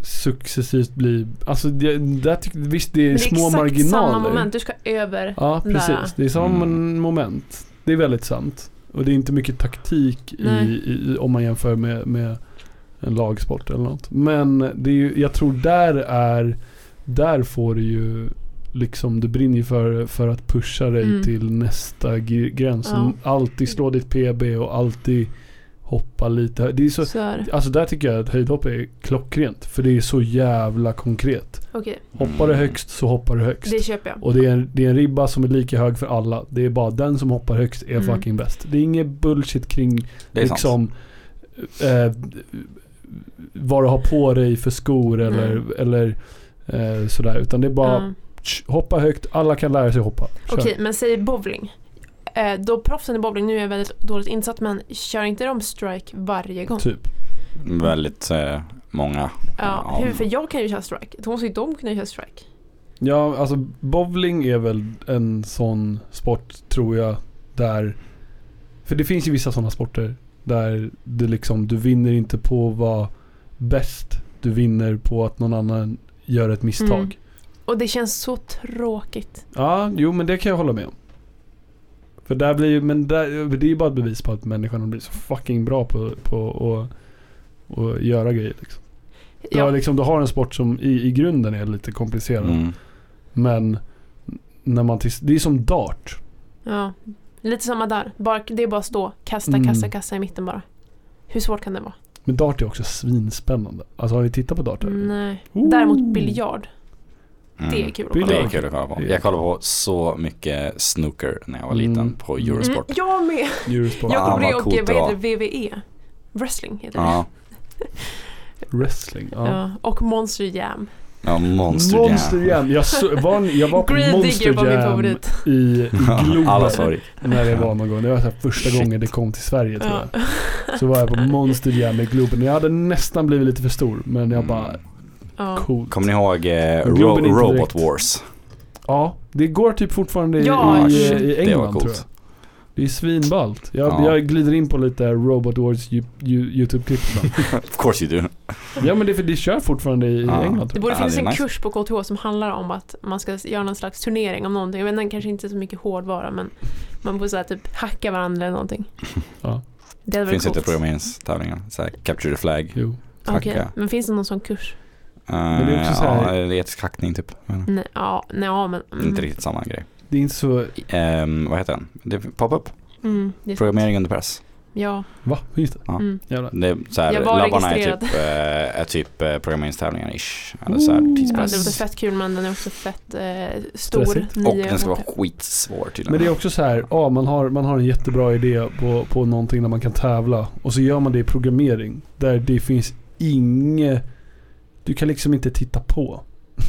Speaker 3: successivt bli, alltså det, där tyck, visst det är
Speaker 2: Men det är
Speaker 3: små
Speaker 2: exakt
Speaker 3: marginaler.
Speaker 2: samma moment, du ska över.
Speaker 3: Ja,
Speaker 2: där.
Speaker 3: precis. Det är samma
Speaker 1: Mm.
Speaker 3: moment. Det är väldigt sant. Och det är inte mycket taktik i,
Speaker 2: Nej.
Speaker 3: i, om man jämför med, med en lagsport eller något. Men det är ju, jag tror där är, där får du ju liksom, du brinner ju för, för att pusha dig
Speaker 2: Mm.
Speaker 3: till nästa gr- gräns.
Speaker 2: Ja.
Speaker 3: Alltid slå ditt PB och alltid hoppa lite. hö- Det är så,
Speaker 2: Så är det.
Speaker 3: alltså där tycker jag att höjdhopp är klockrent. För det är så jävla konkret.
Speaker 2: Okej,
Speaker 3: Hoppar
Speaker 1: Mm.
Speaker 3: du högst så hoppar du högst.
Speaker 2: det köper jag.
Speaker 3: Och det är, en, det är en ribba som är lika hög för alla. Det är bara den som hoppar högst är
Speaker 2: Mm.
Speaker 3: fucking bäst. Det är inget bullshit kring
Speaker 1: Det är sant.
Speaker 3: liksom eh, vad du har på dig för skor eller,
Speaker 2: Mm.
Speaker 3: eller eh, sådär. Utan det är bara
Speaker 2: Mm.
Speaker 3: tsch, hoppa högt, alla kan lära sig hoppa. Kör.
Speaker 2: Okej, men säg bowling. Eh, då proffsen i bowling, nu är jag väldigt dåligt insatt, men kör inte de strike varje gång?
Speaker 3: Typ.
Speaker 1: Väldigt eh, många.
Speaker 2: Ja,
Speaker 1: Ja.
Speaker 2: hur, för jag kan ju köra strike. De måste ju de kunna köra strike.
Speaker 3: Ja, alltså bowling är väl en sån sport tror jag där... För det finns ju vissa sådana sporter där du liksom, du vinner inte på att vara bäst. Du vinner på att någon annan gör ett misstag.
Speaker 2: Mm. Och det känns så tråkigt.
Speaker 3: Ja, jo men det kan jag hålla med om. För där blir ju, men där, det är ju bara ett bevis på att människan blir så fucking bra på, på att att göra grejer. Liksom. Du, har
Speaker 2: Ja,
Speaker 3: liksom, du har en sport som i, i grunden är lite komplicerad.
Speaker 1: Mm.
Speaker 3: Men när man tills, det är som dart.
Speaker 2: ja. Lite samma där. Bara, det är bara stå, kasta,
Speaker 3: Mm.
Speaker 2: kasta, kasta i mitten bara. Hur svårt kan det vara?
Speaker 3: Men dart är också svinspännande. Alltså har ni tittat på dart? eller?
Speaker 2: Mm, Nej.
Speaker 3: Oh.
Speaker 2: Däremot biljard,
Speaker 1: Mm.
Speaker 2: det är kul att
Speaker 3: Biljard.
Speaker 2: kolla
Speaker 1: Det
Speaker 2: på.
Speaker 1: är kul att kolla på. Jag kollade på så mycket snooker när jag var
Speaker 3: Mm.
Speaker 1: liten på
Speaker 3: Mm.
Speaker 2: Mm,
Speaker 1: Eurosport.
Speaker 2: jag med!
Speaker 3: Eurosport.
Speaker 2: Jag
Speaker 1: Fan,
Speaker 2: kommer
Speaker 1: Ah, vad
Speaker 2: det och
Speaker 1: coolt
Speaker 2: eh, vad
Speaker 1: det
Speaker 2: heter det? VVE? Wrestling heter det.
Speaker 1: Ja.
Speaker 3: Wrestling. Ja.
Speaker 2: Ja, Och Monster Jam.
Speaker 1: Ja, Monster Jam.
Speaker 3: Monster
Speaker 1: (laughs)
Speaker 3: Jam. Jag, så, var, en- jag var på
Speaker 2: Green Digger var
Speaker 3: Monster
Speaker 2: min
Speaker 3: Jam
Speaker 2: favorit.
Speaker 3: i, i
Speaker 1: (laughs)
Speaker 3: Globen
Speaker 1: Alla sorry.
Speaker 3: när det var någon gång. Det var så här första
Speaker 1: Shit.
Speaker 3: gången det kom till Sverige tror
Speaker 2: Ja.
Speaker 3: jag. Så var jag på Monster Jam i Globen. Jag hade nästan blivit lite för stor men jag bara,
Speaker 2: Mm. Ja.
Speaker 3: coolt.
Speaker 1: Kommer ni ihåg eh,
Speaker 3: Men
Speaker 1: Ro-
Speaker 3: Globen är inte
Speaker 1: Robot
Speaker 3: direkt.
Speaker 1: Wars?
Speaker 3: Ja, det går typ fortfarande i,
Speaker 2: Ja,
Speaker 3: i,
Speaker 2: shit,
Speaker 3: i
Speaker 1: det var
Speaker 3: England
Speaker 1: coolt.
Speaker 3: tror jag. Det är svinballt. Jag,
Speaker 1: Ja.
Speaker 3: jag glider in på lite Robot Wars ju- ju- YouTube-klipp ibland.
Speaker 1: (laughs) Of course you do.
Speaker 3: Ja men det är för det kör fortfarande i
Speaker 1: Ja.
Speaker 3: England
Speaker 2: Det
Speaker 3: tror
Speaker 2: borde
Speaker 1: Typ. Ja,
Speaker 2: finnas
Speaker 1: det är
Speaker 2: en
Speaker 1: nice.
Speaker 2: kurs på KTH som handlar om att man ska göra någon slags turnering om någonting. Jag vet inte, kanske inte så mycket hårdvara men man borde så här, typ hacka varandra
Speaker 1: (laughs)
Speaker 2: eller någonting.
Speaker 3: Ja.
Speaker 2: Det hade varit
Speaker 1: Finns inte
Speaker 2: coolt.
Speaker 1: programmeringstävlingar. Så här, Capture the flag.
Speaker 3: jag. Jo.
Speaker 2: Okej,
Speaker 1: Hacka.
Speaker 2: Men finns det någon sån kurs?
Speaker 1: Men
Speaker 3: det är också så här-
Speaker 1: Ja, etisk hackning typ. Men
Speaker 2: Nej, ja, nej, ja men... Mm,
Speaker 1: Inte riktigt samma grej.
Speaker 3: Det är inte så,
Speaker 1: Ehm, vad heter den? Det är Pop-up?
Speaker 2: Mm, det är sant.
Speaker 1: Programmering under press.
Speaker 2: Ja.
Speaker 3: va? Finns det?
Speaker 1: Ja.
Speaker 2: Mm.
Speaker 3: Jävlar.
Speaker 1: Det är så här,
Speaker 2: Jag var
Speaker 1: labbarna är
Speaker 2: registrerad.
Speaker 1: typ, eh, är typ eh, programmeringstävlingar ish. Eller så här, typ
Speaker 3: Ooh.
Speaker 2: ja, det
Speaker 1: tidspress.
Speaker 2: låter fett kul men den är också fett eh, stor.
Speaker 3: Stressigt.
Speaker 1: Och
Speaker 2: Nio
Speaker 1: den ska vara
Speaker 2: åtta.
Speaker 1: skitsvår tydligen. (laughs)
Speaker 3: Men det är också så här, ja man har, man har en jättebra idé på, på någonting där man kan tävla och så gör man det i programmering. Där det finns inget, du kan liksom inte titta på.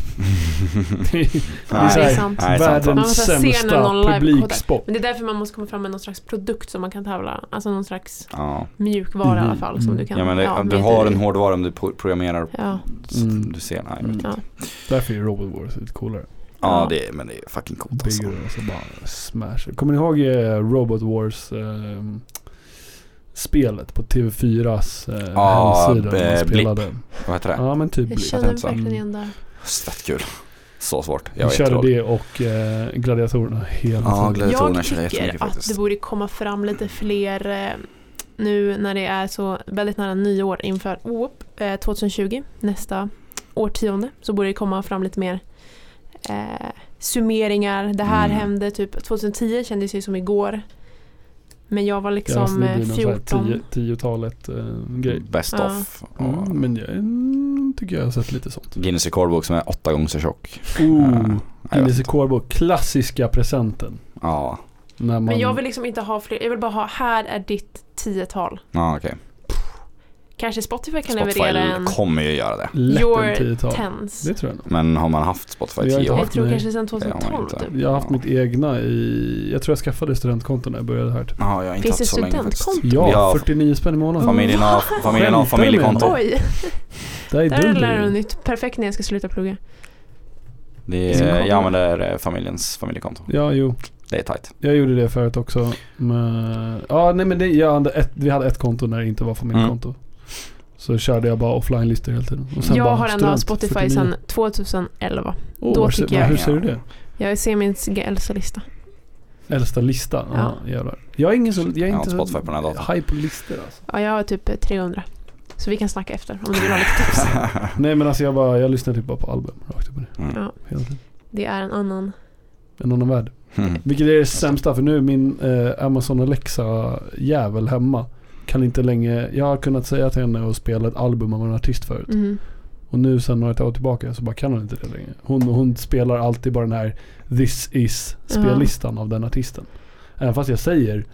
Speaker 3: (laughs) Det är
Speaker 2: Ja, det är
Speaker 3: här,
Speaker 2: sant.
Speaker 1: Nej, sant, sant.
Speaker 2: Man
Speaker 3: världens
Speaker 2: måste se när någon
Speaker 3: sämsta
Speaker 2: live-
Speaker 3: publiksport.
Speaker 2: Men det är därför man måste komma fram med någon slags produkt som man kan tävla. Alltså någon slags
Speaker 1: Ja.
Speaker 2: mjukvara i alla fall som
Speaker 3: Mm.
Speaker 2: du kan...
Speaker 1: Mhm. ja men det, du
Speaker 2: med
Speaker 1: har
Speaker 2: dig.
Speaker 1: en hårdvara om du pro- programmerar.
Speaker 2: Ja.
Speaker 1: så
Speaker 3: Mm.
Speaker 1: Du ser, nej.
Speaker 3: Mm.
Speaker 2: Ja.
Speaker 3: Därför är Robot Wars lite coolare.
Speaker 1: Ja,
Speaker 2: Ja.
Speaker 1: det är, men det är fucking coolt alltså.
Speaker 3: Bygger och så bara smasher. Kommer ni ihåg eh, Robot Wars eh, spelet på TV4s eh,
Speaker 1: Ja,
Speaker 3: hemsida? när man
Speaker 1: eh, Blipp.
Speaker 3: spelade.
Speaker 1: Vad heter det?
Speaker 3: Ja men typ
Speaker 2: Jag
Speaker 3: Blipp.
Speaker 2: känner mig
Speaker 1: inte så. Mm.
Speaker 2: verkligen igen där.
Speaker 1: Fett kul. Så svårt. Jag
Speaker 3: Vi
Speaker 1: var
Speaker 3: körde
Speaker 1: jättetråkig.
Speaker 3: det och eh, gladiatorerna hela
Speaker 1: Ja,
Speaker 3: tiden.
Speaker 1: gladiatorerna
Speaker 2: Jag
Speaker 1: känner jag
Speaker 2: tycker
Speaker 1: jättemycket
Speaker 2: att
Speaker 1: faktiskt.
Speaker 2: det borde komma fram lite fler eh, nu när det är så väldigt nära nyår inför OOP eh, 2020, nästa årtionde, så borde det komma fram lite mer eh, summeringar. Det här
Speaker 1: Mm.
Speaker 2: hände typ 2010 kändes ju som igår. Men jag var
Speaker 3: Ja, så
Speaker 2: liksom
Speaker 3: det
Speaker 2: eh,
Speaker 3: blir någon så här
Speaker 2: 14.
Speaker 3: tio- Tiotalet eh, grej.
Speaker 1: Best
Speaker 2: Ja.
Speaker 1: of. Och
Speaker 3: Mm, men jag mm, tycker jag har sett lite sånt.
Speaker 1: Guinness rekordbok som är åtta gånger så tjock.
Speaker 3: Oh,
Speaker 1: jag vet
Speaker 3: Guinness
Speaker 1: inte.
Speaker 3: rekordbok. Klassiska presenten.
Speaker 1: Ja,
Speaker 3: När man,
Speaker 2: Men jag vill liksom inte ha fler, jag vill bara ha här är ditt tiotal.
Speaker 1: ja okej.
Speaker 2: Kanske Spotify kan leverera en
Speaker 1: Spotify kommer ju göra det.
Speaker 3: lätt
Speaker 2: your
Speaker 3: en tiotal.
Speaker 2: tens.
Speaker 3: Det tror jag nog.
Speaker 1: Men har man haft Spotify i
Speaker 3: Jag har
Speaker 1: tio
Speaker 3: inte
Speaker 1: år?
Speaker 2: Jag tror
Speaker 3: Nej.
Speaker 2: kanske sedan
Speaker 1: har man
Speaker 2: 2012
Speaker 1: inte.
Speaker 2: typ.
Speaker 3: Jag har haft
Speaker 1: Ja.
Speaker 3: mitt egna i, jag tror jag skaffade studentkonto när jag började här. Typ.
Speaker 1: Ja, jag har inte haft
Speaker 2: Finns det
Speaker 1: så länge
Speaker 2: studentkonto? Mm.
Speaker 1: faktiskt.
Speaker 3: Ja,
Speaker 1: Ja,
Speaker 3: 49 spänn i månaden.
Speaker 1: Familjen har, familjen har
Speaker 3: Skämtar du med
Speaker 1: familjekonto.
Speaker 3: mig?
Speaker 2: Oj,
Speaker 3: Det här är
Speaker 2: där
Speaker 3: dunder
Speaker 2: lär du
Speaker 3: ju.
Speaker 2: något nytt. Perfekt när jag ska sluta plugga.
Speaker 1: Det
Speaker 3: Som
Speaker 1: är,
Speaker 3: kommer.
Speaker 1: jag använder eh, familjens familjekonto.
Speaker 3: Ja, jo.
Speaker 1: Det är tight.
Speaker 3: Jag gjorde det förut också. Men, ja, nej men det, jag hade ett, vi hade ett konto när det inte var familjekonto.
Speaker 1: Mm.
Speaker 3: Så körde jag bara offline-listor hela tiden. Och sen bara
Speaker 2: Jag har ändå
Speaker 3: student,
Speaker 2: haft Spotify
Speaker 3: 49.
Speaker 2: sedan 2011.
Speaker 3: Åh,
Speaker 2: då
Speaker 3: var-
Speaker 2: tycker jag-
Speaker 3: Hur ser du det?
Speaker 2: Jag ser min äldsta lista.
Speaker 3: Äldsta lista? Ja, jävlar. Jag är ingen så, jag är
Speaker 1: Jag har
Speaker 3: inte
Speaker 1: inte
Speaker 3: så
Speaker 1: Spotify på den här datorn.
Speaker 3: high på listor alltså.
Speaker 2: Ja, jag har typ eh, 300. Så vi kan snacka efter om du vill ha
Speaker 1: (laughs)
Speaker 2: lite
Speaker 3: (laughs)
Speaker 2: tips.
Speaker 3: Nej men alltså jag bara, jag lyssnar typ bara på album rakt upp och ner.
Speaker 1: Mm.
Speaker 3: Hela tiden.
Speaker 2: Det är en annan.
Speaker 3: En annan värld.
Speaker 1: Mm.
Speaker 3: Vilket är det sämsta för nu är min eh, Amazon Alexa-jävel hemma. Kan inte längre, jag har kunnat säga till henne att spela ett album av en artist förut.
Speaker 2: Mm.
Speaker 3: Och nu sen några år tillbaka så bara kan hon inte det längre. Hon, hon spelar alltid bara den här This is spellistan av den artisten. Även fast jag säger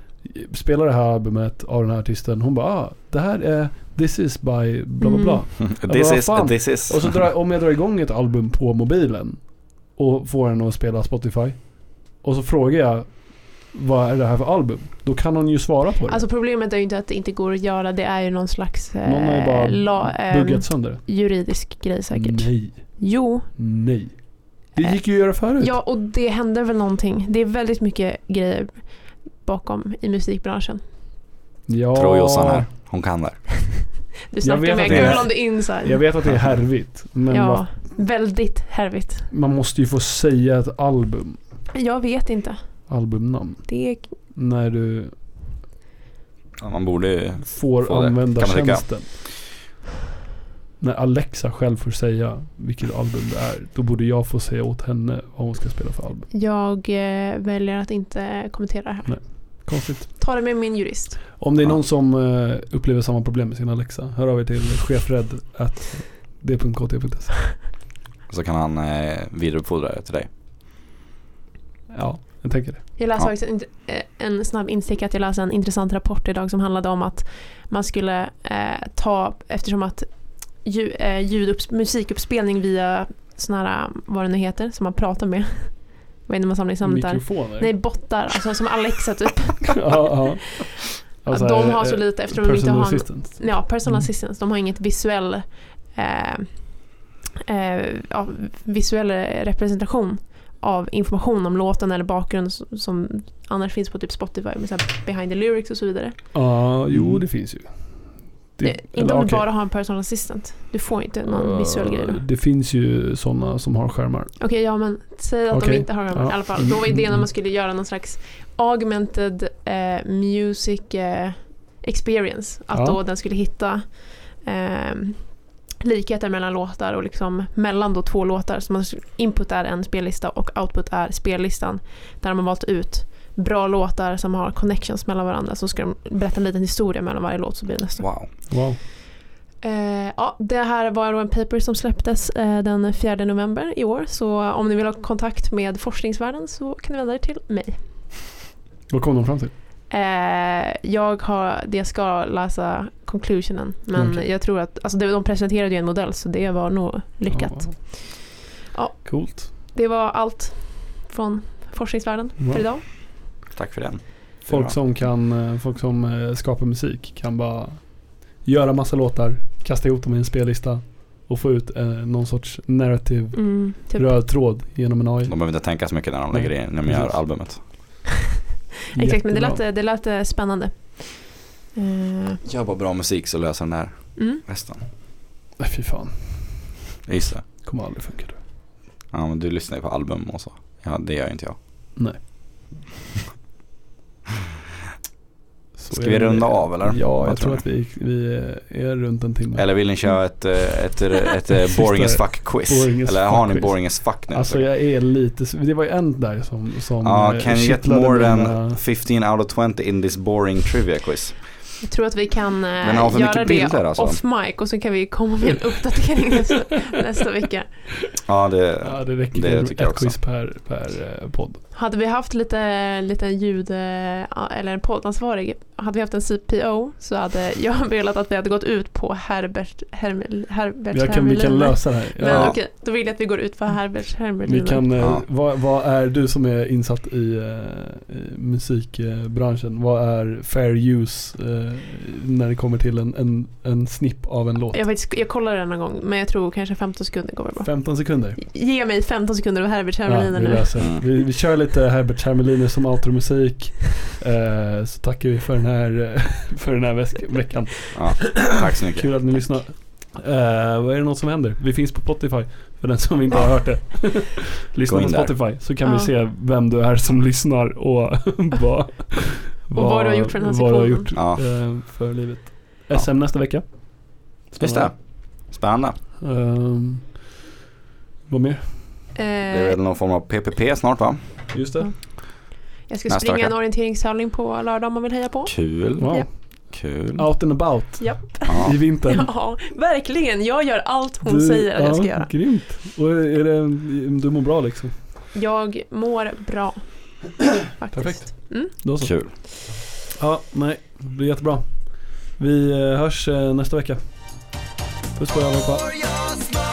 Speaker 3: spela det här albumet av den här artisten. Hon bara ah, det här är This is by bla bla bla.
Speaker 2: Mm.
Speaker 1: This
Speaker 3: vad
Speaker 1: is,
Speaker 3: fan.
Speaker 1: this is.
Speaker 3: Och så drar, om jag drar igång ett album på mobilen och får henne att spela Spotify. Och så frågar jag vad är det här för album? Då kan hon ju svara på det.
Speaker 2: Alltså problemet är ju inte att det inte går att göra. Det är ju någon slags eh,
Speaker 3: Någon har ju bara
Speaker 2: la, ehm,
Speaker 3: buggat Mm. sönder det.
Speaker 2: juridisk grej säkert.
Speaker 3: Nej,
Speaker 2: Jo,
Speaker 3: nej. Det gick ju att göra förut.
Speaker 2: ja och det händer väl någonting. Det är väldigt mycket grejer bakom i musikbranschen.
Speaker 3: ja.
Speaker 1: Tror Jossan här. Hon kan det.
Speaker 2: Du
Speaker 3: vet
Speaker 2: snackar med
Speaker 3: att det är-
Speaker 2: Girl on the inside.
Speaker 3: Jag vet att det är härvigt. Men vad-
Speaker 2: ja, väldigt härvigt.
Speaker 3: man måste ju få säga ett album.
Speaker 2: Jag vet inte.
Speaker 3: Albumnamn.
Speaker 2: Det är
Speaker 3: När du
Speaker 1: Ja, man borde ju...
Speaker 3: får
Speaker 1: Får det,
Speaker 3: använda
Speaker 1: kan man tycka.
Speaker 3: tjänsten. När Alexa själv får säga vilket album det är. Då borde jag få säga åt henne vad hon ska spela för album.
Speaker 2: Jag eh, väljer att inte kommentera det här.
Speaker 3: Konstigt.
Speaker 2: Ta det med min jurist.
Speaker 3: Om det är
Speaker 1: Ja.
Speaker 3: någon som eh, upplever samma problem med sin Alexa. Hör av er till chefred.d.kt.se
Speaker 1: Så kan han eh, vidarebefordra det till dig.
Speaker 3: Ja, jag tänker det.
Speaker 2: Jag läste
Speaker 1: Ja.
Speaker 2: faktiskt en, eh, en snabb instick att jag läste en intressant rapport idag som handlade om att man skulle eh, ta, eftersom att ljud, eh, ljudupp, musikuppspelning via såna här, vad det nu heter, som man pratar med. (laughs) Vad är det man samlar i
Speaker 3: Mikrofoner?
Speaker 2: Nej, bottar, alltså som Alexa typ.
Speaker 3: (laughs) ja, ja. Alltså,
Speaker 2: Att de
Speaker 3: eh,
Speaker 2: har så
Speaker 3: eh,
Speaker 2: lite eftersom de inte
Speaker 3: personal
Speaker 2: har en-
Speaker 3: assistance.
Speaker 2: Ja, personal
Speaker 3: Mm.
Speaker 2: assistance, de har inget visuell, eh, eh, ja, visuell representation av information om låten eller bakgrund som, som annars finns på typ Spotify med så här behind the lyrics och så vidare.
Speaker 3: Ja,
Speaker 1: Mm.
Speaker 3: jo det finns ju.
Speaker 2: Det, inte om
Speaker 3: Typ, eller,
Speaker 2: du
Speaker 3: okej.
Speaker 2: bara har en personal assistant. Du får inte någon
Speaker 3: Eh,
Speaker 2: visuell grej. då. Okej,
Speaker 3: Det finns ju sådana som har skärmar.
Speaker 2: ja men säg att
Speaker 3: Okej.
Speaker 2: de inte har dem i
Speaker 3: Ja.
Speaker 2: alla fall.
Speaker 3: Mm,
Speaker 2: Då var idén
Speaker 3: mm,
Speaker 2: att man skulle göra någon slags augmented eh, music eh, experience. Att
Speaker 3: Ja.
Speaker 2: då den skulle hitta eh, likheter mellan låtar och liksom mellan då två låtar. Så man, input är en spellista och output är spellistan. Där man valt ut bra låtar som har connections mellan varandra. Så ska de berätta en liten historia mellan varje låt så blir det nästa.
Speaker 1: Wow.
Speaker 3: Wow.
Speaker 2: Eh, ja, det här var då en paper som släpptes eh, den 4 november i år. Så om ni vill ha kontakt med forskningsvärlden så kan ni vända er till mig.
Speaker 3: Vad kom de fram till?
Speaker 2: Eh, jag har, det ska läsa conclusionen, men
Speaker 3: Okej.
Speaker 2: jag tror att, alltså det, de presenterade ju en modell så det var nog lyckat.
Speaker 3: Ja.
Speaker 2: Ja.
Speaker 3: Coolt.
Speaker 2: Det var allt från forskningsvärlden
Speaker 3: Wow.
Speaker 2: för idag.
Speaker 1: Tack för den.
Speaker 3: Mm. Folk som, kan, eh, folk som eh, skapar musik kan bara göra massa låtar, kasta ihop dem i en spellista och få ut eh, någon sorts narrative
Speaker 2: Mm, typ.
Speaker 3: röd tråd genom en AI.
Speaker 1: De behöver inte tänka så mycket när de lägger in, när de gör
Speaker 3: Mm. Precis.
Speaker 1: albumet.
Speaker 2: Exakt, men det
Speaker 3: Jättebra.
Speaker 2: lät, det lät eh, spännande. Eh,
Speaker 1: Gör bara bra musik så löser den där
Speaker 2: mm.
Speaker 1: resten.
Speaker 3: Nej, Fy fan,
Speaker 1: Just det.
Speaker 3: kommer aldrig funka. tror
Speaker 1: Ja men du lyssnar ju på album och så. Ja det gör ju inte jag.
Speaker 3: jag. Så
Speaker 1: Ska
Speaker 3: är
Speaker 1: vi
Speaker 3: det-
Speaker 1: runda av, eller?
Speaker 3: Ja,
Speaker 1: Vad
Speaker 3: jag
Speaker 1: tror
Speaker 3: tror
Speaker 1: ni?
Speaker 3: att vi, vi eh, är runt en timme.
Speaker 1: Eller vill ni köra ett, eh,
Speaker 3: (laughs)
Speaker 1: ett, ett, ett
Speaker 3: Sista
Speaker 1: boring as fuck quiz?
Speaker 3: Mm. boring as
Speaker 1: Eller
Speaker 3: fuck
Speaker 1: har ni
Speaker 3: quiz.
Speaker 1: boring as fuck nu?
Speaker 3: Alltså jag är lite, s- det var ju en där som, som
Speaker 1: Ja,
Speaker 3: eh,
Speaker 1: can you get
Speaker 3: kittlade
Speaker 1: more
Speaker 3: mina-
Speaker 1: than 15 out of 20 in this boring trivia quiz?
Speaker 2: Jag tror att vi kan eh,
Speaker 1: Den har för
Speaker 2: göra det
Speaker 1: mycket bilder, alltså.
Speaker 2: off mic och så kan vi komma med en
Speaker 1: (laughs)
Speaker 2: uppdatering nästa, nästa vecka.
Speaker 1: Ja, det,
Speaker 3: Ja, det räcker
Speaker 1: Det
Speaker 3: med
Speaker 1: tycker jag
Speaker 3: ett
Speaker 1: också.
Speaker 3: quiz per, per eh, podd.
Speaker 2: Hade vi haft lite, lite ljud eh, eller en poddansvarig, hade vi haft en CPO så hade jag (laughs) velat att vi hade gått ut på Herbert, Hermel, Herbert
Speaker 3: Jag kan, vi kan
Speaker 2: Hermelin.
Speaker 3: lösa det här.
Speaker 2: Men
Speaker 1: Ja.
Speaker 2: okej, då vill jag att vi går ut på Herbert Hermelin.
Speaker 3: Vi kan, eh,
Speaker 1: Ja.
Speaker 3: vad, vad är du som är insatt i, eh, i musikbranschen, vad är fair use eh, när det kommer till en, en, en snipp av en låt?
Speaker 2: jag, vet, jag kollade den någon gång men jag tror kanske 15 sekunder går bra.
Speaker 3: 15 sekunder.
Speaker 2: Ge mig 15 sekunder av Herbert
Speaker 3: Ja,
Speaker 2: Hermelin
Speaker 3: vi,
Speaker 2: nu.
Speaker 3: löser. det.
Speaker 1: Mm.
Speaker 3: Vi, vi kör lite Herbert Hermeliner som outromusik. Eh, så tackar vi för den här, eh, för den här väsk- veckan.
Speaker 1: ja, tack så mycket.
Speaker 3: Kul att ni lyssnar. Eh, vad är det något som händer? Vi finns på Spotify för den som inte har
Speaker 1: (laughs)
Speaker 3: hört det. Lyssna
Speaker 1: Gå
Speaker 3: på
Speaker 1: in där.
Speaker 3: Spotify så kan vi
Speaker 2: Ja.
Speaker 3: se vem du är som lyssnar och (laughs) vad,
Speaker 2: vad du har gjort för den här
Speaker 3: vad du har
Speaker 2: sektionen.
Speaker 3: gjort,
Speaker 1: Ja,
Speaker 3: eh, för livet.
Speaker 1: Ja.
Speaker 3: SM nästa vecka.
Speaker 1: just det. Spännande.
Speaker 3: Ehm, vad mer?
Speaker 1: Det är
Speaker 2: Eh,
Speaker 1: väl någon form av PPP snart va?
Speaker 3: Just
Speaker 2: Ja.
Speaker 3: det.
Speaker 2: jag ska
Speaker 1: nästa
Speaker 2: springa
Speaker 1: vecka.
Speaker 2: en orienteringstävling på lördag om man vill heja på.
Speaker 1: Kul.
Speaker 3: Wow.
Speaker 2: Ja.
Speaker 1: Kul.
Speaker 3: Out and about
Speaker 2: Japp.
Speaker 1: Ja.
Speaker 3: i vintern.
Speaker 2: Ja, verkligen. Jag gör allt hon säger att jag ska göra.
Speaker 3: Grymt. Och är det, du mår bra liksom?
Speaker 2: Jag mår bra. (clears throat) Faktiskt.
Speaker 3: Perfekt.
Speaker 2: Mm.
Speaker 3: Då så.
Speaker 1: Kul.
Speaker 3: Ja, nej. Det blir jättebra. Vi eh, hörs eh, nästa vecka. Puss på er allihopa.
Speaker 5: Får jag smaka